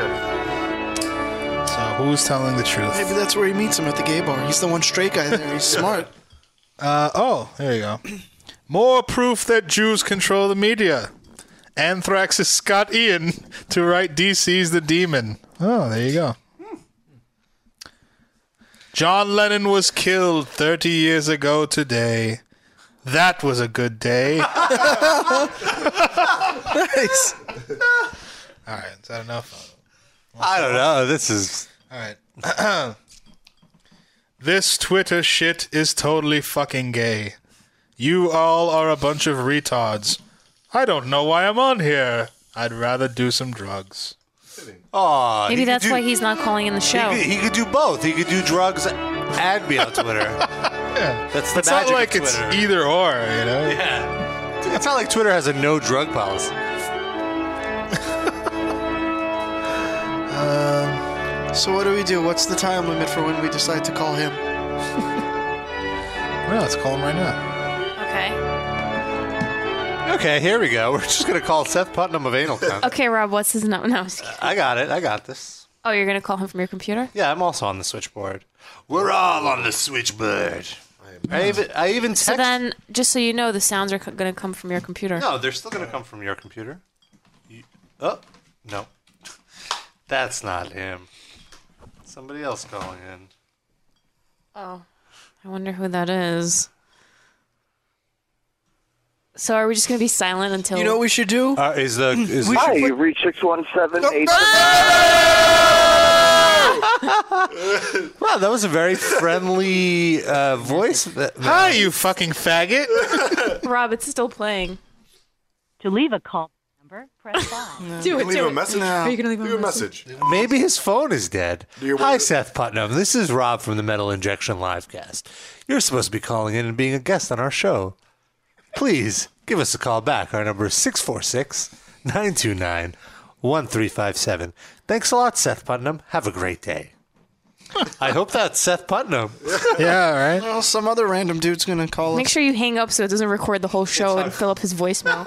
Speaker 3: So who's telling the truth?
Speaker 4: Maybe that's where he meets him at the gay bar. He's the one straight guy there. He's smart.
Speaker 3: Uh, oh, there you go. More proof that Jews control the media. Anthrax is Scott Ian to write DC's The Demon. Oh, there you go. John Lennon was killed 30 years ago today. That was a good day. All
Speaker 4: Nice.
Speaker 3: right, is that enough?
Speaker 1: I don't know. This is
Speaker 3: All right. this Twitter shit is totally fucking gay. You all are a bunch of retards. I don't know why I'm on here. I'd rather do some drugs.
Speaker 1: oh.
Speaker 6: Maybe that's why he's not calling in the show.
Speaker 1: He, could do both. He could do drugs and be on Twitter. That's the
Speaker 3: It's
Speaker 1: magic
Speaker 3: not like
Speaker 1: of
Speaker 3: it's
Speaker 1: Twitter.
Speaker 3: either or, you know?
Speaker 1: yeah. It's not like Twitter has a no drug policy.
Speaker 4: Um, So what do we do? What's the time limit for when we decide to call him?
Speaker 3: No, let's call him right now.
Speaker 6: Okay.
Speaker 1: Okay, here we go. We're just gonna call Seth Putnam of Anal Cunt.
Speaker 6: Okay, Rob, what's his number? No, I'm just kidding.
Speaker 1: I got it. I got this.
Speaker 6: Oh, you're gonna call him from your computer?
Speaker 1: Yeah, I'm also on the switchboard. We're all on the switchboard. I even I even text.
Speaker 6: So then, just so you know, the sounds are co- gonna come from your computer.
Speaker 1: No, they're still going to come from your computer. You, oh, no. That's not him. Somebody else calling in.
Speaker 6: Oh, I wonder who that is. So are we just gonna be silent until
Speaker 4: You know what we should do?
Speaker 1: Uh, is the is
Speaker 10: Hi, you've reached 617
Speaker 1: wow? That was a very friendly uh, voice. that-
Speaker 3: Hi, you fucking faggot.
Speaker 6: Rob? It's still playing.
Speaker 11: To leave a call number, press 5.
Speaker 6: Do it.
Speaker 7: Leave
Speaker 6: Do
Speaker 7: him a
Speaker 6: it.
Speaker 7: message.
Speaker 4: No.
Speaker 6: Are you gonna leave him
Speaker 7: Leave
Speaker 6: a
Speaker 7: him a message.
Speaker 1: Maybe his phone is dead.
Speaker 7: You're-
Speaker 1: Hi, Seth Putnam. This is Rob from the Metal Injection Livecast. You're supposed to be calling in and being a guest on our show. Please give us a call back. Our number is 646 929 1357. Thanks a lot, Seth Putnam. Have a great day. I hope that's Seth Putnam.
Speaker 3: yeah, all right.
Speaker 4: Well, some other random dude's gonna call
Speaker 6: Make
Speaker 4: us.
Speaker 6: sure you hang up so it doesn't record the whole show and fill up his voicemail.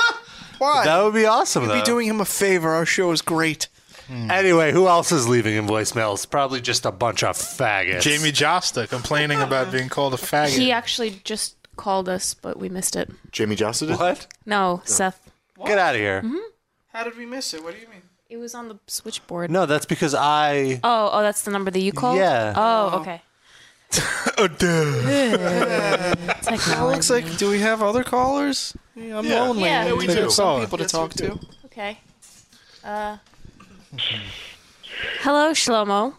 Speaker 4: Why?
Speaker 1: That would be awesome,
Speaker 4: We'd
Speaker 1: though.
Speaker 4: be doing him a favor. Our show is great.
Speaker 6: Mm.
Speaker 1: anyway, who else is leaving in voicemails? Probably just a bunch of faggots.
Speaker 3: Jamie Josta complaining about being called a faggot.
Speaker 6: he actually just called us, but we missed it.
Speaker 7: Jamie Josta did?
Speaker 1: What?
Speaker 6: No, Seth.
Speaker 1: Get out of here.
Speaker 4: How did we miss it? What do you mean?
Speaker 6: Mm-hmm. It was on the switchboard.
Speaker 1: No, that's because I.
Speaker 6: Oh, oh, that's the number that you called.
Speaker 1: Yeah.
Speaker 6: Oh, okay.
Speaker 3: Oh, dude.
Speaker 4: Well, it looks like. Do we have other callers? Yeah, I'm lonely.
Speaker 6: Yeah. Yeah, we
Speaker 4: have
Speaker 3: do.
Speaker 4: Some
Speaker 3: Oh.
Speaker 4: people to talk to.
Speaker 6: Okay. Uh, hello, Shlomo.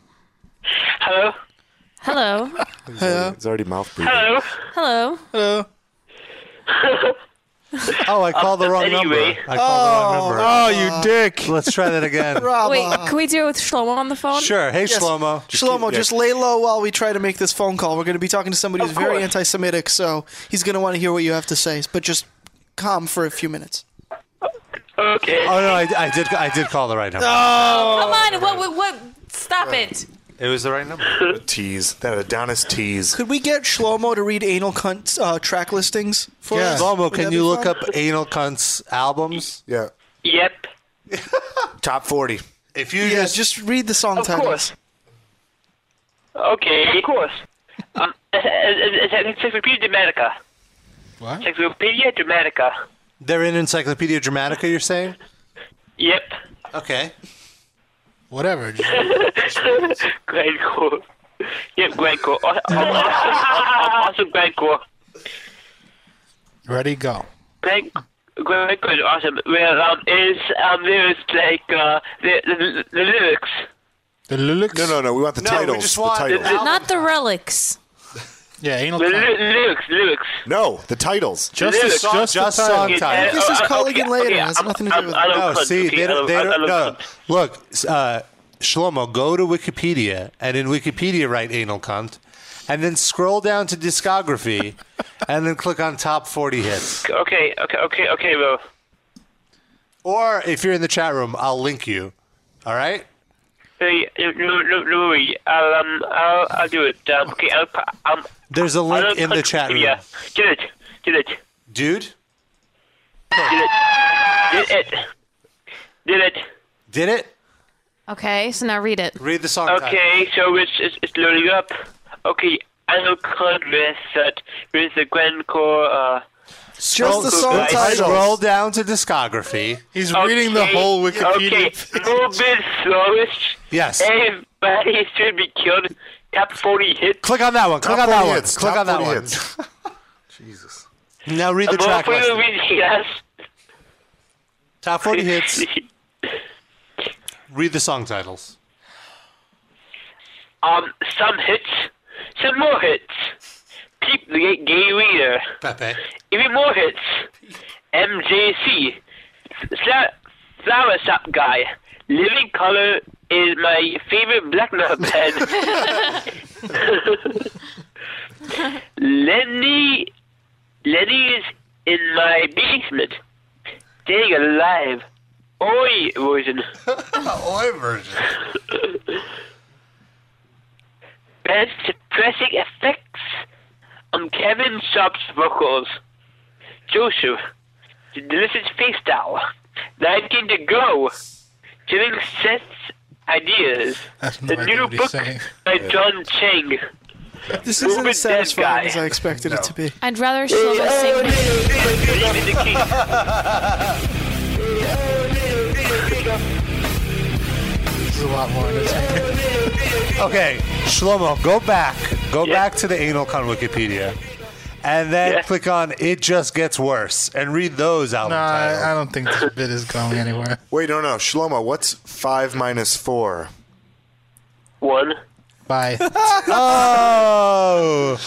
Speaker 10: Hello?
Speaker 6: Hello.
Speaker 7: It's already mouth breathing.
Speaker 10: Hello?
Speaker 6: Hello.
Speaker 4: Hello.
Speaker 1: Oh, I called the wrong
Speaker 10: Uh, Anyway.
Speaker 1: number. I called the wrong number.
Speaker 3: Oh, you dick.
Speaker 1: Let's try that again.
Speaker 4: Rob,
Speaker 6: Wait,
Speaker 4: uh,
Speaker 6: can we do it with Shlomo on the phone?
Speaker 1: Sure. Hey,
Speaker 4: Yes.
Speaker 1: Shlomo.
Speaker 4: Shlomo,
Speaker 7: yeah.
Speaker 4: just lay low while we try to make this phone call. We're going to be talking to somebody who's very anti-Semitic, so he's going to want to hear what you have to say. But just calm for a few minutes.
Speaker 10: Okay.
Speaker 1: Oh no, I, I did. I did call the right number.
Speaker 6: Oh, Come on. What? What? what? Stop it.
Speaker 1: It was the right number.
Speaker 7: A tease. That Adonis tease.
Speaker 4: Could we get Shlomo to read anal cunt uh, track listings for us?
Speaker 1: Shlomo,
Speaker 4: Would that
Speaker 1: can
Speaker 4: be
Speaker 1: you look
Speaker 4: fun?
Speaker 1: up Anal Cunt's albums?
Speaker 7: Yeah.
Speaker 10: Yep.
Speaker 7: Top 40.
Speaker 1: If you
Speaker 4: Yeah,
Speaker 1: just,
Speaker 4: just read the song
Speaker 10: Of
Speaker 4: titles.
Speaker 10: course. Okay, of course. Um, Encyclopedia Dramatica.
Speaker 1: What?
Speaker 10: Encyclopedia Dramatica.
Speaker 1: They're in Encyclopedia Dramatica, you're saying?
Speaker 10: Yep.
Speaker 1: Okay. Whatever.
Speaker 10: Glencore. Yep, Glencore. Awesome, awesome Glencore.
Speaker 3: Ready, go.
Speaker 10: Glenn, Glenn, Glenn, awesome. Well, um, is um, there is like uh, the, the, the lyrics.
Speaker 3: The lyrics?
Speaker 7: No, no, no. We want the titles. the titles.
Speaker 6: Not the relics.
Speaker 3: yeah, anal.
Speaker 10: The ly- lyrics, lyrics.
Speaker 7: No, the titles.
Speaker 10: Just the Lyrics. song- just song titles.
Speaker 4: This is
Speaker 10: Uh, uh,
Speaker 4: calling in
Speaker 10: okay,
Speaker 4: later.
Speaker 10: okay,
Speaker 4: It has
Speaker 10: I'm-
Speaker 4: nothing to do
Speaker 10: I'm-
Speaker 4: with
Speaker 10: I don't
Speaker 1: No,
Speaker 10: cut-
Speaker 1: see,
Speaker 10: okay,
Speaker 1: they
Speaker 10: I
Speaker 1: don't. They
Speaker 10: I
Speaker 1: don't. No,
Speaker 10: cut.
Speaker 1: look, s- uh, Shlomo, go to Wikipedia and in Wikipedia write anal cunt, and then scroll down to discography, and then click on top forty hits.
Speaker 10: Okay, okay, okay, okay, bro.
Speaker 1: Or if you're in the chat room, I'll link you. All right.
Speaker 10: Hey, no, no, no, no worry. I'll um, I'll, I'll do it. Um, okay, I'll, pa- um,
Speaker 1: There's a link in the chat room,
Speaker 10: yeah, do it, do it, do
Speaker 1: dude.
Speaker 10: it, did it, did it.
Speaker 1: Did it?
Speaker 6: Okay, so now read it.
Speaker 1: Read the song.
Speaker 10: Okay, so it's, it's it's loading up. Okay, I will cut with that with the Glencore. Uh,
Speaker 1: Scroll-
Speaker 10: Glencore guys.
Speaker 1: Scroll down to discography.
Speaker 3: He's
Speaker 10: Okay, Okay, Morbid Slowest.
Speaker 1: Yes.
Speaker 10: Everybody should be killed. Top 40 hits.
Speaker 1: Click on that one. Click on that one. Click on that one.
Speaker 7: Jesus.
Speaker 1: Now read the
Speaker 10: Above
Speaker 1: track
Speaker 10: we
Speaker 1: list.
Speaker 10: reach, yes.
Speaker 1: Top 40 hits. Read the song titles.
Speaker 10: Um, some hits, some more hits. Peep the Gay- Gay Reader.
Speaker 1: Pepe.
Speaker 10: Even more hits. MJC. Fla- Flower Shop Guy. Living Color is my favorite black metal band. Lenny, Lenny is in my basement, staying alive. Oi, version.
Speaker 1: Oi version.
Speaker 10: Best depressing effects on Kevin Sharp's vocals. Joseph, the delicious face style. 19 to go. Giving sets ideas. The new book by John Chang.
Speaker 4: This
Speaker 10: Who
Speaker 4: isn't
Speaker 10: was
Speaker 4: as
Speaker 10: that guy?
Speaker 4: satisfying as I expected it to be.
Speaker 6: I'd rather Shlomo sing.
Speaker 3: This is a lot more entertaining.
Speaker 1: Okay, Shlomo, go back. Go back to the anal con Wikipedia. And then click on It Just Gets Worse and read those album
Speaker 3: Nah,
Speaker 1: titles.
Speaker 3: I, I don't think this bit is going anywhere.
Speaker 7: Wait, no, no. Shlomo, what's 5 minus 4?
Speaker 10: One.
Speaker 3: Bye.
Speaker 1: oh.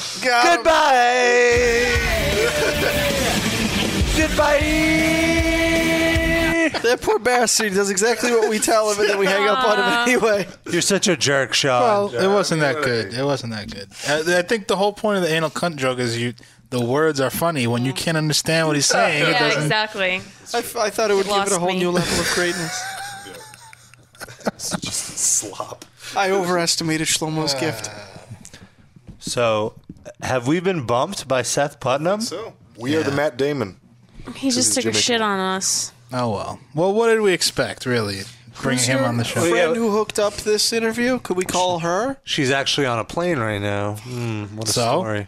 Speaker 1: Goodbye. Goodbye.
Speaker 4: That poor bastard does exactly what we tell him, and then we hang up on
Speaker 6: Ah.
Speaker 4: him anyway.
Speaker 1: You're such a jerk, Sean.
Speaker 3: Well, it wasn't that good. It wasn't that good. I, I think the whole point of the anal cunt joke is you. The words are funny when you can't understand what he's saying. it
Speaker 6: yeah,
Speaker 3: doesn't-
Speaker 6: exactly.
Speaker 4: I, f- I thought it would give
Speaker 6: Lost
Speaker 4: it a whole
Speaker 6: me.
Speaker 4: new level of greatness.
Speaker 7: Slop.
Speaker 4: I overestimated Shlomo's gift.
Speaker 1: So, have we been bumped by Seth Putnam?
Speaker 7: So, we are the Matt Damon.
Speaker 6: He just took a shit on us.
Speaker 3: Oh well. Well, what did we expect, really? Bringing him on the show.
Speaker 4: Friend who hooked up this interview? Could we call her?
Speaker 1: She's actually on a plane right now. Hmm, what a
Speaker 3: So?
Speaker 1: story.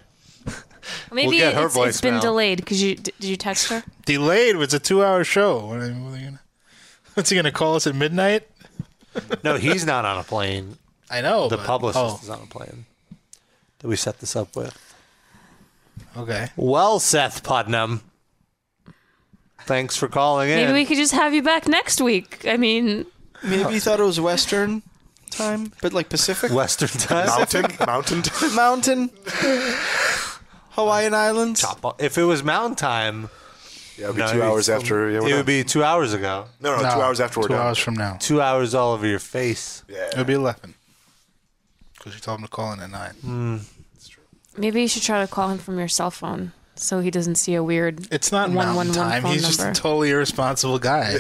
Speaker 6: Maybe
Speaker 1: get her
Speaker 6: it's, it's been
Speaker 1: voicemail.
Speaker 6: delayed because you did you text her?
Speaker 3: Delayed. It's a two-hour show. What are, what are you gonna, what's he gonna call us at midnight?
Speaker 1: No, he's not on a plane.
Speaker 3: I know.
Speaker 1: the
Speaker 3: but-
Speaker 1: publicist
Speaker 3: oh,
Speaker 1: is on a plane that we set this up with.
Speaker 3: okay.
Speaker 1: Well, Seth Putnam, thanks for calling in.
Speaker 6: Maybe we could just have you back next week. I mean,
Speaker 4: Maybe you thought it was Western time, but like Pacific
Speaker 1: Western time.
Speaker 7: Mountain? Mountain? time?
Speaker 4: Mountain, Hawaiian Islands.
Speaker 1: if it was Mountain time,
Speaker 7: Yeah, it'll be
Speaker 1: no,
Speaker 7: 2
Speaker 1: it'd
Speaker 7: hours after. Yeah,
Speaker 1: it
Speaker 7: we're
Speaker 1: would
Speaker 7: done.
Speaker 1: be two hours ago.
Speaker 7: No, no, 2 hours after we're
Speaker 3: Two
Speaker 7: done.
Speaker 3: hours from now.
Speaker 1: Two hours all over your face.
Speaker 3: It'll be eleven. Because you told him to call in at nine.
Speaker 9: Mm.
Speaker 6: maybe you should try to call him from your cell phone so he doesn't see a weird.
Speaker 3: It's not
Speaker 6: One,
Speaker 3: mountain
Speaker 6: one, one
Speaker 3: time.
Speaker 6: phone
Speaker 3: He's just a
Speaker 6: number.
Speaker 3: totally irresponsible guy.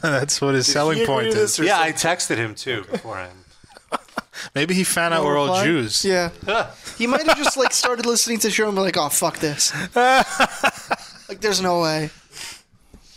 Speaker 3: That's what his selling
Speaker 7: agree
Speaker 3: point
Speaker 7: to
Speaker 3: is.
Speaker 7: this or
Speaker 1: Yeah, I texted him too beforehand.
Speaker 3: Maybe he found out we're all
Speaker 4: Reply?
Speaker 3: Jews.
Speaker 4: Yeah. he might have just like started listening to the show and be like, oh, fuck this. like, there's no way.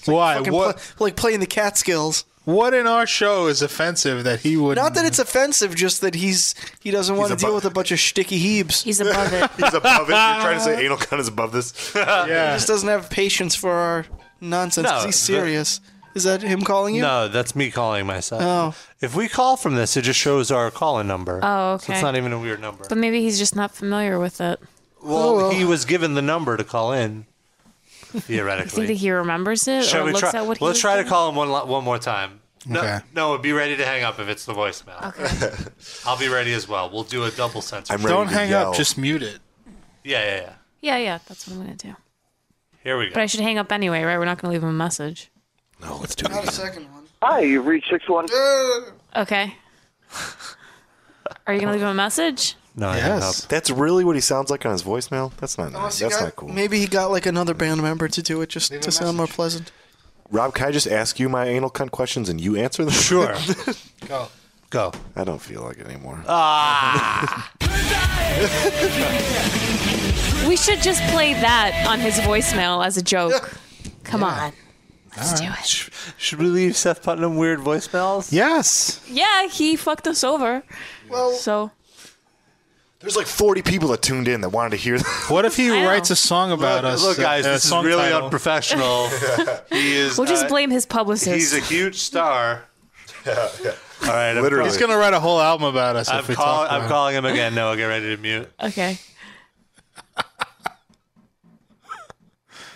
Speaker 3: Why?
Speaker 4: Fucking
Speaker 3: What?
Speaker 4: pla- like playing the Catskills.
Speaker 3: What in our show is offensive that he would?
Speaker 4: Not that it's offensive, just that he's he doesn't want to deal with a bunch of shticky heebs.
Speaker 6: He's above it.
Speaker 7: He's above it. You're trying to say anal cunt is above this?
Speaker 4: He just doesn't have patience for our nonsense. 'cause
Speaker 1: No,
Speaker 4: he's
Speaker 1: the-
Speaker 4: serious. Is that him calling you?
Speaker 1: No, that's me calling myself.
Speaker 4: Oh.
Speaker 1: If we call from this, it just shows our calling number.
Speaker 6: Oh,
Speaker 1: So
Speaker 6: okay.
Speaker 1: it's not even a weird number.
Speaker 6: But maybe he's just not familiar with it.
Speaker 1: Well, he was given the number to call in,
Speaker 6: You think
Speaker 1: theoretically.
Speaker 6: that he remembers it
Speaker 1: Shall
Speaker 6: or
Speaker 1: we
Speaker 6: looks
Speaker 1: try?
Speaker 6: at what he
Speaker 1: let's
Speaker 6: was
Speaker 1: try
Speaker 6: doing?
Speaker 1: to call him one lo- one more time. No,
Speaker 7: Okay.
Speaker 1: no, be ready to hang up if it's the voicemail.
Speaker 6: Okay.
Speaker 1: I'll be ready as well. We'll do a double censor.
Speaker 7: I'm ready
Speaker 3: Don't
Speaker 7: to
Speaker 3: hang
Speaker 7: yell.
Speaker 3: up. Just mute it.
Speaker 1: Yeah, yeah, yeah.
Speaker 6: Yeah, yeah, that's what I'm gonna do.
Speaker 1: Here we
Speaker 6: But I should hang up anyway, right? We're not gonna leave him a message.
Speaker 7: No, let's do it.
Speaker 4: Not a second one.
Speaker 10: Hi, you've reached six one.
Speaker 6: Okay. Are you gonna leave him a message?
Speaker 1: No,
Speaker 7: yes. That's really what he sounds like on his voicemail. That's not nice.
Speaker 4: Unless he
Speaker 7: That's
Speaker 4: got-
Speaker 7: not cool.
Speaker 4: Maybe he got like another band member to do it just to sound more pleasant.
Speaker 7: Rob, can I just ask you my anal cunt questions and you answer them?
Speaker 1: Sure.
Speaker 3: Go.
Speaker 1: Go.
Speaker 7: I don't feel like it anymore.
Speaker 1: Ah.
Speaker 6: We should just play that on his voicemail as a joke. Come on. Let's do it.
Speaker 1: Should we leave Seth Putnam weird voicemails?
Speaker 3: Yes.
Speaker 6: Yeah, he fucked us over. Well, so
Speaker 7: There's like 40 people that tuned in that wanted to hear that.
Speaker 3: What if he
Speaker 6: I know.
Speaker 3: writes a song about
Speaker 1: Look,
Speaker 3: us?
Speaker 1: look, guys,
Speaker 3: uh,
Speaker 1: this is
Speaker 3: song
Speaker 1: really
Speaker 3: title?
Speaker 1: unprofessional. he is.
Speaker 6: we'll just
Speaker 1: uh,
Speaker 6: blame his
Speaker 1: He's
Speaker 6: publicist.
Speaker 1: a huge star. All right, I'm
Speaker 7: Literally.
Speaker 3: He's gonna write a whole album about us
Speaker 1: I'm,
Speaker 3: if we
Speaker 1: call-
Speaker 3: talk.
Speaker 1: I'm
Speaker 3: about
Speaker 1: calling him again. Noah, get ready to mute.
Speaker 6: okay.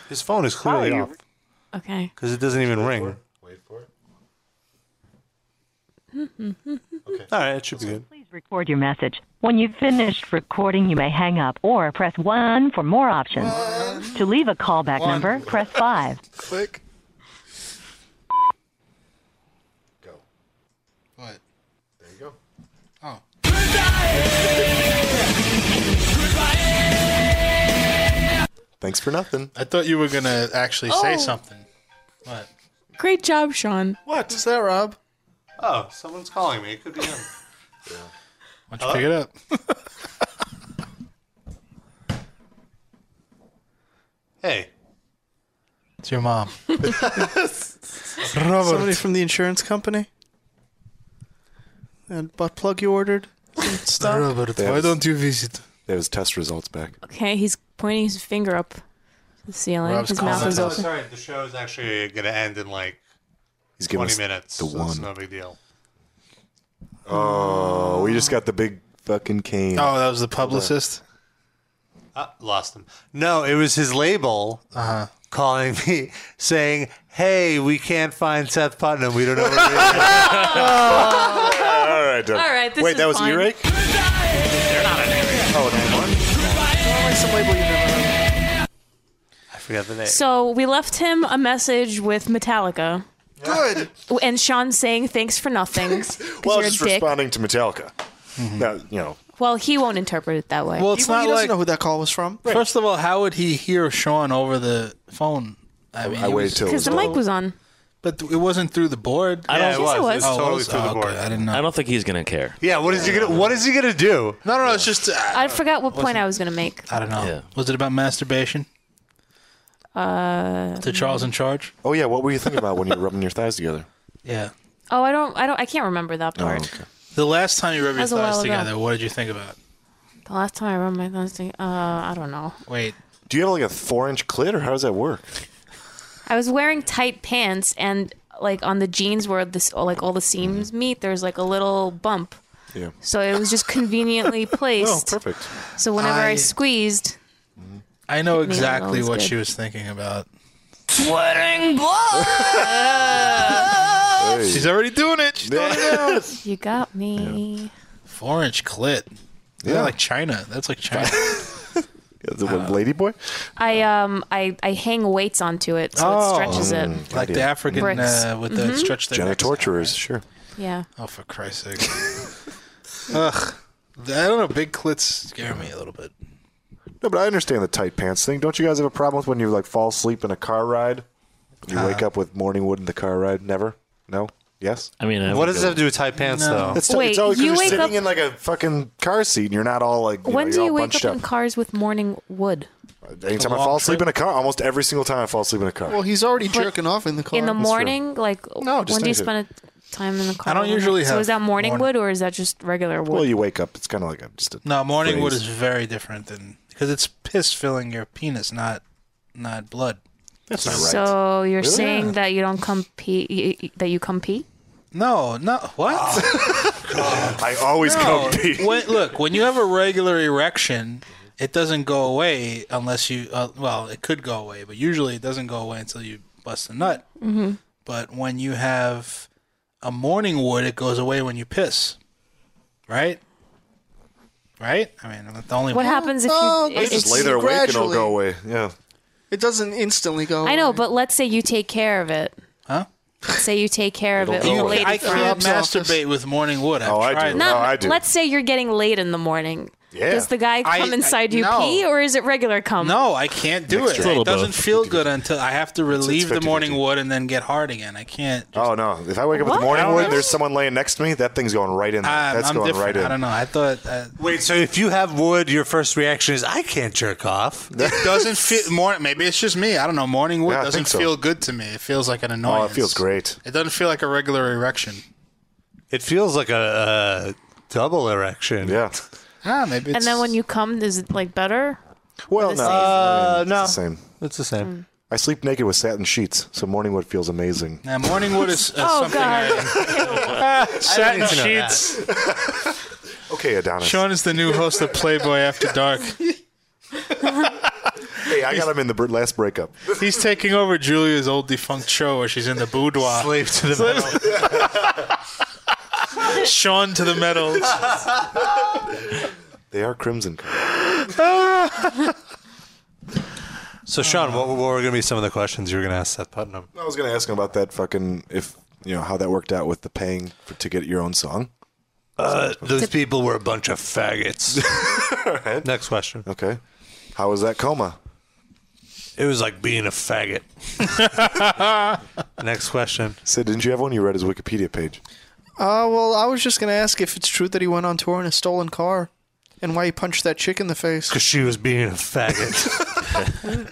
Speaker 1: His phone is clearly off
Speaker 6: Okay.
Speaker 1: because it doesn't even ring.
Speaker 7: Wait for it.
Speaker 1: All right, it should be good.
Speaker 11: Please record your message. When you've finished recording, you may hang up or press 1 for more options. To leave a callback number, press 5.
Speaker 3: it. click. Go. What?
Speaker 7: There you go.
Speaker 3: Oh.
Speaker 7: Thanks for nothing.
Speaker 3: I thought you were gonna actually say
Speaker 6: Oh.
Speaker 3: something. What?
Speaker 6: Great job, Sean.
Speaker 4: What is that, Rob?
Speaker 1: Oh, someone's calling me. It could be him.
Speaker 3: Why don't you pick it up?
Speaker 1: hey,
Speaker 3: It's your mom.
Speaker 4: Somebody
Speaker 3: Robert.
Speaker 4: from the insurance company. That butt plug you ordered. Stop.
Speaker 3: Robert,
Speaker 7: Yes.
Speaker 3: why don't you visit?
Speaker 7: There was test results back.
Speaker 6: Okay, he's pointing his finger up to the ceiling.
Speaker 3: Rob's
Speaker 6: his mouth
Speaker 3: calling
Speaker 6: is
Speaker 3: us.
Speaker 1: oh,
Speaker 6: open.
Speaker 1: sorry. The show is actually going to end in like
Speaker 7: He's giving
Speaker 1: 20
Speaker 7: us
Speaker 1: minutes.
Speaker 7: The
Speaker 1: so
Speaker 7: one.
Speaker 1: It's no big deal.
Speaker 7: Oh, we just got the big fucking cane.
Speaker 3: Oh, that was the publicist.
Speaker 1: Uh, lost him. No, it was his label
Speaker 3: Uh-huh.
Speaker 1: calling me saying, "Hey, we can't find Seth Putnam. We don't know where he is."
Speaker 7: All right, Doug.
Speaker 6: All right, this
Speaker 7: Wait,
Speaker 6: is
Speaker 7: that was Oh,
Speaker 6: fun.
Speaker 7: earache?
Speaker 4: Only some label you've never heard.
Speaker 1: I forgot the name.
Speaker 6: So we left him a message with Metallica
Speaker 4: Good.
Speaker 6: and Sean saying thanks for nothing. 'cause
Speaker 7: Well, I
Speaker 6: you're a
Speaker 7: was just
Speaker 6: dick.
Speaker 7: responding to Metallica.
Speaker 3: Mm-hmm.
Speaker 7: That, you know,
Speaker 6: Well, he won't interpret it that way.
Speaker 3: Well, it's
Speaker 4: Well,
Speaker 3: not
Speaker 4: he doesn't
Speaker 3: like.
Speaker 4: know who that call was from.
Speaker 3: First of all, how would he hear Sean over the phone? I mean,
Speaker 7: I
Speaker 3: he
Speaker 7: waited
Speaker 3: was-
Speaker 7: till it
Speaker 6: because
Speaker 7: was
Speaker 6: the
Speaker 7: done.
Speaker 6: mic was on.
Speaker 3: But th- it wasn't through the board.
Speaker 5: I
Speaker 1: yeah,
Speaker 5: don't.
Speaker 1: it was.
Speaker 6: it was.
Speaker 1: It's
Speaker 3: Oh, it
Speaker 1: totally
Speaker 3: was-
Speaker 1: through
Speaker 3: oh,
Speaker 1: the
Speaker 3: okay,
Speaker 1: board.
Speaker 3: I didn't know.
Speaker 5: I don't think he's gonna care.
Speaker 1: Yeah, what is he gonna? What is he gonna do?
Speaker 3: No, no, no. It's just. Uh,
Speaker 6: I forgot what point I was gonna make.
Speaker 3: I don't know.
Speaker 5: Yeah.
Speaker 3: Was it about masturbation? Uh, to Charles in charge.
Speaker 7: Oh, yeah. What were you thinking about when you were rubbing your thighs together?
Speaker 3: Yeah.
Speaker 6: Oh, I don't. I don't. I can't remember that
Speaker 7: Oh,
Speaker 6: part.
Speaker 7: okay.
Speaker 3: The last time you rubbed your
Speaker 6: That was a while
Speaker 3: thighs
Speaker 6: ago.
Speaker 3: together, what did you think about?
Speaker 6: The last time I rubbed my thumbs, together- uh, I don't know.
Speaker 3: Wait,
Speaker 7: Do you have like a four inch clit or how does that work?
Speaker 6: I was wearing tight pants and like on the jeans where this like all the seams meet, there's like a little bump.
Speaker 7: Yeah.
Speaker 6: So it was just conveniently
Speaker 7: Oh,
Speaker 6: placed.
Speaker 7: perfect.
Speaker 6: so whenever I,
Speaker 3: I-
Speaker 6: squeezed,
Speaker 3: I know
Speaker 6: that
Speaker 3: exactly
Speaker 6: was
Speaker 3: what
Speaker 6: good.
Speaker 3: she was thinking about.
Speaker 7: Hey.
Speaker 3: She's already doing it. She's doing it.
Speaker 6: you got me.
Speaker 3: Four inch clit. Yeah,
Speaker 7: Yeah.
Speaker 3: like China. That's like China.
Speaker 7: The
Speaker 3: Uh,
Speaker 7: one lady boy?
Speaker 6: I um I I hang weights onto it so
Speaker 3: Oh.
Speaker 6: it stretches it.
Speaker 7: Mm,
Speaker 3: like the African
Speaker 6: Bricks. Mm-hmm.
Speaker 3: uh, with the stretch. their
Speaker 7: Jenna
Speaker 3: necks out,
Speaker 7: torturers.
Speaker 3: right?
Speaker 7: Sure.
Speaker 6: Yeah.
Speaker 3: Oh, for Christ's sake. Ugh. I don't know. Big clits scare me a little bit.
Speaker 7: No, but I understand the tight pants thing. Don't you guys have a problem with when
Speaker 3: Uh-huh.
Speaker 7: you like fall asleep in a car ride? You wake up with morning wood in the car ride? Never? No? Yes.
Speaker 5: I mean,
Speaker 1: What does it have to do with tight pants, though?
Speaker 7: It's, t-
Speaker 6: Wait,
Speaker 7: it's always 'cause
Speaker 6: you
Speaker 7: you're
Speaker 6: wake
Speaker 7: sitting
Speaker 6: up-
Speaker 7: in like a fucking car seat and you're not all like. You
Speaker 6: when
Speaker 7: know,
Speaker 6: do
Speaker 7: you're
Speaker 6: you
Speaker 7: all
Speaker 6: wake
Speaker 7: bunched
Speaker 6: up in cars with morning wood?
Speaker 7: Anytime
Speaker 6: A
Speaker 7: I
Speaker 6: long
Speaker 7: fall asleep in a car, almost every single time I fall asleep in a car.
Speaker 4: Well, he's already jerking off in the car.
Speaker 6: In the morning, like
Speaker 7: No, just
Speaker 6: when do you
Speaker 7: take it.
Speaker 6: spend a time in the car?
Speaker 7: don't
Speaker 6: with it?
Speaker 7: usually
Speaker 6: So
Speaker 7: have
Speaker 6: is that morning,
Speaker 7: morning-
Speaker 6: wood or is that just regular wood?
Speaker 7: well, you wake up. It's kind of like a, just a.
Speaker 3: No, morning wood
Speaker 7: phrase.
Speaker 3: is very different than because it's piss filling your penis, not not blood.
Speaker 7: That's
Speaker 6: So you're saying that you don't come pee, y- y- that you come pee?
Speaker 3: No, no. What?
Speaker 7: I always
Speaker 3: no.
Speaker 7: come pee.
Speaker 3: When, look, when you have a regular erection, it doesn't go away unless you. Uh, well, it could go away, but usually it doesn't go away until you bust a nut.
Speaker 9: Uh,
Speaker 12: Mm-hmm.
Speaker 3: But when you have a morning wood, it goes away when you piss. Right. Right. I mean, I'm not the only.
Speaker 6: What
Speaker 3: one.
Speaker 6: happens if you-
Speaker 7: Oh,
Speaker 4: No,
Speaker 6: it-
Speaker 4: it's
Speaker 7: Just lay there awake and it'll
Speaker 4: gradually.
Speaker 7: go away. Yeah.
Speaker 4: It doesn't instantly go.
Speaker 6: I know, but let's say you take care of it.
Speaker 3: Huh?
Speaker 6: Let's say you take care of it.
Speaker 3: You-
Speaker 6: late
Speaker 3: I
Speaker 6: in the
Speaker 3: can't
Speaker 6: morning.
Speaker 3: masturbate with morning wood. I've oh, I tried.
Speaker 6: Not- Let's say you're getting late in the morning.
Speaker 3: Yeah.
Speaker 6: Does the guy
Speaker 3: I-
Speaker 6: come
Speaker 3: I-
Speaker 6: inside you
Speaker 3: no.
Speaker 6: pee or is it regular cum?
Speaker 3: No, I can't do
Speaker 7: Mixture.
Speaker 3: it.
Speaker 7: It's a little
Speaker 3: It doesn't
Speaker 7: both.
Speaker 3: feel good until I have to relieve the
Speaker 7: 50-50.
Speaker 3: morning wood and then get hard again. I can't.
Speaker 7: Oh no! If I wake up in
Speaker 3: What?
Speaker 7: the morning
Speaker 3: I don't
Speaker 7: wood,
Speaker 3: know.
Speaker 7: there's someone laying next to me. That thing's going right in. There.
Speaker 3: I'm,
Speaker 7: That's
Speaker 3: I'm
Speaker 7: going
Speaker 3: different.
Speaker 7: right in.
Speaker 3: I don't know. I thought uh,
Speaker 1: Wait, so if you have wood, your first reaction is, I can't jerk off.
Speaker 3: it doesn't feel morning. Maybe it's just me. I don't know. Morning wood
Speaker 1: Yeah, I
Speaker 3: doesn't
Speaker 1: think so.
Speaker 3: feel good to me. It feels like an
Speaker 1: Oh,
Speaker 3: annoyance.
Speaker 1: it feels great.
Speaker 3: It doesn't feel like a regular erection.
Speaker 1: It feels like a, a double erection.
Speaker 7: Yeah.
Speaker 3: Ah, maybe.
Speaker 6: And
Speaker 3: It's,
Speaker 6: then when you come, is it like better?
Speaker 7: Well,
Speaker 6: The
Speaker 7: Oh, no,
Speaker 6: same?
Speaker 7: it's the same.
Speaker 1: It's the same.
Speaker 7: I sleep naked with satin sheets, so morning wood feels amazing.
Speaker 3: now, morning wood is uh,
Speaker 6: Oh,
Speaker 3: something.
Speaker 6: God.
Speaker 3: I, satin
Speaker 7: I didn't know
Speaker 3: sheets.
Speaker 7: Okay, Adonis.
Speaker 3: Sean is the new host of Playboy After Dark.
Speaker 7: Hey, I got him in the br- last breakup.
Speaker 3: He's taking over Julia's old defunct show where she's in the boudoir.
Speaker 1: Slave to the
Speaker 3: metal. Sean to the metals.
Speaker 7: They are crimson. color.
Speaker 1: So, Sean, what, what were going to be some of the questions you were going to ask Seth Putnam?
Speaker 7: I was gonna ask him about that fucking if you know how that worked out with the paying for, to get your own song.
Speaker 1: Uh, those people were a bunch of faggots. Next question.
Speaker 7: Okay. How was that coma?
Speaker 1: It was like being a faggot. Next question.
Speaker 7: Sid, didn't you have one? You read his Wikipedia page.
Speaker 4: Uh, well, I was just gonna ask if it's true that he went on tour in a stolen car, and why he punched that chick in the face.
Speaker 1: Because she was being a faggot.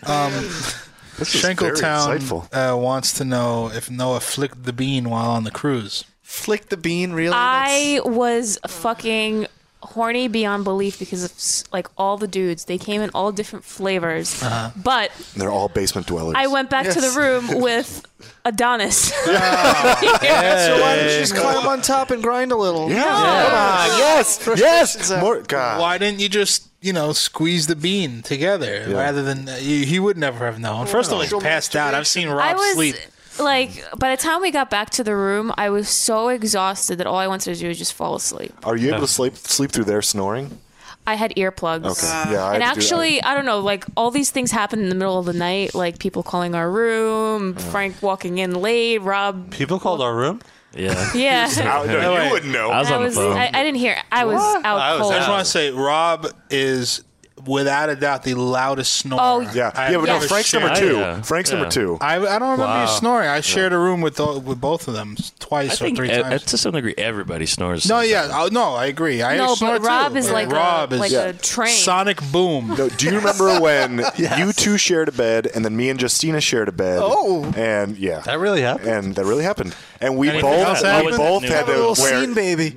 Speaker 3: Um,
Speaker 7: This is very
Speaker 3: Shankletown
Speaker 7: insightful.
Speaker 3: uh, wants to know if Noah flicked the bean while on the cruise.
Speaker 4: Flick the bean, really?
Speaker 6: I was fucking horny beyond belief because of s- like all the dudes. They came in all different flavors.
Speaker 7: Uh-huh.
Speaker 6: But
Speaker 7: They're all basement dwellers.
Speaker 6: I went back to
Speaker 7: Yes.
Speaker 6: the room with Adonis.
Speaker 7: Oh.
Speaker 4: So why didn't you just climb on top and grind a little?
Speaker 7: Yeah.
Speaker 3: yes,
Speaker 7: yes.
Speaker 4: uh,
Speaker 7: More, God.
Speaker 3: Why didn't you just, you know, squeeze the bean together
Speaker 7: Yeah.
Speaker 3: rather than uh, you, he would never have known. First of all, he's passed out. I've seen
Speaker 6: I
Speaker 3: Rob
Speaker 6: was
Speaker 3: sleep.
Speaker 6: like, by the time we got back to the room, I was so exhausted that all I wanted to do was just fall asleep.
Speaker 7: Are you able to sleep sleep through their snoring?
Speaker 6: I had earplugs.
Speaker 7: Okay. Yeah, I
Speaker 6: and
Speaker 7: had to do that.
Speaker 6: actually, I don't know, like all these things happened in the middle of the night, like people calling our room, Frank walking in late, Rob.
Speaker 1: People called our room? Oh,
Speaker 5: Yeah.
Speaker 6: Yeah.
Speaker 3: No, you wouldn't
Speaker 7: know.
Speaker 5: I was on
Speaker 6: I,
Speaker 5: the phone.
Speaker 6: I, I didn't hear. I was out cold.
Speaker 3: I just want to say, Rob is without a doubt the loudest snorer.
Speaker 6: Oh,
Speaker 7: Yeah. Yeah, but no, Frank's number two. Frank's number two.
Speaker 3: I, I don't remember you
Speaker 5: Wow.
Speaker 3: snoring. I shared a room with the, with both of them twice
Speaker 5: I
Speaker 3: or
Speaker 5: think
Speaker 3: three
Speaker 5: e-
Speaker 3: times.
Speaker 5: to some degree everybody snores.
Speaker 3: No, yeah, oh, no, I agree. I
Speaker 6: No,
Speaker 3: snore
Speaker 6: but Rob
Speaker 3: too.
Speaker 6: is like a-
Speaker 3: Rob is
Speaker 6: like a train.
Speaker 3: Sonic boom.
Speaker 7: No, do you remember when you two shared a bed and then me and Justina shared a bed?
Speaker 4: Oh.
Speaker 7: And yeah. That
Speaker 1: really happened.
Speaker 7: And that really happened. And we
Speaker 3: Anything else
Speaker 7: both we
Speaker 3: happened?
Speaker 7: both had
Speaker 4: a
Speaker 7: to
Speaker 4: little
Speaker 7: wear
Speaker 4: scene, baby.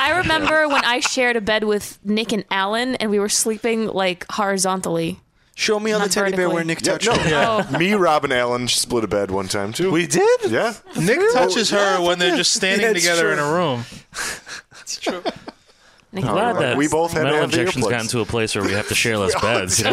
Speaker 6: I remember when I shared a bed with Nick and Alan, and we were sleeping like horizontally. Oh,
Speaker 4: Show me on the teddy bear where Nick
Speaker 7: Yeah,
Speaker 4: touched
Speaker 7: no.
Speaker 4: me.
Speaker 7: Me, Rob, and Alan split a bed one time too.
Speaker 1: We did?
Speaker 7: Yeah.
Speaker 3: Nick touches her
Speaker 7: yeah,
Speaker 3: when they're
Speaker 7: yeah.
Speaker 3: just standing
Speaker 7: Yeah, it's
Speaker 3: together in
Speaker 7: true.
Speaker 3: a room.
Speaker 6: Nick,
Speaker 5: I'm glad that
Speaker 7: We both had to
Speaker 5: metal
Speaker 7: have
Speaker 5: injections
Speaker 7: earplugs.
Speaker 5: gotten to a place where we have to share less beds. you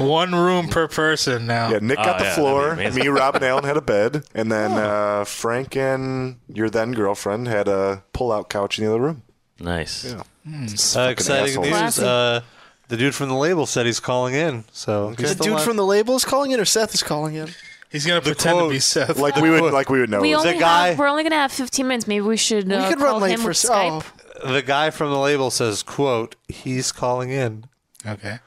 Speaker 5: know?
Speaker 3: One room per person now.
Speaker 7: Yeah, Nick got
Speaker 5: Oh,
Speaker 7: the
Speaker 5: yeah,
Speaker 7: floor.
Speaker 5: that'd be amazing.
Speaker 7: Me, Rob, and Alan had a bed, and then uh, Frank and your then girlfriend had a pull-out couch in the other room.
Speaker 5: Nice.
Speaker 7: Yeah.
Speaker 3: Hmm,
Speaker 1: Uh, exciting
Speaker 7: assholes.
Speaker 1: news. Uh, the dude from the label said he's calling in. So
Speaker 4: The
Speaker 1: he's still
Speaker 4: dude
Speaker 1: on.
Speaker 4: from the label is calling in, or Seth is calling in.
Speaker 3: He's gonna pretend to be Seth.
Speaker 7: Like we would, like we would know.
Speaker 6: we
Speaker 7: it was-
Speaker 6: only
Speaker 1: that guy-
Speaker 6: have, we're only gonna have 15 minutes. Maybe we should. Uh,
Speaker 4: could run
Speaker 6: call
Speaker 4: late
Speaker 6: him
Speaker 4: for
Speaker 6: with
Speaker 4: s- oh.
Speaker 6: Skype.
Speaker 1: the guy from the label says, "quote He's calling in."
Speaker 3: Okay.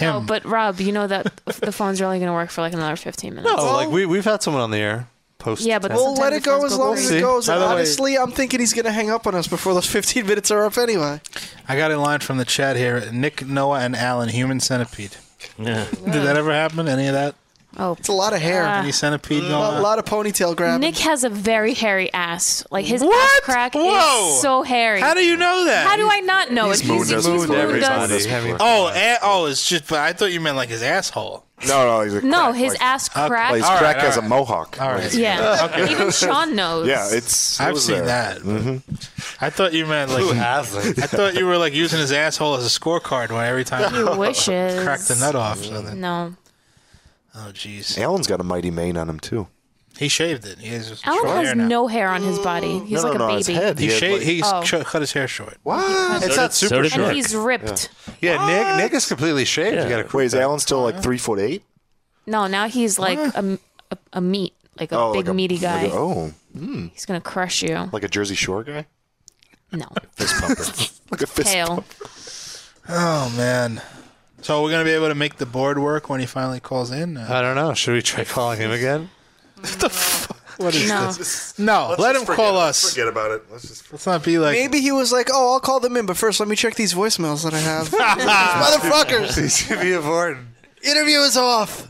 Speaker 6: No, but Rob, you know that the phones are only gonna work for like another 15 minutes.
Speaker 1: No, like we we've had someone on the air. post.
Speaker 6: Yeah, but
Speaker 4: we'll let it go as long as it goes.
Speaker 3: By
Speaker 4: And
Speaker 3: the way-
Speaker 4: honestly, I'm thinking he's going to hang up on us before those 15 minutes are up anyway.
Speaker 3: I got a line from the chat here. Nick, Noah, and Alan, human centipede.
Speaker 5: Yeah.
Speaker 3: Did that ever happen? Any of that?
Speaker 6: Oh,
Speaker 4: it's a lot of hair.
Speaker 3: Any centipede going
Speaker 4: a
Speaker 3: on?
Speaker 4: lot of ponytail grab.
Speaker 6: Nick has a very hairy ass. Like his ass
Speaker 4: What?
Speaker 6: crack
Speaker 4: Whoa!
Speaker 6: is so hairy.
Speaker 3: How do you know that?
Speaker 6: How do I not know it?
Speaker 3: He's
Speaker 6: He's, he's mooned us.
Speaker 3: Oh, a- oh, it's just. But I thought you meant like his asshole.
Speaker 7: No, no, Oh, he's
Speaker 6: No, his ass crack.
Speaker 7: he's crack as a mohawk.
Speaker 3: All right.
Speaker 6: Yeah.
Speaker 3: Okay.
Speaker 6: Even Sean knows.
Speaker 7: Yeah, it's. it
Speaker 3: I've
Speaker 7: was
Speaker 3: seen
Speaker 7: there. Mm-hmm.
Speaker 3: that. I thought you meant like.
Speaker 7: Who hasn't?
Speaker 3: I thought you were like using his asshole as a scorecard when every time
Speaker 6: He wishes.
Speaker 3: cracked the nut off. So then,
Speaker 6: No.
Speaker 3: oh jeez,
Speaker 7: Alan's got a mighty mane on him too.
Speaker 3: he shaved it. He has
Speaker 6: Alan
Speaker 3: short
Speaker 6: has
Speaker 3: hair now.
Speaker 6: no hair on his body. He's
Speaker 7: no,
Speaker 6: like a
Speaker 7: no, no,
Speaker 6: baby.
Speaker 7: his head.
Speaker 3: He,
Speaker 7: He had,
Speaker 3: shaved.
Speaker 7: like-
Speaker 3: he's
Speaker 6: Oh.
Speaker 3: cut- cut his hair short.
Speaker 7: What?
Speaker 1: It's not super
Speaker 6: and
Speaker 1: short.
Speaker 6: he's ripped.
Speaker 1: Yeah, Nick. Nick is completely shaved. You got to
Speaker 7: Wait, is Alan still like three foot eight?
Speaker 6: No, now he's like a, a, a meat, like a
Speaker 7: Oh,
Speaker 6: big
Speaker 7: like a-
Speaker 6: meaty guy.
Speaker 7: Like a, oh,
Speaker 6: He's gonna crush you.
Speaker 7: like a Jersey Shore guy.
Speaker 6: No,
Speaker 5: Fist pumper.
Speaker 7: Like a fist.
Speaker 6: tail.
Speaker 3: Oh man. So we're gonna be able to make the board work when he finally calls in. Uh,
Speaker 1: I don't know. Should we try calling him again?
Speaker 3: what is
Speaker 6: No.
Speaker 3: this? No, let him call us.
Speaker 7: Forget about it. Let's just.
Speaker 3: Let's not be like.
Speaker 4: Maybe he was like, oh, I'll call them in, but first let me check these voicemails that I have. Motherfuckers!
Speaker 1: These should be important.
Speaker 4: Interview is off.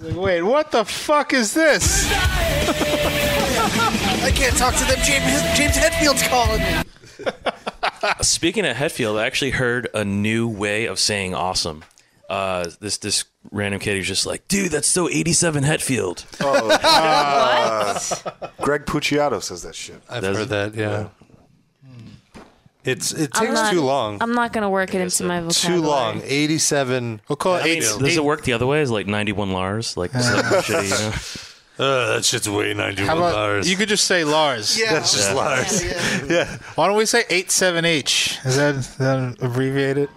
Speaker 3: Wait, what the fuck is this?
Speaker 4: I can't talk to them. James, James Hetfield's calling me.
Speaker 5: Speaking of Hetfield, I actually heard a new way of saying awesome. Uh, this this random kid who's just like, dude, that's so 87 Hetfield.
Speaker 3: Oh.
Speaker 7: Greg Pucciato says that shit.
Speaker 1: I've
Speaker 5: Does
Speaker 1: heard
Speaker 5: it?
Speaker 1: that. Yeah. It's it
Speaker 6: I'm
Speaker 1: takes
Speaker 6: not-
Speaker 1: too long.
Speaker 6: I'm not gonna work it into my vocabulary.
Speaker 1: too long. Eighty-seven.
Speaker 3: We'll call
Speaker 5: I mean,
Speaker 3: eight.
Speaker 5: does it work the other way? Is like 91 Lars? Like, is that shitty, you know?
Speaker 1: Uh, that shit's way ninety-one
Speaker 3: How about
Speaker 1: dollars.
Speaker 3: you could just say Lars?
Speaker 4: Yeah.
Speaker 1: That's just Lars.
Speaker 3: Why don't we say 87H? Is that, is that abbreviated?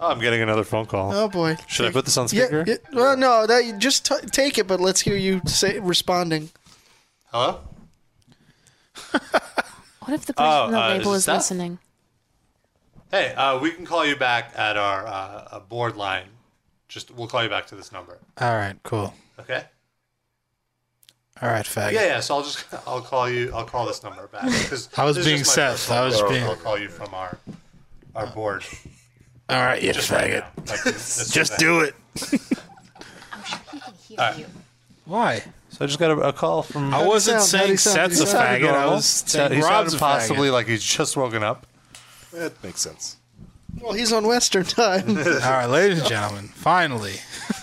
Speaker 1: Oh, I'm getting another phone call.
Speaker 4: Oh, boy.
Speaker 1: Should I put this on
Speaker 4: Yeah,
Speaker 1: speaker?
Speaker 4: yeah. Well, no, that, you just t- take it, but let's hear you say responding.
Speaker 1: Hello.
Speaker 6: What if the person
Speaker 3: Oh,
Speaker 6: on the
Speaker 1: uh,
Speaker 6: label
Speaker 1: is
Speaker 6: is
Speaker 1: that-
Speaker 6: listening?
Speaker 1: Hey, uh, we can call you back at our uh, uh, board line. Just we'll call you back to this number.
Speaker 3: All right, cool.
Speaker 1: Okay.
Speaker 3: All right, faggot.
Speaker 1: Yeah, yeah. So I'll just I'll call you. I'll call this number back because
Speaker 3: I was being Seth. I was being-
Speaker 1: I'll call you from our our board.
Speaker 3: All right, you
Speaker 1: Just right
Speaker 3: faggot.
Speaker 1: now. Like, this-
Speaker 3: Just
Speaker 1: this-
Speaker 3: do it. Why?
Speaker 1: So I just got a, a call from.
Speaker 3: I wasn't
Speaker 4: sound? How'd he
Speaker 3: saying
Speaker 4: sound? How'd
Speaker 3: Seth's
Speaker 4: he
Speaker 3: a
Speaker 4: sound?
Speaker 3: faggot. I was saying
Speaker 1: he
Speaker 3: Rob's a
Speaker 1: sounded possibly
Speaker 3: possibly.
Speaker 1: like he's just woken up.
Speaker 7: That makes sense.
Speaker 4: Well, he's on Western time.
Speaker 3: All right, ladies and gentlemen, finally.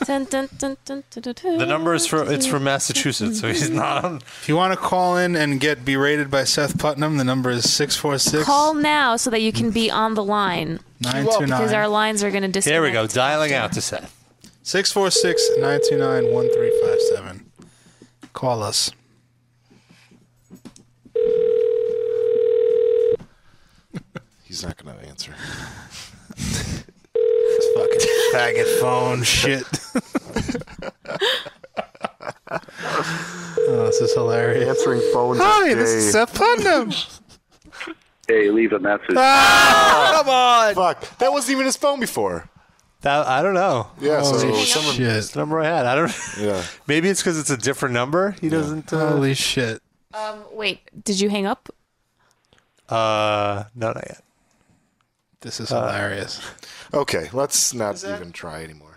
Speaker 6: Dun, dun, dun, dun, dun, dun, dun.
Speaker 1: The number is from it's from Massachusetts, so he's not on.
Speaker 3: If you want to call in and get berated by Seth Putnam, the number is 646
Speaker 6: Call now so that you can be on the line because our
Speaker 3: 929
Speaker 6: lines are gonna disconnect.
Speaker 1: There we go, dialing out to Seth.
Speaker 3: 646 929 1357. Call us.
Speaker 7: He's not going to answer.
Speaker 3: This fucking faggot phone shit. oh, this is hilarious.
Speaker 7: Answering phone.
Speaker 3: Hi, this is Seth Putnam.
Speaker 12: Hey, leave a message.
Speaker 4: Come on.
Speaker 7: Fuck. That wasn't even his phone before.
Speaker 1: That I don't know.
Speaker 7: Yeah.
Speaker 3: Holy
Speaker 7: so someone.
Speaker 1: It's
Speaker 3: shit.
Speaker 1: the number I had. I don't.
Speaker 7: Yeah.
Speaker 1: Maybe it's because it's a different number. He doesn't. Uh,
Speaker 3: Holy shit.
Speaker 6: Um, wait, did you hang up?
Speaker 1: uh no, not yet. Uh,
Speaker 3: This is hilarious.
Speaker 7: Okay. Let's not even try anymore.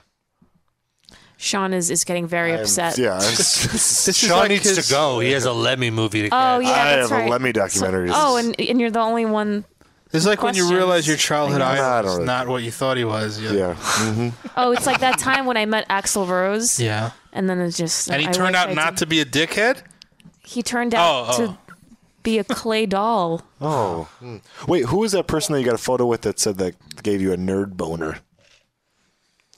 Speaker 6: Sean is is getting very upset.
Speaker 7: Yeah. I'm s-
Speaker 3: This
Speaker 1: Sean needs to go. He has a Lemmy movie to
Speaker 6: Oh
Speaker 1: catch.
Speaker 6: yeah,
Speaker 7: I
Speaker 6: that's
Speaker 7: have a
Speaker 6: right.
Speaker 7: Lemmy documentary.
Speaker 6: oh, and and you're the only one.
Speaker 3: It's like when you
Speaker 6: Questions.
Speaker 3: realize your childhood
Speaker 7: I
Speaker 3: idol
Speaker 7: don't
Speaker 3: is
Speaker 7: really-
Speaker 3: not what you thought he was. You-
Speaker 7: yeah. Mm-hmm.
Speaker 6: Oh, it's like that time when I met Axel Rose.
Speaker 3: Yeah.
Speaker 6: And then it's just.
Speaker 3: And he
Speaker 6: I
Speaker 3: turned
Speaker 6: wish
Speaker 3: out
Speaker 6: I
Speaker 3: not
Speaker 6: did-
Speaker 3: to be a dickhead?
Speaker 6: He turned out
Speaker 3: Oh, oh.
Speaker 6: to be a clay doll.
Speaker 7: Oh. Mm. Wait, who was that person that you got a photo with that said that gave you a nerd boner?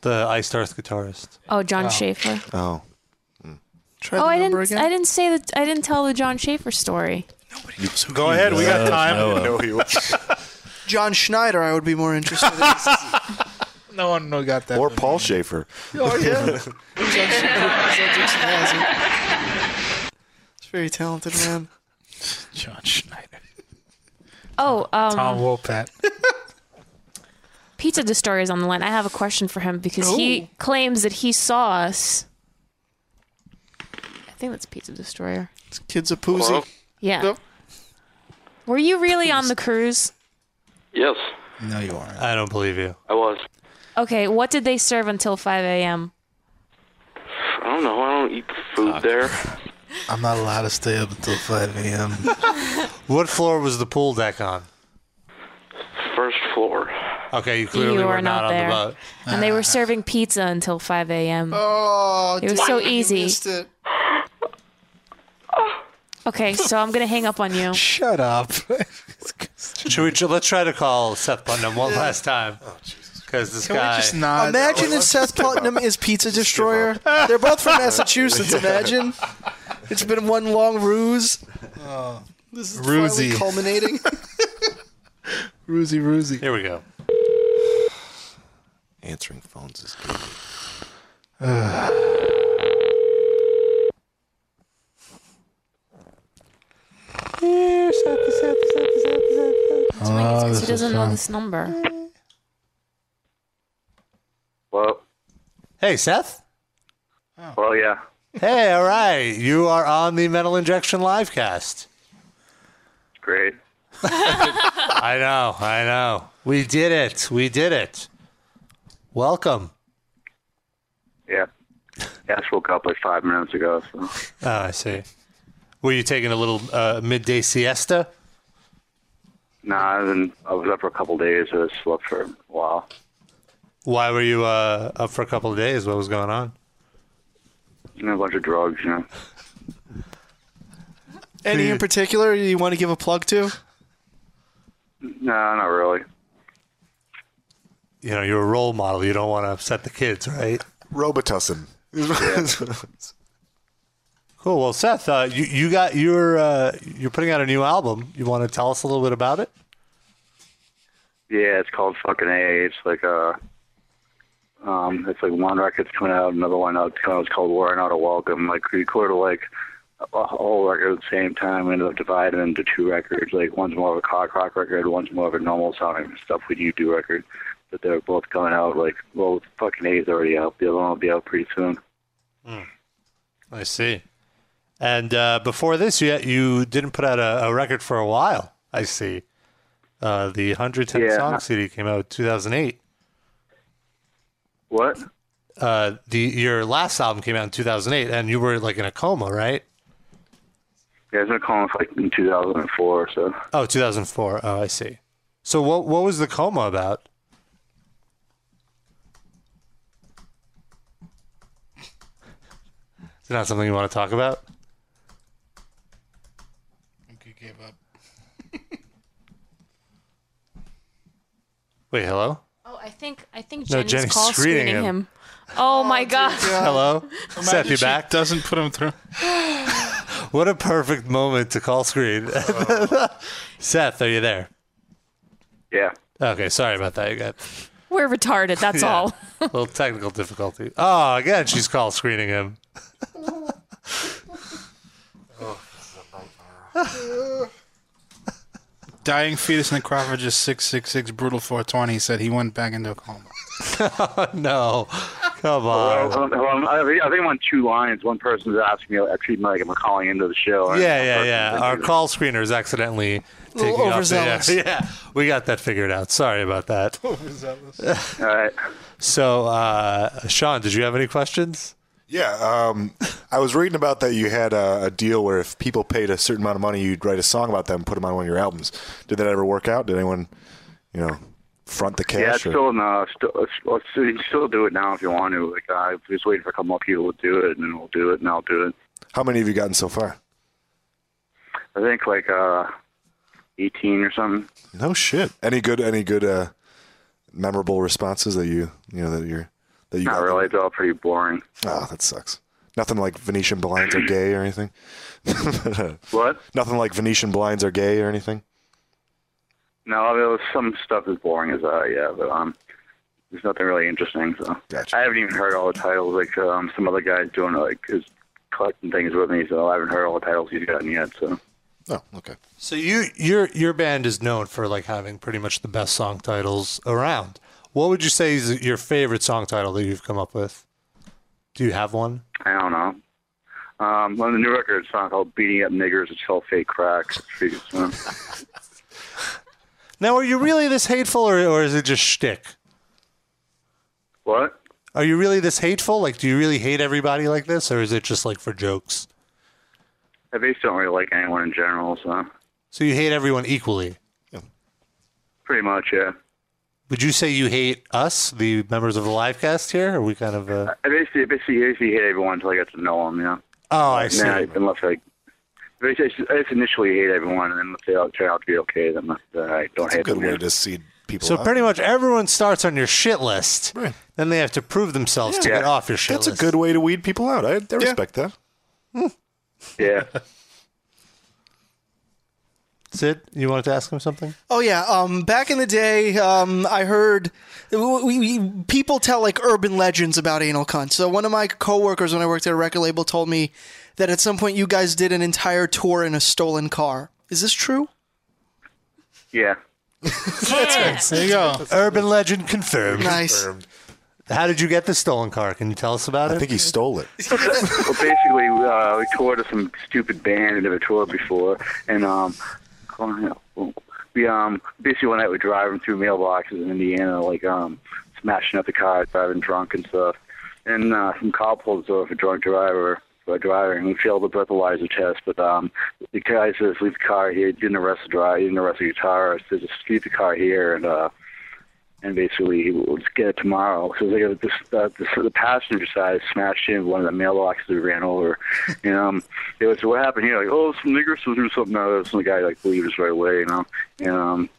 Speaker 1: The Iced Earth guitarist.
Speaker 6: Oh, John Schaefer.
Speaker 7: Oh.
Speaker 4: Try
Speaker 6: Oh,
Speaker 4: the
Speaker 6: I
Speaker 4: number
Speaker 6: didn't. I didn't say that. I didn't tell the John Schaefer story.
Speaker 3: Go ahead. We got time.
Speaker 7: No, you.
Speaker 4: John Schneider, I would be more interested in.
Speaker 3: No one no- got that.
Speaker 7: or
Speaker 3: from
Speaker 7: Paul Schaefer.
Speaker 4: Oh yeah. He's on- he's on Jason Hazard. He's a very talented man.
Speaker 3: John Schneider.
Speaker 6: Oh, um,
Speaker 3: Tom Wopat.
Speaker 6: Pizza Destroyer is on the line. I have a question for him because he claims that he saw us. I think that's Pizza Destroyer.
Speaker 4: Kids a poozy.
Speaker 6: Yeah. Were you really on the cruise?
Speaker 12: Yes,
Speaker 1: No, you aren't. I don't believe you.
Speaker 12: I was.
Speaker 6: Okay, what did they serve until 5 a.m.?
Speaker 12: I don't know. I don't eat food there.
Speaker 3: I'm not allowed to stay up until 5 a.m.
Speaker 1: What floor was the pool deck on?
Speaker 12: First floor.
Speaker 1: Okay, you clearly
Speaker 6: you
Speaker 1: were,
Speaker 6: were not,
Speaker 1: not,
Speaker 6: there.
Speaker 1: on the boat.
Speaker 6: And they were serving pizza until 5 a.m.
Speaker 4: Oh,
Speaker 6: it was so
Speaker 4: dude, you
Speaker 6: easy.
Speaker 4: missed it.
Speaker 6: Okay, so I'm gonna hang up on you.
Speaker 1: Shut up. Should we? tr- Let's try to call Seth Putnam one last time. Because this
Speaker 3: Can we
Speaker 1: guy.
Speaker 3: just not-
Speaker 4: Imagine if Seth Putnam is Pizza Destroyer. They're both from Massachusetts. Imagine it's been one long ruse. This is finally
Speaker 3: Oh, Rusey.
Speaker 4: culminating.
Speaker 3: Roozy, roozy.
Speaker 1: Here we go.
Speaker 7: Answering phones is
Speaker 6: It's
Speaker 3: Oh, this
Speaker 6: 'cause he
Speaker 3: is
Speaker 6: doesn't know
Speaker 3: fun.
Speaker 6: this number.
Speaker 12: Well,
Speaker 1: Hey, Seth.
Speaker 12: well, yeah.
Speaker 1: Hey, all right. You are on the Metal Injection Livecast.
Speaker 12: Great.
Speaker 1: I know. I know. We did it. We did it. Welcome.
Speaker 12: Yeah. Yeah, I just woke up like five minutes ago. So.
Speaker 1: Oh, I see. Were you taking a little uh, midday siesta?
Speaker 12: Nah, I've been, I was up for a couple days. I just slept for a while.
Speaker 1: Why were you uh, up for a couple of days? What was going on?
Speaker 12: You know, a bunch of drugs, you know.
Speaker 4: Any in particular you want to give a plug to?
Speaker 12: No, not really.
Speaker 1: You know, you're a role model. You don't want to upset the kids, right?
Speaker 7: Robitussin.
Speaker 1: Cool. Well, Seth, uh, you you got you're uh, you're putting out a new album. You want to tell us a little bit about it?
Speaker 12: Yeah, it's called fucking A. It's like uh um, it's like one record's coming out, another one out coming out. It's called War Not a Welcome. Like we recorded like a whole record at the same time. We ended up dividing into two records. Like one's more of a cock rock record, one's more of a normal sounding stuff we do do record. But they're both coming out. Like well, fucking A is already out. The other one will be out pretty soon.
Speaker 1: I see. And uh, before this, you you didn't put out a, a record for a while. I see. Uh, the 110
Speaker 12: Yeah.
Speaker 1: song CD came out in 2008.
Speaker 12: What?
Speaker 1: Uh, the your last album came out in 2008, and you were like in a coma, right?
Speaker 12: Yeah, I've been calling for like in 2004. So
Speaker 1: Oh, 2004. Oh, I see. So what what was the coma about? Is it not something you want to talk about? Wait, hello?
Speaker 6: Oh, I think I think
Speaker 1: No,
Speaker 6: Jenny's,
Speaker 1: Jenny's
Speaker 6: call
Speaker 1: screening
Speaker 6: screening,
Speaker 1: him.
Speaker 6: him. Oh, my god.
Speaker 1: Hello? Seth,
Speaker 3: Imagine
Speaker 1: you
Speaker 3: she
Speaker 1: back?
Speaker 3: Doesn't put him through.
Speaker 1: What a perfect moment to call screen.
Speaker 3: Oh.
Speaker 1: Seth, are you there?
Speaker 12: Yeah.
Speaker 1: Okay, sorry about that. You got
Speaker 6: We're retarded. That's
Speaker 1: Yeah.
Speaker 6: all.
Speaker 1: a little technical difficulty. Oh, again, she's call screening him.
Speaker 3: Dying fetus necrophagus 666 brutal 420 said he went back into a coma.
Speaker 1: no. Come
Speaker 12: Well,
Speaker 1: on.
Speaker 12: um, um, I think I think I'm on two lines. One person's asking me, I treat me like I'm calling into the show. and
Speaker 1: Yeah,
Speaker 12: one
Speaker 1: yeah,
Speaker 12: person's
Speaker 1: yeah.
Speaker 12: like,
Speaker 1: Our call screeners accidentally
Speaker 12: Little
Speaker 1: taking off the
Speaker 12: overzealous.
Speaker 1: air. Yeah, we got that figured out. Sorry about that.
Speaker 12: All right.
Speaker 1: So, uh, Sean, did you have any questions?
Speaker 7: Yeah, um, I was reading about that you had a, a deal where if people paid a certain amount of money, you'd write a song about them, and put them on one of your albums. Did that ever work out? Did anyone, you know, front the
Speaker 12: yeah,
Speaker 7: cash?
Speaker 12: it's still in the, still, it's, well, it's- you can still do it now if you want to. Like, uh, I'm just waiting for a couple more people to do it, and then we'll do it, and I'll do it.
Speaker 7: How many have you gotten so far?
Speaker 12: I think like uh, 18 or something.
Speaker 7: No shit. Any good? Any good? Uh, memorable responses that you you know that you're that you
Speaker 12: Not
Speaker 7: got?
Speaker 12: really. It's all pretty boring.
Speaker 7: Ah, that sucks. Nothing like Venetian blinds are gay or anything.
Speaker 12: What?
Speaker 7: Nothing like Venetian blinds are gay or anything.
Speaker 12: No, there was some stuff as boring as that, yeah, but um, there's nothing really interesting. So I haven't even heard all the titles. Like um, some other guys doing like is collecting things with me, so I haven't heard all the titles he's gotten yet. So
Speaker 7: Oh, okay.
Speaker 1: So you your your band is known for like having pretty much the best song titles around. What would you say is your favorite song title that you've come up with? Do you have one?
Speaker 12: I don't know. Um, one of the new records, a song called "Beating Up Niggers," it's called "Fake Crack." It's pretty good song.
Speaker 1: Now, are you really this hateful, or, or is it just shtick?
Speaker 12: what?
Speaker 1: Are you really this hateful? Like, do you really hate everybody like this, or is it just like for jokes?
Speaker 12: I basically don't really like anyone in general, so
Speaker 1: So you hate everyone equally.
Speaker 12: pretty much, yeah.
Speaker 1: Would you say you hate us, the members of the live cast here? Are we kind of? Uh...
Speaker 12: I basically, basically, basically hate everyone until I get to know them, you know.
Speaker 1: Oh, I
Speaker 12: And
Speaker 1: see.
Speaker 12: then unless I, basically, I just- I just initially hate everyone, and then if they all turn out to be okay, then I- then I don't hate
Speaker 7: good
Speaker 12: them.
Speaker 7: way
Speaker 12: yeah.
Speaker 7: to seed people.
Speaker 1: So
Speaker 7: up.
Speaker 1: pretty much everyone starts on your shit list.
Speaker 7: Right.
Speaker 1: Then they have to prove themselves to
Speaker 7: Yeah.
Speaker 1: get off your shit
Speaker 7: That's a
Speaker 1: list.
Speaker 7: good way to weed people out. I, I respect that.
Speaker 12: Yeah.
Speaker 1: Sid, you wanted to ask him something?
Speaker 4: Oh yeah, um, back in the day, um, I heard we, we, people tell like urban legends about anal cunt. So one of my coworkers when I worked at a record label told me that at some point you guys did an entire tour in a stolen car. Is this true?
Speaker 12: yeah.
Speaker 1: There you go. Urban legend confirmed.
Speaker 12: Nice.
Speaker 1: How did you get the stolen car? Can you tell us about it? I think
Speaker 7: he stole it.
Speaker 12: well, basically, uh, we toured with some stupid band that never toured before, and um, we um basically one night we're driving through mailboxes in Indiana, like um smashing up the cars, driving drunk and stuff, and uh, some cop pulls us over for drunk driver. For driving, we failed the breathalyzer test, but um, the guy says leave the car here. Didn't arrest the driver, didn't arrest the guitarist. Says just leave the car here, and uh, and basically we'll just get it tomorrow. So they got this, uh, this, the passenger side smashed in one of the mailboxes we ran over, and um, they was what happened here? Like, oh, some niggers will do something out of this, and the guy like believed us right away, you know, and um,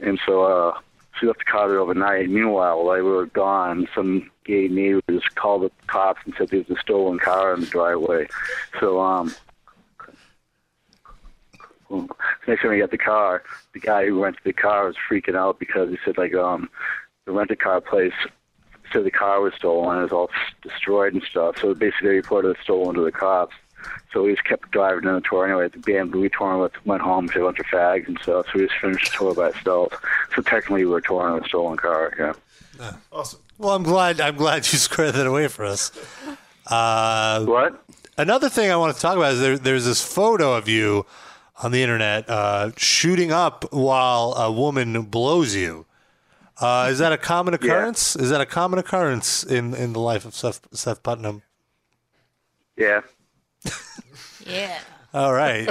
Speaker 12: and so uh, she left the car there overnight. Meanwhile, while we were gone, some gay neighbor just called the cops and said there's a stolen car in the driveway. So um, next time we got the car, the guy who rented the car was freaking out because he said like um the rented car place said the car was stolen and it was all s- destroyed and stuff. So basically, they reported it stolen to the cops. So we just kept driving down the tour anyway. The band we touring with went home to a bunch of fags and stuff. So we just finished the tour by itself. So technically, we were touring with a stolen car. Yeah.
Speaker 1: Awesome. Well, I'm glad. I'm glad you squared that away for us. Uh,
Speaker 12: what?
Speaker 1: Another thing I want to talk about is there, there's this photo of you on the internet uh, shooting up while a woman blows you. Uh, is that a common occurrence? Is that a common occurrence in, in the life of Seth, Seth Putnam?
Speaker 12: Yeah.
Speaker 13: Yeah.
Speaker 1: All right.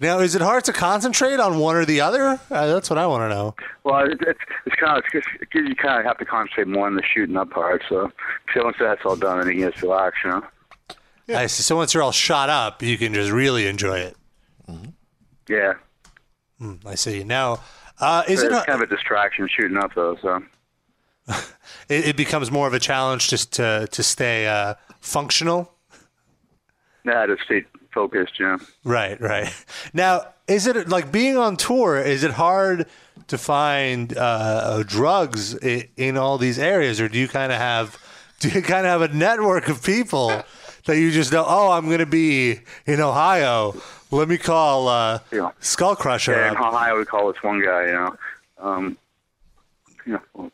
Speaker 1: now, is it hard to concentrate on one or the other? Uh, that's what I want to know.
Speaker 12: Well, it, it's it's kind of it's, it's, you kind of have to concentrate more on the shooting up part. So, so once that's all done, then you can just relax. You know.
Speaker 1: I see. So once you're all shot up, you can just really enjoy it.
Speaker 12: Yeah.
Speaker 1: Hmm, I see. Now, uh, is
Speaker 12: So
Speaker 1: it
Speaker 12: it's
Speaker 1: a-
Speaker 12: kind of a distraction shooting up though? So.
Speaker 1: it, it becomes more of a challenge just to to stay uh, functional.
Speaker 12: Yeah, to stay focused. Yeah.
Speaker 1: Right, right. Now, is it like being on tour? Is it hard to find uh, uh, drugs i- in all these areas, or do you kind of have do you kind of have a network of people that you just know? Oh, I'm going to be in Ohio. Let me call uh, Skull Crusher.
Speaker 12: Yeah, in
Speaker 1: up.
Speaker 12: Ohio, we call this one guy, you know. Um, you know, well,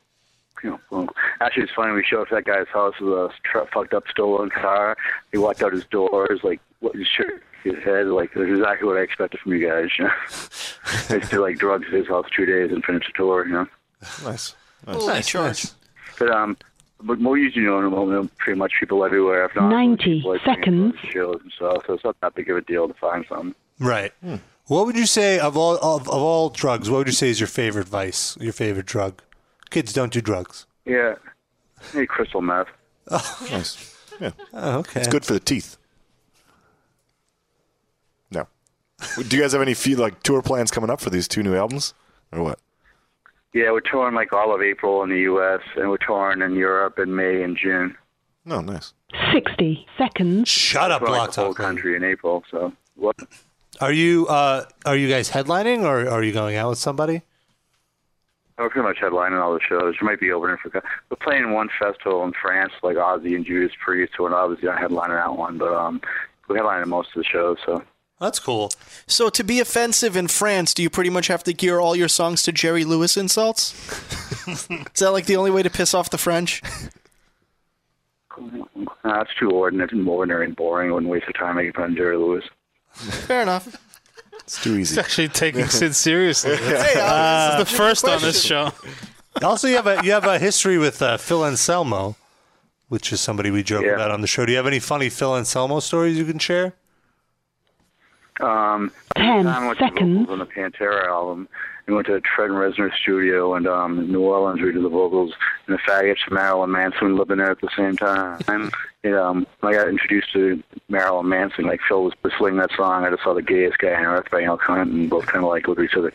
Speaker 12: you know, well, actually, it's funny. We showed up at that guy's house with a tr- fucked up stolen car. He walked out his doors, like, what, his shirt, his head, like, that's exactly what I expected from you guys, you know. I used to, like, drugs at his house two days and finish the tour, you know.
Speaker 7: Nice.
Speaker 12: Nice, But, um, but more usually, you know, pretty much people everywhere. If not,
Speaker 11: 90
Speaker 12: people, like,
Speaker 11: seconds.
Speaker 12: shows and stuff, so it's not that big of a deal to find something.
Speaker 1: Right. What would you say of all of, of all drugs? What would you say is your favorite vice? Your favorite drug? Kids don't do drugs.
Speaker 12: Yeah. Hey, crystal meth.
Speaker 7: Nice. Yeah.
Speaker 1: Oh, okay.
Speaker 7: It's good for the teeth. No. Do you guys have any few, like tour plans coming up for these two new albums, or what?
Speaker 12: Yeah, we're touring like all of April in the U.S. and we're touring in Europe in May and June.
Speaker 7: No, nice.
Speaker 11: 60 seconds.
Speaker 1: Shut up,
Speaker 12: We're touring, like,
Speaker 1: Block
Speaker 12: the whole country in April. So what?
Speaker 1: Are you uh, are you guys headlining or are you going out with somebody?
Speaker 12: We're pretty much headlining all the shows. We might be opening for. We're playing one festival in France, like Ozzy and Judas Priest. So we're obviously not headlining that one, but um, we're headlining most of the shows. So
Speaker 1: That's cool.
Speaker 4: So to be offensive in France, do you pretty much have to gear all your songs to Jerry Lewis insults? Is that like the only way to piss off the French?
Speaker 12: That's too ordinary and ordinary and boring. I wouldn't waste the time making fun of Jerry Lewis.
Speaker 4: Fair enough.
Speaker 7: It's too
Speaker 3: It's
Speaker 7: easy.
Speaker 3: actually taking Sid seriously.
Speaker 4: Hey,
Speaker 3: Uh, this is the first on this
Speaker 4: question.
Speaker 3: show.
Speaker 1: also, you have a you have a history with uh, Phil Anselmo, which is somebody we joke about on the show. Do you have any funny Phil Anselmo stories you can share?
Speaker 12: Um, Ten time I went to vocals on the Pantera album. We went to Fred Reznor studio in um, New Orleans. We did the vocals and the faggots of Marilyn Manson living there at the same time. and, um, when I got introduced to Marilyn Manson. Like Phil was whistling that song. I just saw the gayest guy on earth banging out cunt, and both kind of like looked at each other.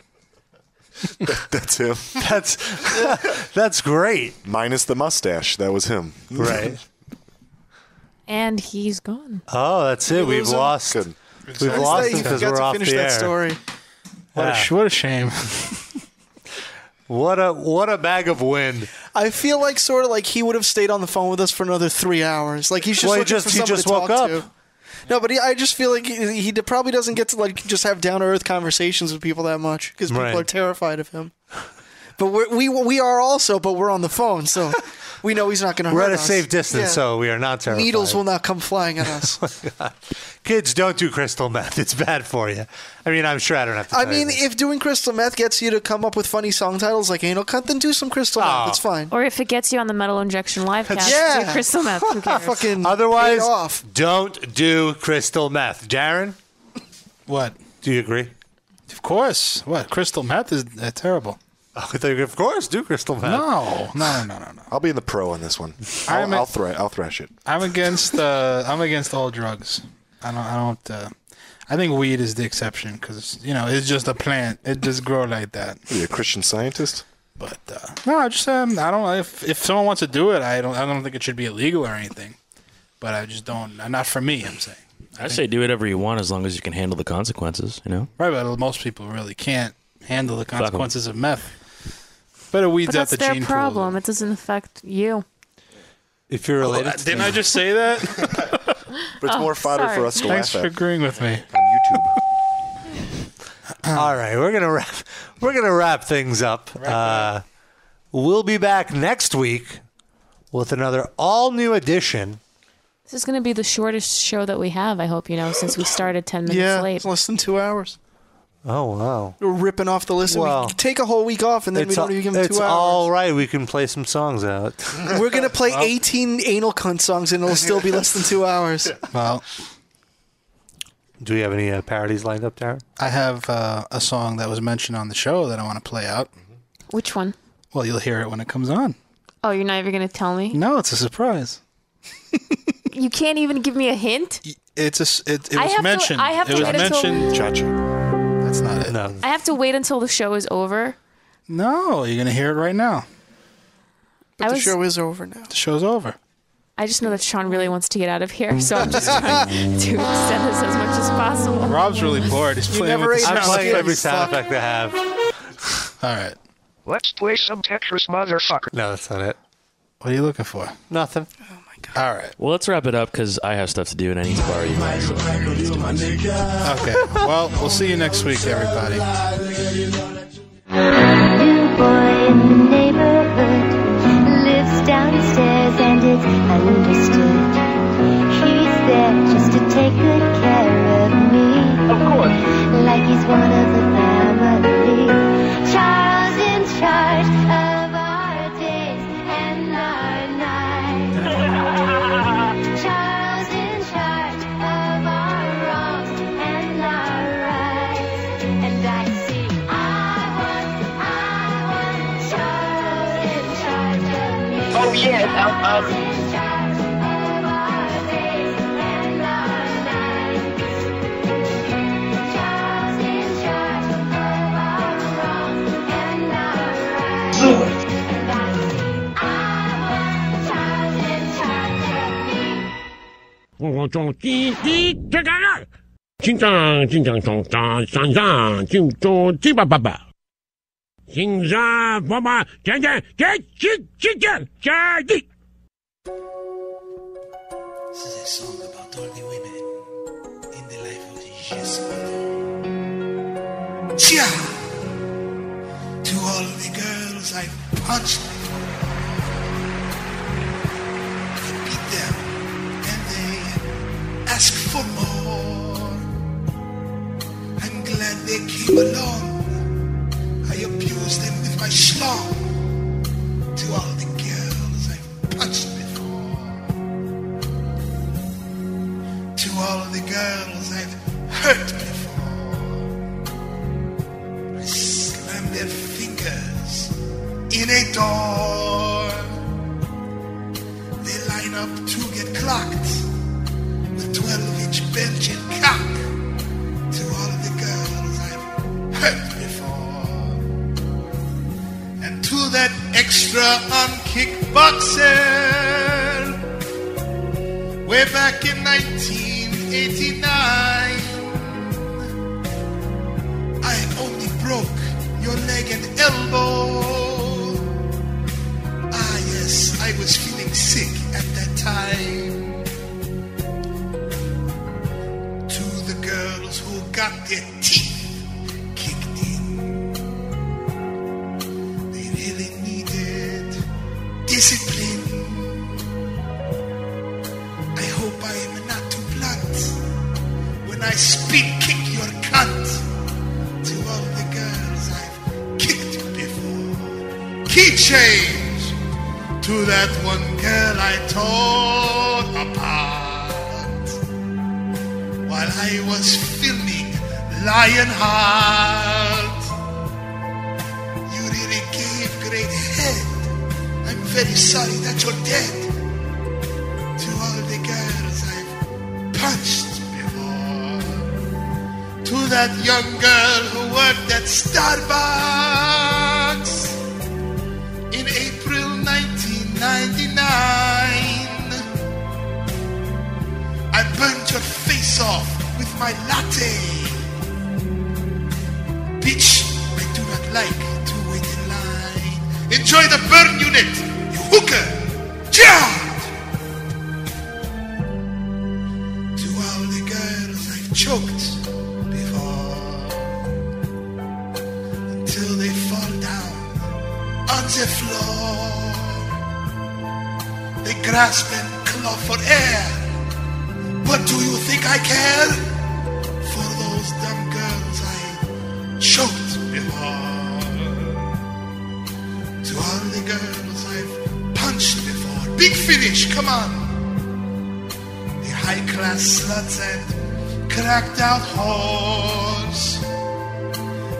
Speaker 7: That's him.
Speaker 1: That's that's great.
Speaker 7: Minus the mustache. That was him.
Speaker 1: Right.
Speaker 6: And he's gone.
Speaker 1: Oh, that's it.
Speaker 6: we
Speaker 1: We've
Speaker 6: lose him?
Speaker 1: lost.
Speaker 7: Good.
Speaker 1: We've lost him because we're off the air.
Speaker 3: What,
Speaker 1: Yeah.
Speaker 3: a, sh- what a shame.
Speaker 1: What a what a bag of wind.
Speaker 4: I feel like sort of like he would have stayed on the phone with us for another three hours. Like he's just
Speaker 1: Well, he
Speaker 4: looking
Speaker 1: just-
Speaker 4: for
Speaker 1: he
Speaker 4: someone
Speaker 1: just
Speaker 4: to
Speaker 1: woke
Speaker 4: talk
Speaker 1: up.
Speaker 4: to. No, but he, I just feel like he, he d- probably doesn't get to like just have down to earth conversations with people that much because people
Speaker 1: Right.
Speaker 4: are terrified of him. But we're, we we are also, but we're on the phone, so we know he's not going to.
Speaker 1: We're
Speaker 4: hurt
Speaker 1: at a
Speaker 4: us.
Speaker 1: safe distance,
Speaker 4: Yeah.
Speaker 1: so we are not terrified. Oh
Speaker 4: needles will not come flying at us.
Speaker 1: Kids, don't do crystal meth. It's bad for you. I mean, I'm sure I don't have to.
Speaker 4: I
Speaker 1: tell you
Speaker 4: mean,
Speaker 1: this.
Speaker 4: if doing crystal meth gets you to come up with funny song titles like anal cunt, then do some crystal meth. It's fine.
Speaker 6: Or if it gets you on the metal injection live cast,
Speaker 4: Yeah.
Speaker 6: do crystal meth. Who cares?
Speaker 4: Fucking
Speaker 1: Otherwise,
Speaker 4: paid off.
Speaker 1: don't do crystal meth. Darren,
Speaker 3: what?
Speaker 1: Do you agree?
Speaker 3: Of course. What? Crystal meth is uh, terrible.
Speaker 1: I thought you were- of course, do crystal meth.
Speaker 3: No, no, no, no, no.
Speaker 7: I'll be in the pro on this one.
Speaker 3: I'm
Speaker 7: I'll,
Speaker 3: a-
Speaker 7: I'll, thra- I'll thrash it.
Speaker 3: I'm against. Uh, I'm against all drugs. I don't. I don't. Uh, I think weed is the exception because you know it's just a plant. It just grow like that.
Speaker 7: What Are you a Christian scientist?
Speaker 3: No, I just um, I don't. If if someone wants to do it, I don't. I don't think it should be illegal or anything. But I just don't. uh, Not for me. I'm saying.
Speaker 5: I say do whatever you want as long as you can handle the consequences. You know.
Speaker 3: Right, but most people really can't handle the
Speaker 5: 'em.
Speaker 3: consequences of meth. But it weeds
Speaker 6: But
Speaker 3: out
Speaker 6: that's
Speaker 3: the
Speaker 6: their
Speaker 3: gene pool.
Speaker 6: problem. It doesn't affect you.
Speaker 1: If you're related,
Speaker 3: Oh, uh, Didn't I just say that?
Speaker 7: But it's
Speaker 6: Oh,
Speaker 7: more fodder
Speaker 6: sorry.
Speaker 7: for us to
Speaker 3: Thanks
Speaker 7: laugh
Speaker 3: for
Speaker 7: at.
Speaker 3: agreeing with me.
Speaker 1: All right, we're gonna wrap. We're gonna wrap things up. Uh, we'll be back next week with another all new edition.
Speaker 6: This is going to be the shortest show that we have. I hope you know since we started ten minutes
Speaker 4: Yeah,
Speaker 6: late.
Speaker 4: it's less than two hours.
Speaker 1: Oh wow!
Speaker 4: We're ripping off the list.
Speaker 1: Well,
Speaker 4: we take a whole week off, and then we
Speaker 1: It's,
Speaker 4: don't
Speaker 1: a-
Speaker 4: even give them
Speaker 1: it's
Speaker 4: two hours.
Speaker 1: all right. We can play some songs out.
Speaker 4: We're gonna play 18 anal cunt songs, and it'll still be less than two hours.
Speaker 3: Well,
Speaker 1: Do we have any uh, parodies lined up, Darren?
Speaker 3: I have uh, a song that was mentioned on the show that I want to play out.
Speaker 6: Which one?
Speaker 3: Well, you'll hear it when it comes on.
Speaker 6: Oh, you're not even going to tell me.
Speaker 3: No, it's a surprise.
Speaker 6: You can't even give me a hint.
Speaker 3: It's a. s- It, it
Speaker 6: I
Speaker 3: was
Speaker 6: have to-
Speaker 3: mentioned.
Speaker 6: I have
Speaker 3: it
Speaker 6: to
Speaker 3: was
Speaker 6: wait until-
Speaker 3: mentioned. That's not it.
Speaker 1: No.
Speaker 6: I have to wait until the show is over.
Speaker 3: No, you're gonna hear it right now.
Speaker 6: I was.
Speaker 4: is over now.
Speaker 3: The show's over.
Speaker 6: I just know that Sean really wants to get out of here, so I'm just trying to extend this as much as possible.
Speaker 3: Rob's really bored. He's
Speaker 6: You
Speaker 3: playing
Speaker 6: never
Speaker 3: with the
Speaker 6: ate
Speaker 3: sound.
Speaker 1: I'm playing
Speaker 3: effects.
Speaker 1: every sound effect I have.
Speaker 3: All right.
Speaker 14: Let's play some Tetris, motherfucker. Oh
Speaker 1: No, that's not it.
Speaker 3: What are you looking for?
Speaker 1: Nothing.
Speaker 3: All right.
Speaker 5: Well, let's wrap it up because I have stuff to do and I need to borrow you guys.
Speaker 3: Okay. Well, we'll see you next week, everybody.
Speaker 9: neighborhood lives downstairs and it's understood. He's there just to take good care of me. Of course. Like he's one of the family. Charles in charge of our days and our nights. Charles in charge of our wrongs and our rights. And I see I want, I want Charles in charge of me.
Speaker 10: Oh, yes, um, I'm- I'm-
Speaker 9: Charles in charge of our days and our nights. Charles in charge of our wrongs and our rights. And I see I want Charles in charge of me.
Speaker 14: 我总滴滴这个人，警长警长总长闪闪就做鸡巴爸爸，警察爸爸前前前前前前前，
Speaker 15: This is a song about all the women in the life of Jesus. Cheer! To all the girls I punched, I beat them, They came along. I abused them with my schlong. To all the girls I punched before. To all the girls I've hurt before. I slammed their fingers in a door. They line up to get clocked with 12 inch Belgian cock to all of the girls I've hurt before. And to that extra on kickboxer, way back in 1989. I only broke your leg and elbow. Ah, yes, I was feeling sick at that time. To the girls who got their teeth kicked in, they really needed discipline. I hope I am not too blunt when I spit kick your cunt to all the girls I've kicked before. Key change to that one girl I tore apart while I was filming Lionheart. You really gave great head. I'm very sorry that you're dead. To all the girls I've punched before to that young girl who worked at Starbucks in April 1999. I burned your face off with my latte. Bitch, I do not like to wait in line. Enjoy the burn unit, you hooker! Yeah! To all the girls I've choked before until they fall down on the floor. They grasp and claw for air. But do you think I care for those dumb girls I choked before? To all the girls I've punched before. Big finish, come on. The high class sluts and cracked out whores.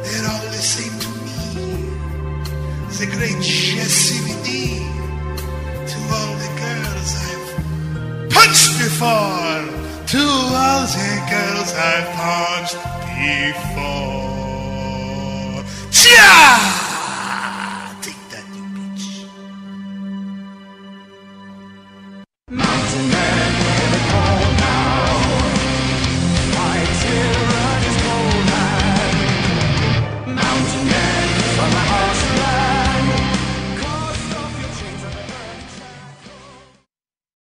Speaker 15: They're all the same to me. The great CVD to all the girls I've punched before. To all the girls I've punched before. Chia!